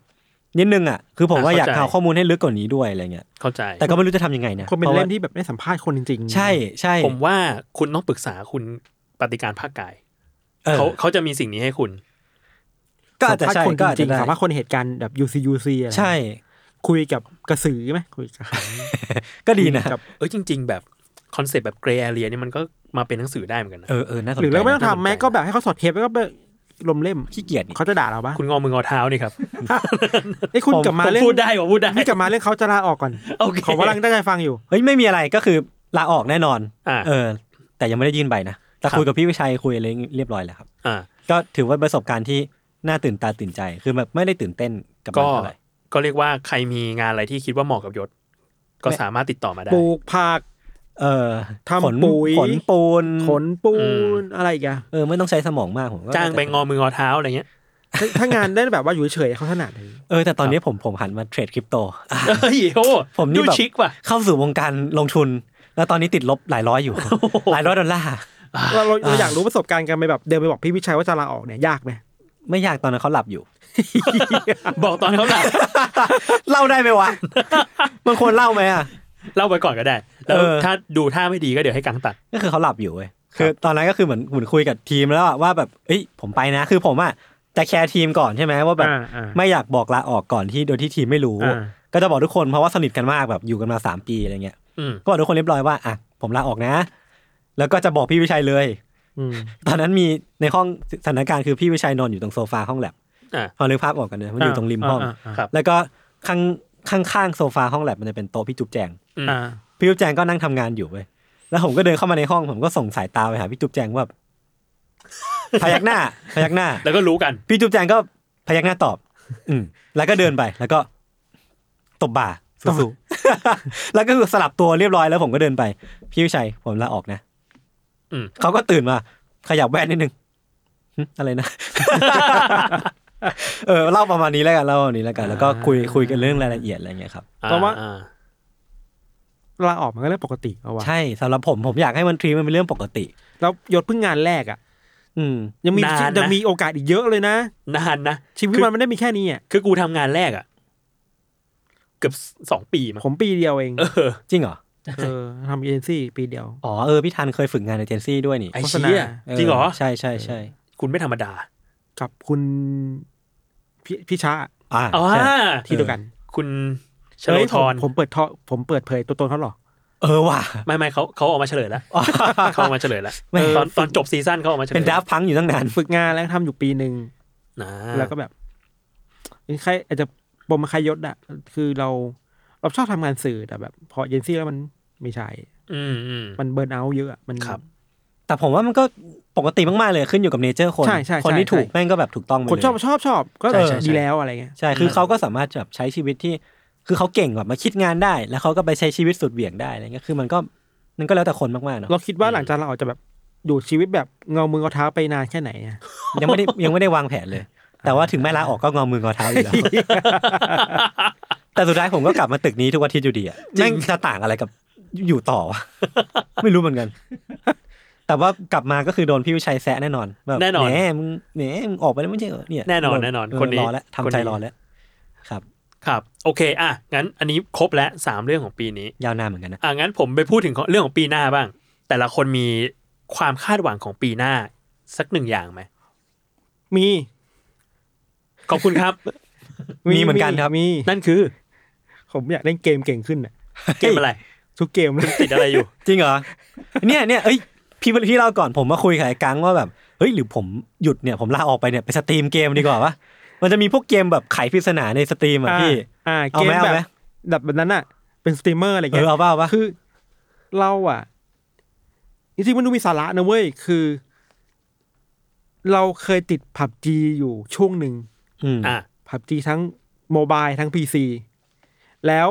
Speaker 4: นิดนึงอ่ะคือผมว่าอยาก
Speaker 2: อ่ะเข้าใจ
Speaker 4: หาข้อมูลให้ลึกกว่านี้ด้วยอะไรเงี้ย
Speaker 2: เข้าใจ
Speaker 4: แต่ก็ไม่รู้จะทำยังไงนะ
Speaker 3: คนเป็น
Speaker 4: พราะ
Speaker 3: เล่
Speaker 4: ว่าม
Speaker 3: ที่แบบได้สัมภาษณ์คนจริงๆ
Speaker 4: ใช่ใช่
Speaker 2: ผมว่าคุณต้องปรึกษาคุณปฏิการภาคกาย
Speaker 4: ออ
Speaker 2: เขาเขาจะมีสิ่งนี้ให้คุณ
Speaker 4: ก็อาจจะ
Speaker 3: สัมภาษณ์คน
Speaker 4: ใช่ก็
Speaker 3: จ
Speaker 4: อาจ
Speaker 3: ริ
Speaker 4: จะ
Speaker 3: ง
Speaker 4: ได้
Speaker 3: ๆสัมภาษณ์คนเหตุการณ์แบบ UC UC อะไร
Speaker 4: ใช่
Speaker 3: คุยกับกระสือไหมคุยกับ
Speaker 4: ก็ดีนะ
Speaker 3: กับ
Speaker 2: เอ้ยจริง ๆ แบบคอนเซปต์แบบเกรย์แอเรียนี่ยมันก็มาเป็นหนังสือได้เหมือนกันนะ
Speaker 4: เออเออน่าสนใจ
Speaker 3: หรือเราไม่ต้อง
Speaker 4: นะ
Speaker 3: ทำแม้ก็แบบให้เขาสอดเทปแล้วก็ไปลมเล่ม
Speaker 4: ขี้เกียจนี่
Speaker 3: เขาจะด่าเราปะ
Speaker 2: คุณงอมืองอเท้านี่ครับ
Speaker 3: ไอ้ยคุณ
Speaker 4: ผม
Speaker 3: กลับมา
Speaker 2: ผม
Speaker 3: เรื่อง
Speaker 2: พูดได้ผมพูดได้
Speaker 3: นี่กลับมาเรื่องเขาจะลาออกก่อน
Speaker 2: โอเค
Speaker 3: ขอกำลังตั้งใจฟังอยู่
Speaker 4: เฮ้ยไม่มีอะไรก็คือลาออกแน่นอน
Speaker 2: อ่า
Speaker 4: เออ แต่ยังไม่ได้ยื่นใบนะแต่
Speaker 2: ครับ
Speaker 4: คุยกับพี่วิชัยคุยอะไรเรียบร้อยแล้วครับ
Speaker 2: อ่า
Speaker 4: ก็ถือว่าประสบการณ์ที่น่าตื่นตาตื่นใจ คือแบบไม่ได้ตื่นเต้นกับมัน
Speaker 2: ก็
Speaker 4: เท่าไหร่
Speaker 2: ก็เรียกว่าใครมีงานอะไรที่คิดว่าเหมาะกับยศ ก็สามารถติดต่อมาได้
Speaker 3: ปลูกผัก
Speaker 4: เออ
Speaker 3: ทำ
Speaker 4: ขน
Speaker 3: ปุ๋ย
Speaker 4: ขนปูน
Speaker 3: ขนปู
Speaker 2: อืม
Speaker 3: นอะไรอีกอะ
Speaker 4: เออไม่ต้องใช้สมองมากผมก็
Speaker 2: จ้างไปงอมืองอเท้าอะไรเงี้ย
Speaker 3: ถ้าถ้างานได้แบบว่าอยู่เฉยๆเขาถนัดเลย
Speaker 4: เออแต่ตอนนี้ผมผมหันมาเทรดคริปโตอ่ะ
Speaker 2: เฮ้ยโอ้
Speaker 4: ผมนี่
Speaker 2: ดู
Speaker 4: แบบ
Speaker 2: ชิคว่ะ
Speaker 4: เข้าสู่วงการลงทุน แล้วตอนนี้ติดลบหลายร้อยอยู่ หลายร้อยดอลลาร์
Speaker 3: เราเราเราอยากรู้ประสบการณ์กันไปแบบเดินไปบอกพี่วิชัยว่าจะลาออกเนี่ยยากไหม
Speaker 4: ไม่อยากตอนนั้นเขาหลับอยู่
Speaker 2: บอกตอนเขาหลับ
Speaker 4: เล่าได้ไหม วะ มันควรเล่าไหมอ่ะ
Speaker 2: เล่าไปก่อนก็ได้ แล้ว
Speaker 4: เออ
Speaker 2: ถ้าดูท่าไม่ดีก็เดี๋ยวให้กังตัด
Speaker 4: ก็คือเขาหลับอยู่เว้ย คือตอนนั้นก็คือเหมือนเหมือนคุยกับทีมแล้วอะว่าแบบเอ้ยผมไปนะ คือผมอ่ะจะแคร์ทีมก่อนใช่ไหมว่าแบบ
Speaker 3: อ่าอ่า
Speaker 4: ไม่อยากบอกลาออกก่อนที่โดยที่ทีมไม่รู้
Speaker 3: อ่า
Speaker 4: ก็จะบอกทุกคนเพราะว่าสนิทกันมากแบบอยู่กันมาสามปีอะไรเงี้ย
Speaker 2: อืม
Speaker 4: ก็บอกทุกคนเรียบร้อยว่าอ่ะผมลาออกนะ แล้วก็จะบอกพี่วิชัยเลย
Speaker 3: อืม
Speaker 4: ตอนนั้นมีในห้องสถานการณ์คือพี่วิชัยนอนอยู่ตรงโซฟาห้องแลบ
Speaker 2: อ่า
Speaker 4: พอนึกภาพออกกันเลยมันอยู่ตรงริมห้อง
Speaker 3: อ่าอ่า
Speaker 2: ครับ
Speaker 4: แล้วก็ข้างข้างข้างๆโซฟาห้องแลบมันจะเป็นโต๊ะพี่จุ๊บแจง
Speaker 2: อืม
Speaker 3: อ่า
Speaker 4: พี่จุ๊บแจงก็นั่งทำงานอยู่เว้ยแล้วผมก็เดินเข้ามาในห้องผมก็ส่งสายตาไปหาพี่จุ๊บแจงว่าแบบ พยักหน้า พยักหน้า
Speaker 2: แล้วก็รู้กัน
Speaker 4: พี่จุ๊บแจงก็พยักหน้าตอบ อืม แล้วก็เดินไป แล้วก็ตบบ่าสู้ๆ แล้วก็คือสลับตัวเรียบร้อยแล้วผมก็เดินไป พี่วิชัยผมลาออกนะ
Speaker 2: อืม
Speaker 4: เขาก็ตื่นมา ขยับแว่นนิดนึงหึอะไรนะ เออเล่าประมาณนี้แล้วกันเล่าประมาณนี้แล้วกัน แล้วก็คุยคุยกันเรื่องรายละเอียดอะไรอย่างเงี้ยครับ
Speaker 3: เพราะว่า
Speaker 2: อ่า
Speaker 3: ลาออกมันก็เรื่องปกติเอาวะ
Speaker 4: ใช่สำหรับผมผมอยากให้มันทรีมันเป็นเรื่องปกติ
Speaker 3: แล้วยศเพิ่งงานแรกอ่ะ
Speaker 4: อืม
Speaker 3: ยังมี
Speaker 2: นานนะ
Speaker 3: ยังมีโอกาสอีกเยอะเลยนะ
Speaker 2: นานนะ
Speaker 3: ชีวิต
Speaker 2: คือ
Speaker 3: มันไม่ได้มีแค่นี้อ่ะ
Speaker 2: คือกูทำงานแรกอะเกือบสองปีมั้ง
Speaker 3: ผมปีเดียวเอง
Speaker 2: เออ
Speaker 4: จริงเหรอ
Speaker 3: เออทำเอเจนซี่ปีเดียว
Speaker 4: อ๋อเออพี่ทันเคยฝึกงานในเจนซี่ด้วยนี่
Speaker 2: ไอ้
Speaker 3: โฆษณา
Speaker 2: เชี่ยจริงเหรอ
Speaker 4: ใช่ใช่ใช่
Speaker 2: คุณไม่ธรรมดา
Speaker 3: กับคุณพี่พี่ช้า
Speaker 4: อ่า
Speaker 2: อ๋อ
Speaker 4: ใช่
Speaker 3: ที่เดียวกัน
Speaker 2: คุณเฉล
Speaker 3: เอ้
Speaker 2: ย
Speaker 3: ย
Speaker 2: ทร
Speaker 3: ผมผมเปิดทอผมเปิดเผยตัวตนเขาหรอ
Speaker 4: เออว่ะ
Speaker 2: ไม่ไม่เขาเขาออกมาเฉลยแล้ว เขาออกมาเฉลยแล้ว
Speaker 4: ไม่
Speaker 2: ตอนตอนจบซีซั่นเขาออกมาเฉลย
Speaker 4: เป็นดับพังอยู่ตั้งนาน
Speaker 3: ฝึกงานแล้วทำอยู่ปีหนึ่ง
Speaker 2: นะ
Speaker 3: แล้วก็แบบใครอาจจะปมใครยศอ่ะ คือเราเราชอบทำงานสื่อแต่แบบ พอเอเจนซี่แล้วมันไม่ใช่
Speaker 2: อืมอืม
Speaker 3: มันเบิร์นเอาท์เยอะอะมัน
Speaker 2: ครับ
Speaker 4: แต่ผมว่ามันก็ปกติมาก ๆ เลยขึ้นอยู่กับเนเจอร์คน
Speaker 3: ใช่ใช่ใช่
Speaker 4: คนที่ถูก
Speaker 3: ใช่
Speaker 4: แม่งก็แบบถูกต้องหมด
Speaker 3: คน
Speaker 4: เลย
Speaker 3: ชอบชอบชอบก็
Speaker 4: ใช่ใช่ใช่
Speaker 3: ดีแล้วอะไรเงี้ย
Speaker 4: ใช่ คือเขาก็สามารถแบบใช้ชีวิตที่ คือเขาเก่งแบบมาคิดงานได้ แล้วเขาก็ไปใช้ชีวิตสุดเหวี่ยงได้อะไรเงี้ย คือมันก็มันก็แล้วแต่คนมากๆเนาะ
Speaker 3: เราคิดว่าหลังจากเราออกจะแบบอยู่ชีวิตแบบเงามือเงาเท้าไปนานแค่ไหนอะ
Speaker 4: ยังไม่ได้ยังไม่ได้วางแผนเลย แต่ว่าถึงแม่ลาออกก็งอมืองอเท้า อยู่แล้ว แต่สุดท้ายผมก็กลับมาตึกนี้ทุกวันที่อยู่ดีอ่ะแม่งจะต่างอะไรกับอยู่ต่อวะ ไม่รู้เหมือนกัน แต่ว่ากลับมาก็คือโดนพี่วิชัยแซะแน่นอนบบ
Speaker 2: แน่นอน
Speaker 4: แหมมึงแหมมึงออกไปแล้วไม่ใช่เหรอเนี่ย
Speaker 2: แน่นอนแน่นอน
Speaker 4: เ
Speaker 2: คนนี้
Speaker 4: รอแล้ว
Speaker 2: คนนี้
Speaker 4: ทำใจรอแล้ว ครับ
Speaker 2: ครับ โอเค อ่ะ งั้นอันนี้ครบแล้วสามเรื่องของปีนี้
Speaker 4: ยาวนานเหมือนกันนะ
Speaker 2: อ่ะงั้นผมไปพูดถึงของเรื่องของปีหน้าบ้าง แต่ละคนมีความคาดหวังของปีหน้า สักหนึ่งอย่างไหม
Speaker 3: มี
Speaker 2: ขอบคุณครับ
Speaker 4: มีเหมือนกันครับ
Speaker 3: มี
Speaker 2: นั่นคือ
Speaker 3: ผมอยากเล่นเกมเก่งขึ้นอะ
Speaker 2: เกมอะไร
Speaker 3: ทุกเกมเลย
Speaker 2: ติดอะไรอยู่
Speaker 4: จริงเหรอ เนี่ยเนี่ยเอ้ยพี่พี่เล่าก่อนผมมาคุยกับไอ้กังว่าแบบเฮ้ยหรือผมหยุดเนี่ยผมลาออกไปเนี่ยไปสตรีมเกมดีกว่าวะมันจะมีพวกเกมแบบไขปริศนาในสตรีมอ่ะพี่
Speaker 3: อ่า
Speaker 4: เอา
Speaker 3: เก
Speaker 4: ไห
Speaker 3: ม
Speaker 4: มเอา
Speaker 3: แบบ
Speaker 4: ไหม
Speaker 3: แบบแบบนั้นอะเป็นสตรีมเมอร์อะไร
Speaker 4: เอ
Speaker 3: เงี้
Speaker 4: อยเอาเปล่าเอาเปล่า
Speaker 3: คือเราอะจริงๆมันดูมีสาระนะเว้ยคือ เราเคยติดผับจีอยู่ช่วงหนึ่ง
Speaker 4: อืม
Speaker 2: อ่ะ
Speaker 3: ผับจีทั้งโมบายทั้งพีซีแล้ว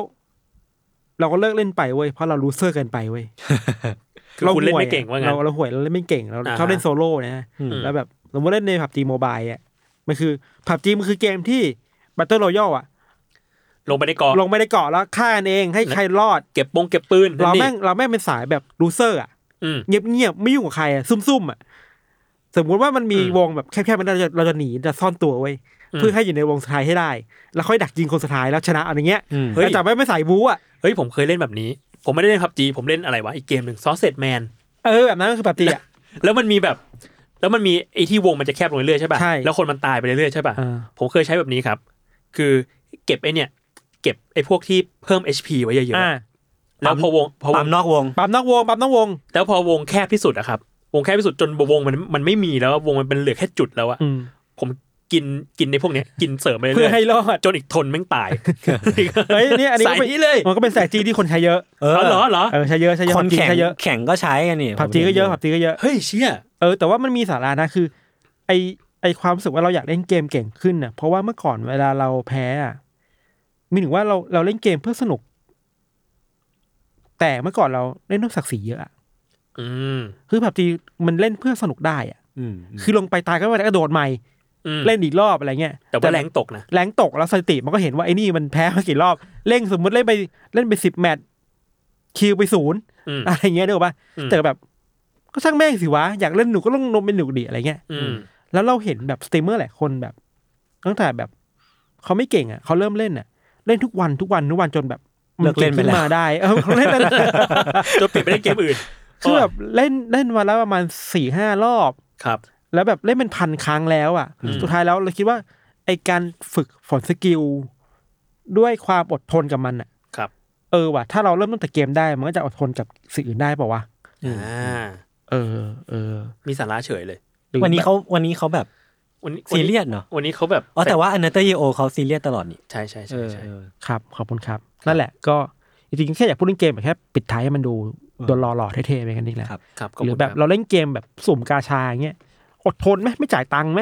Speaker 3: เราก็เลิกเล่นไปเว้ยเพราะเรารู้เซอร์เกินไปเว้ย
Speaker 2: คือคุณเล่นไม่เก่งว่างั้น
Speaker 3: เราเราห่วยเราเล่นไม่เก่งเรา
Speaker 2: อ่าฮะ
Speaker 3: ชอบเล่นโซโล่นะฮะ
Speaker 2: อืม
Speaker 3: แล้วแบบสมมติเล่นในผับจีโมบายอ่ะมันคือผับจีมันคือเกมที่ บัตเตอร์รอยัลอะ
Speaker 2: ลงไปในกอง
Speaker 3: ลงไม่ได้เกาะแล้วฆ่ากันเองให้ใครรอด
Speaker 2: เก็บปงเก็บปืน
Speaker 3: เรา
Speaker 2: นี่
Speaker 3: แม่งเราแม่งเป็นสายแบบลูเซอร์อะ
Speaker 2: อืม
Speaker 3: เงียบเงียบๆไม่ยุ่งกับใครอะซุ่มๆอะสมมติว่ามันมี
Speaker 2: อืม
Speaker 3: วงแบบแคบๆมันเราจะเราจะหนีจะซ่อนตัวไว้ย
Speaker 2: อืม
Speaker 3: เพื่อให้อยู่ในวงสุดท้ายให้ได้ แล้วค่อยดักยิงคนสุดท้ายแล้วชนะอะไรเงี้ย
Speaker 4: อืม
Speaker 2: เฮ้ย
Speaker 3: แต่จะไม่ไม่สายบู๊อะ
Speaker 2: เฮ้ยผมเคยเล่นแบบนี้ ผมไม่ได้เล่นพับจีผมเล่นอะไรวะอีกเกมหนึ่งซอสเซตแมน
Speaker 3: เออแบบนั้นก็คือแบบตีอะ
Speaker 2: แล้วมันมีแบบ แล้วมันมีไอ้ที่วงมันจะแคบลงเรื่อยๆใช่ป่ะ
Speaker 3: ใช่
Speaker 2: แล้วคนมันตายไปเรื่อยๆใช่ป่ะ
Speaker 3: เออ
Speaker 2: ผมเคยใช้แบบนี้ครับ คือเก็บไอ้เนี่ย เก็บไอ้พวกที่เพิ่ม HP ไว้เยอะ
Speaker 3: อ่า
Speaker 2: ๆแล้วพอวงพอว
Speaker 4: ปั๊
Speaker 2: ง
Speaker 4: มนอกวง
Speaker 3: ปั๊มนอกวงปั๊มนอกวง
Speaker 2: แล้วพอวงแคบที่สุดอะครับ วงแคบที่สุดจนวงมันมันไม่มีแล้วอะวงมันเป็นเหลือแค่จุดแล้วอะ
Speaker 3: อืม
Speaker 2: ผมกินกินในพวกเนี้ยกินเสริมไป
Speaker 3: เพื่
Speaker 2: เรื่
Speaker 3: อ
Speaker 2: อย
Speaker 3: ให้รอด
Speaker 2: ๆจนอีกทนแม่งตาย
Speaker 3: เฮ้ยเนี่ยอันนี้ก็
Speaker 2: สาย
Speaker 3: เป็น
Speaker 2: นี้เลย
Speaker 3: มันก็เป็นสายจีที่คนใช้เยอะ
Speaker 4: เออ
Speaker 2: เอาเหรอเหรอ
Speaker 3: เออใช้เยอะใช้เยอะ
Speaker 4: คน
Speaker 3: จี
Speaker 4: แข่ง
Speaker 3: ใช้เยอะ
Speaker 4: แข่งก็ใช้กันนี่
Speaker 3: ผับจีก็เยอะผับจีก็เยอะ
Speaker 2: เฮ้ยเชี่ย
Speaker 3: เออแต่ว่ามันมีสาระนะคือ ไอไอความรู้สึกว่าเราอยากเล่นเกมเก่งขึ้นน่ะเพราะว่าเมื่อก่อนเวลาเราแพ้อะมีถึงว่าเราเราเล่นเกมเพื่อสนุก แต่เมื่อก่อนเราเล่นด้วยศักดิ์ศรีเยอะอะ
Speaker 2: อืม
Speaker 3: คือผับจีมันเล่นเพื่อสนุกได้อะ
Speaker 4: อืม
Speaker 3: คือลงไปตายก็ไม่ได้กระโดดใหม่
Speaker 2: อืม
Speaker 3: เล่นอีกรอบอะไรเงี้ย
Speaker 2: แต่ว่าแรงตกนะ
Speaker 3: แรงตกแล้วสถิติมันก็เห็นว่าไอ้นี่มันแพ้มากี่รอบเล่นสมมติเล่นไปเล่นไปสิบแมตช์คิวไปศูนย์
Speaker 2: อืม
Speaker 3: อะไรเงี้ยนึกออกปะ
Speaker 2: อืม
Speaker 3: แต่แบบ ก็ช่างแม่งสิวะอยากเล่นหนุกก็ต้องลงเป็นหนุกดีอะไรเงี้ย
Speaker 2: อืม
Speaker 3: แล้วเราเห็นแบบสตรีมเมอร์หลายคนแบบตั้งแต่แบบเขาไม่เก่งอ่ะเขาเริ่มเล่นอ่ะ เล่นทุกวันทุกวันทุกวันจนแบบมั
Speaker 4: เลิกเล่นไป
Speaker 3: ขึ้
Speaker 4: แล้ว
Speaker 3: มาได้เออ เขาเล่นไปแล้ว
Speaker 2: จนเปลี่ยนไปเล่นเกมอื่น
Speaker 3: คือแบบเล่นเล่นวันละประมาณสี่ห้ารอบ
Speaker 2: ครับ
Speaker 3: แล้วแบบเล่นเป็นพันครั้งแล้วอ่ะ
Speaker 2: อืม
Speaker 3: สุดท้ายแล้วเราคิดว่าไอการฝึกฝนสกิลด้วยความอดทนกับมันอ่ะ
Speaker 2: ครับ
Speaker 3: เออว่ะถ้าเราเริ่มตั้งแต่เกมได้ มันก็จะอดทนกับสิ่งอื่นได้เปล่าวะ
Speaker 2: อ่า
Speaker 3: เออเออ
Speaker 2: มีสาระเฉยเลย
Speaker 3: หรือ
Speaker 4: วันนี้เขาวันนี้เขาแบบ
Speaker 2: วันนี้
Speaker 4: ซีเรียสเนาะ
Speaker 2: วันนี้เขาแบบ
Speaker 4: อ๋อแต่ว่าอันเตอร์เยโอเขาซีเรียสตลอดนี่
Speaker 2: ใช่ใช่ใช่ใช่
Speaker 4: เออ
Speaker 3: ครับขอบคุณครับนั่นแหละก็จริงๆแค่อยากพูดเรื่องเกมอะแค่ปิดท้ายให้มันดูโดนหล่อๆเท่ๆไปกันนี่แหละ
Speaker 4: ครับ
Speaker 2: ครับข
Speaker 3: หรื
Speaker 2: คุ
Speaker 3: อ
Speaker 2: ณ
Speaker 3: แบบ
Speaker 2: ค
Speaker 3: เราเล่นเกมแบบสุ่มกาชาอย่างเงี้ยอดทนไหมไม่จ่ายตังค์ไหม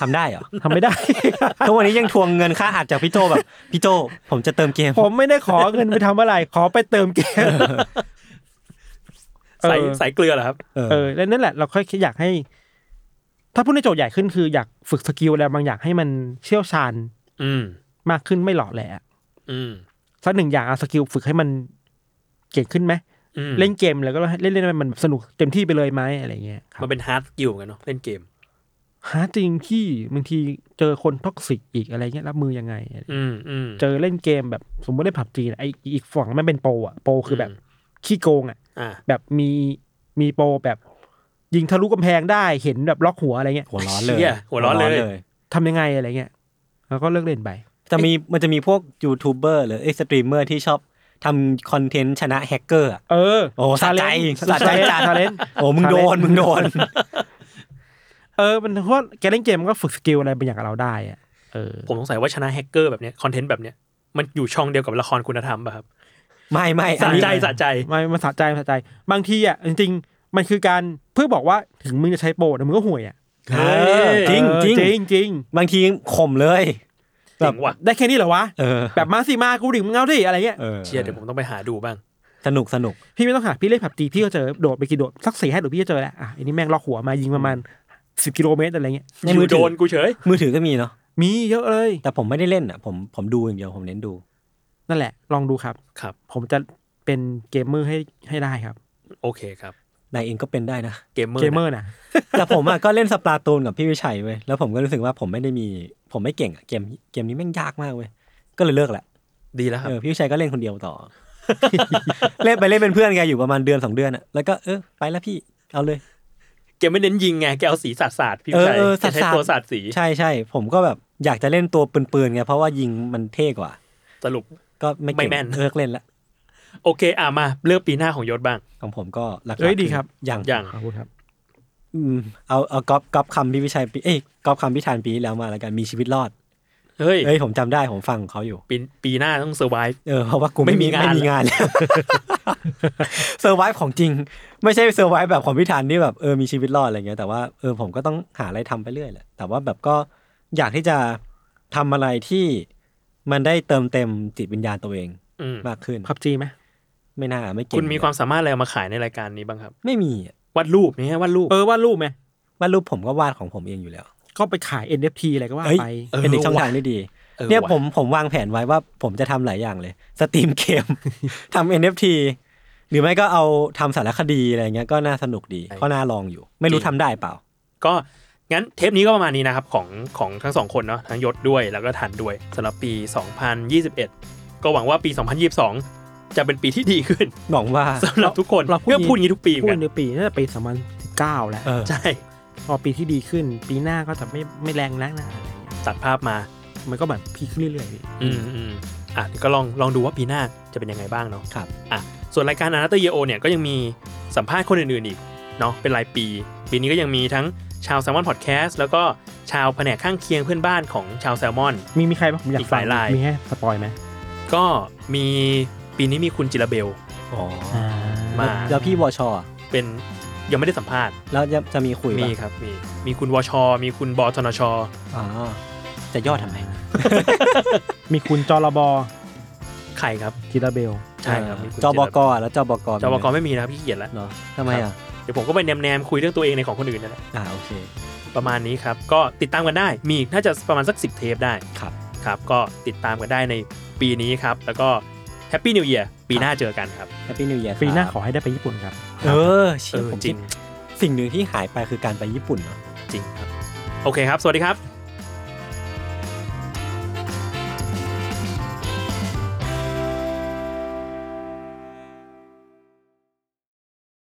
Speaker 4: ทำได้เหรอ
Speaker 3: ทำไม่ได้
Speaker 4: ทุกวันนี้ยังทวงเงินค่าอัดจากพี่โจแบบ พี่โจผมจะเติมเกม
Speaker 3: ผมไม่ได้ขอเงินไปทำอะไร ขอไปเติมเกม
Speaker 2: ใส่
Speaker 3: เออ
Speaker 2: ใส่เกลือเหรอครับ
Speaker 4: เออ
Speaker 3: เออแล้วนั่นแหละเราค่อยอยากให้ ถ้าพูดในโจทย์ใหญ่ขึ้นคืออยากฝึกสกิลอะไรบางอย่างให้มันเชี่ยวชาญ
Speaker 2: อืม
Speaker 3: มากขึ้นไม่หล่อแหละ
Speaker 2: อืม
Speaker 3: สักหนึ่งอย่างเอาสกิลฝึกให้มันเก่งขึ้นไหม
Speaker 2: อืม
Speaker 3: เล่นเกมแล้วก็เล่นเล่นๆให้มันสนุกเต็มที่ไปเลยไหมอะไรเงี้ยครั
Speaker 2: มั
Speaker 3: บ
Speaker 2: นเป็นฮาร์ดกิลกันเนาะเล่นเกม
Speaker 3: หาจริงที่บางทีเจอคนท็อกซิกอีกอะไรเงี้ยรับมือยังไง
Speaker 2: อืมอืม
Speaker 3: เจอเล่นเกมแบบสมมติเล่นผับจีนะไออีกฝั่งมันเป็นโปรอะโปรคือแบบขี้โกงอะ
Speaker 2: อ่า
Speaker 3: แบบมีมีโปรแบบ ยิงทะลุกำแพงได้เห็นแบบล็อกหัวอะไรเงี้ย
Speaker 4: หัวร้อนเลย
Speaker 2: ชี่หัวร้อนเลย
Speaker 3: ทำยังไงอะไรเงี้ยแล้วก็เลิกเล่นไป
Speaker 4: จะมีมันจะมีพวกยูทูบเบอร์หรือไอ้สตรีมเมอร์ที่ชอบทำคอนเทนต์ชนะแฮกเกอร์อะ
Speaker 3: เออ
Speaker 4: โอ้สะใจสะใจจัด
Speaker 3: ทาเลน
Speaker 4: โอ้มึงโดน มึงโดน
Speaker 3: เออมันเพราะแกเล่นเกมมันก็ฝึกสกิลอะไรบางอย่างกับเราได้อะเออ
Speaker 2: ผมสงสัยว่าชนะแฮกเกอร์แบบเนี้ยคอนเทนต์แบบเนี้ยมันอยู่ช่องเดียวกับละครคุณธรรมป่ะครับ
Speaker 4: ไม่ไม่อั
Speaker 2: สะ
Speaker 4: นนี้
Speaker 2: ใจสะใจ
Speaker 3: มันมันสะใจมันสะใจ บางทีอะจริงๆ มันคือการเพื่อบอกว่าถึงมึงจะใช้โปรแต่มึงก็ห่วยอะ
Speaker 4: เออจริง
Speaker 3: เออ
Speaker 4: จริง
Speaker 3: จริงจริง
Speaker 4: บางทีข่มเลย
Speaker 2: จริงว่ะ
Speaker 3: ได้แค่นี้เหรอวะ
Speaker 4: เออ
Speaker 3: แบบมาสิมากูดิ่งมึงเอาดิอะไรเงี้ย
Speaker 4: เออ
Speaker 2: เชียเดี๋ยวผมต้องไปหาดูบ้าง
Speaker 4: สนุกสนุก
Speaker 3: พี่ไม่ต้องหาพี่เล่นผับจีพี่ก็เจอโดดไปกี่โดดสักสี่ห้าโดดพี่ก็เจอแล้วอ่ะอันนี้แม่งล็อกหัวมายิงประมาณสิบกิโลเมตรอะไรเงี้ย
Speaker 4: ใน
Speaker 2: อ
Speaker 4: มื
Speaker 2: ยู่
Speaker 4: อถื
Speaker 2: โด
Speaker 4: อ
Speaker 2: นกูเฉย
Speaker 4: มือถือก็มีเนาะ
Speaker 3: มีเยอะเลย
Speaker 4: แต่ผมไม่ได้เล่นอ่ะผมผมดูอย่างเดียวผมเน้นดู
Speaker 3: นั่นแหละ ลองดูครับ
Speaker 2: ครับ
Speaker 3: ผมจะเป็นเกมเมอร์ให้ให้ได้ครับ
Speaker 2: โอเคครับ
Speaker 4: นายเองก็เป็นได้นะ
Speaker 2: เกมเมอร์
Speaker 3: เกม
Speaker 2: นะ
Speaker 3: เมอร์นะ
Speaker 4: แต่ผมอ่ะก็เล่นสปลาตูนกับพี่วิชัยเว้ยแล้วผมก็รู้สึกว่าผมไม่ได้มีผมไม่เก่งอ่ะเกมเกมนี้แม่งยากมากเว้ยก็เลยเลิกแหละ
Speaker 2: ดีแล้วครับ
Speaker 4: เออพี่วิชัยก็เล่นคนเดียวต่อ เล่นไปเล่นเป็นเพื่อนไงอยู่ประมาณเดือนสองเดือนอ่ะแล้วก็เออไปแล้วพี่เอาเลย
Speaker 2: เกมไม่เน้นยิงไงแกเอาสีสาดสาดพี่
Speaker 4: เออ
Speaker 2: ชาย
Speaker 4: เออ
Speaker 2: จะใช้
Speaker 4: สาดๆ
Speaker 2: ตัวสาดสี
Speaker 4: ใช่ใช่ผมก็แบบอยากจะเล่นตัวปืนๆไงเพราะว่ายิงมันเท่กว่า
Speaker 2: สรุป
Speaker 4: ก็ไม่เก่
Speaker 2: ไม่
Speaker 4: ง
Speaker 2: แม่น
Speaker 4: เลิกเล่นละ
Speaker 2: โอเคอ่ะมาเลือกปีหน้าของยศบ้าง
Speaker 4: ของผมก็หลักๆ
Speaker 3: เอ้ยดีครับ
Speaker 4: อย่าง
Speaker 2: อย่าง
Speaker 3: ขอบคุณครับ
Speaker 4: อืมเอาเอาก๊อปก๊อปคำพี่วิชัยปีเอ้ยก๊อปคำพี่ธานปีที่แล้วมาแล้วกันมีชีวิตรอด
Speaker 2: เฮ้ย
Speaker 4: เอ้ยผมจำได้ผมฟังของเขาอยู่
Speaker 2: ปีปีหน้าต้องเซอร์ไว
Speaker 4: เออเพราะว่ากู
Speaker 2: ไม่
Speaker 4: ไม่
Speaker 2: มี
Speaker 4: มี
Speaker 2: งาน
Speaker 4: ไม่มีงาน แล้วเซอร์ไวฟ์ของจริง ไม่ใช่เซอร์ไวฟ์แบบของพิธันที่แบบเออมีชีวิตรอดอะไรเงี้ยแต่ว่าเออผมก็ต้องหาอะไรทำไปเรื่อยแหละแต่ว่าแบบก็อยากที่จะทำอะไรที่มันได้เติมเต็มจิตวิญญาณตัวเอง
Speaker 2: อืม
Speaker 4: มากขึ้น
Speaker 3: ผับจีไหม
Speaker 4: ไม่น่าไม่เก่ง
Speaker 2: คุณมีความสามารถอะไรเอามาขายในรายการนี้บ้างครับ
Speaker 4: ไม่มีอะ
Speaker 2: วาดรูปเนี่ยฮะวาดรูป
Speaker 3: เออวาดรูปไหม
Speaker 4: วาดรูปผมก็วาดของผมเองอยู่แล้ว
Speaker 3: ก็ไปขาย NFT อะไรก็ว่า
Speaker 4: เอ้ย
Speaker 3: ไป
Speaker 2: เออ
Speaker 4: เป็นอีกช่องทาง
Speaker 2: ว่ะ
Speaker 4: ที่ดี
Speaker 2: ออ
Speaker 4: เนี่ย
Speaker 2: ว่ะ
Speaker 4: ผมผมวางแผนไว้ว่าผมจะทำหลายอย่างเลยสตรีมเกม ทำ NFT หรือไม่ก็เอาทำสารคดีอะไรเงี้ยก็น่าสนุกดี ก็น่าลองอยู่ ไม่รู้ทำได้เปล่า
Speaker 2: ก็งั้นเทปนี้ก็ประมาณนี้นะครับของของทั้งสองคนเนาะทั้งยศด้วยแล้วก็ทันด้วยสำหรับปี 2021 ก็หวังว่าปี 2022 จะเป็นปีที่ดีขึ้น
Speaker 4: หวังว่า
Speaker 2: สำหรับทุกคน
Speaker 3: เราพูด
Speaker 2: เพื่อพูดอย่างนี้ทุกปีเหมื
Speaker 3: พู
Speaker 2: อน
Speaker 3: ด
Speaker 2: กัน
Speaker 3: ในปีน่าจะปีสองพันสิบเก้าแล้ว
Speaker 4: เออ
Speaker 2: ใช่
Speaker 3: พอปีที่ดีขึ้น ปีหน้าก็จะไม่ไม่แรงนักนะอะไรเงี้ย
Speaker 2: ตัดภาพมา
Speaker 3: มันก็แบบพีคขึ้นเรื่อยๆพี่
Speaker 2: อืมอืมอ่ะเดี๋ยวก็ลองลองดูว่าปีหน้าจะเป็นยังไงบ้างเนาะ
Speaker 4: ครับ
Speaker 2: อ่ะส่วนรายการอนาเตอร์เยโอเนี่ยก็ยังมีสัมภาษณ์คนอื่นๆอีกเนาะเป็นรายปี ปีนี้ก็ยังมีทั้งชาวแซลมอนพอดแคสต์แล้วก็ชาวแผนกข้างเคียงเพื่อนบ้านของชาวแซลมอน
Speaker 3: มีมีใครบ้างผมอยาก
Speaker 2: อีกหลาย
Speaker 3: ฟัง
Speaker 2: ราย
Speaker 3: มีให้สปอยไหม
Speaker 2: ก็มีปีนี้มีคุณจิระเบล
Speaker 4: อ๋อ
Speaker 3: อ่า
Speaker 2: มา
Speaker 4: แล้วพี่วอชอ
Speaker 2: เป็นยังไม่ได้สัมภาษณ์
Speaker 4: แล้วจะจะมีคุย
Speaker 2: มี
Speaker 4: ปะ
Speaker 2: ครับมีมีคุณวช มีคุณบอทนช
Speaker 4: อ๋อจะย่อทำไม
Speaker 3: มีคุณจอระบอ
Speaker 2: ใครครับ
Speaker 3: จิราเบล
Speaker 2: ใช่ครับมีคุณ
Speaker 4: จ
Speaker 2: ระ
Speaker 4: บ
Speaker 2: เ
Speaker 4: กแล้วจบก
Speaker 2: จบกไม่มีนะครับพี่เกียรแล้ว
Speaker 4: เหรอทำไมอ่ะ
Speaker 2: เดี๋ยวผมก็ไปแนมๆคุยเรื่องตัวเองในของคนอื่นนั่นแหละ
Speaker 4: อ่าโอเค
Speaker 2: ประมาณนี้ครับ ก็ติดตามกันได้ มีอีกน่าจะประมาณสัก 10 เทปได้
Speaker 4: ครับ
Speaker 2: ครับ ก็ติดตามกันได้ในปีนี้ครับ แล้วก็แฮปปี้นิว e ยีปีหน้าเจอกันครับ
Speaker 4: แฮปปี้นิวเยียร์
Speaker 3: ปีหน้าขอให้ได้ไปญี่ปุ่นครับ
Speaker 4: เออ
Speaker 2: เอ
Speaker 4: เชี่ย
Speaker 2: อ
Speaker 4: ผม
Speaker 2: จริง
Speaker 4: คิดสิ่งหนึ่งที่หายไปคือการไปญี่ปุ่นเนาะ
Speaker 2: จริงครับ โอเคครับ สวัสดีครับ
Speaker 4: ส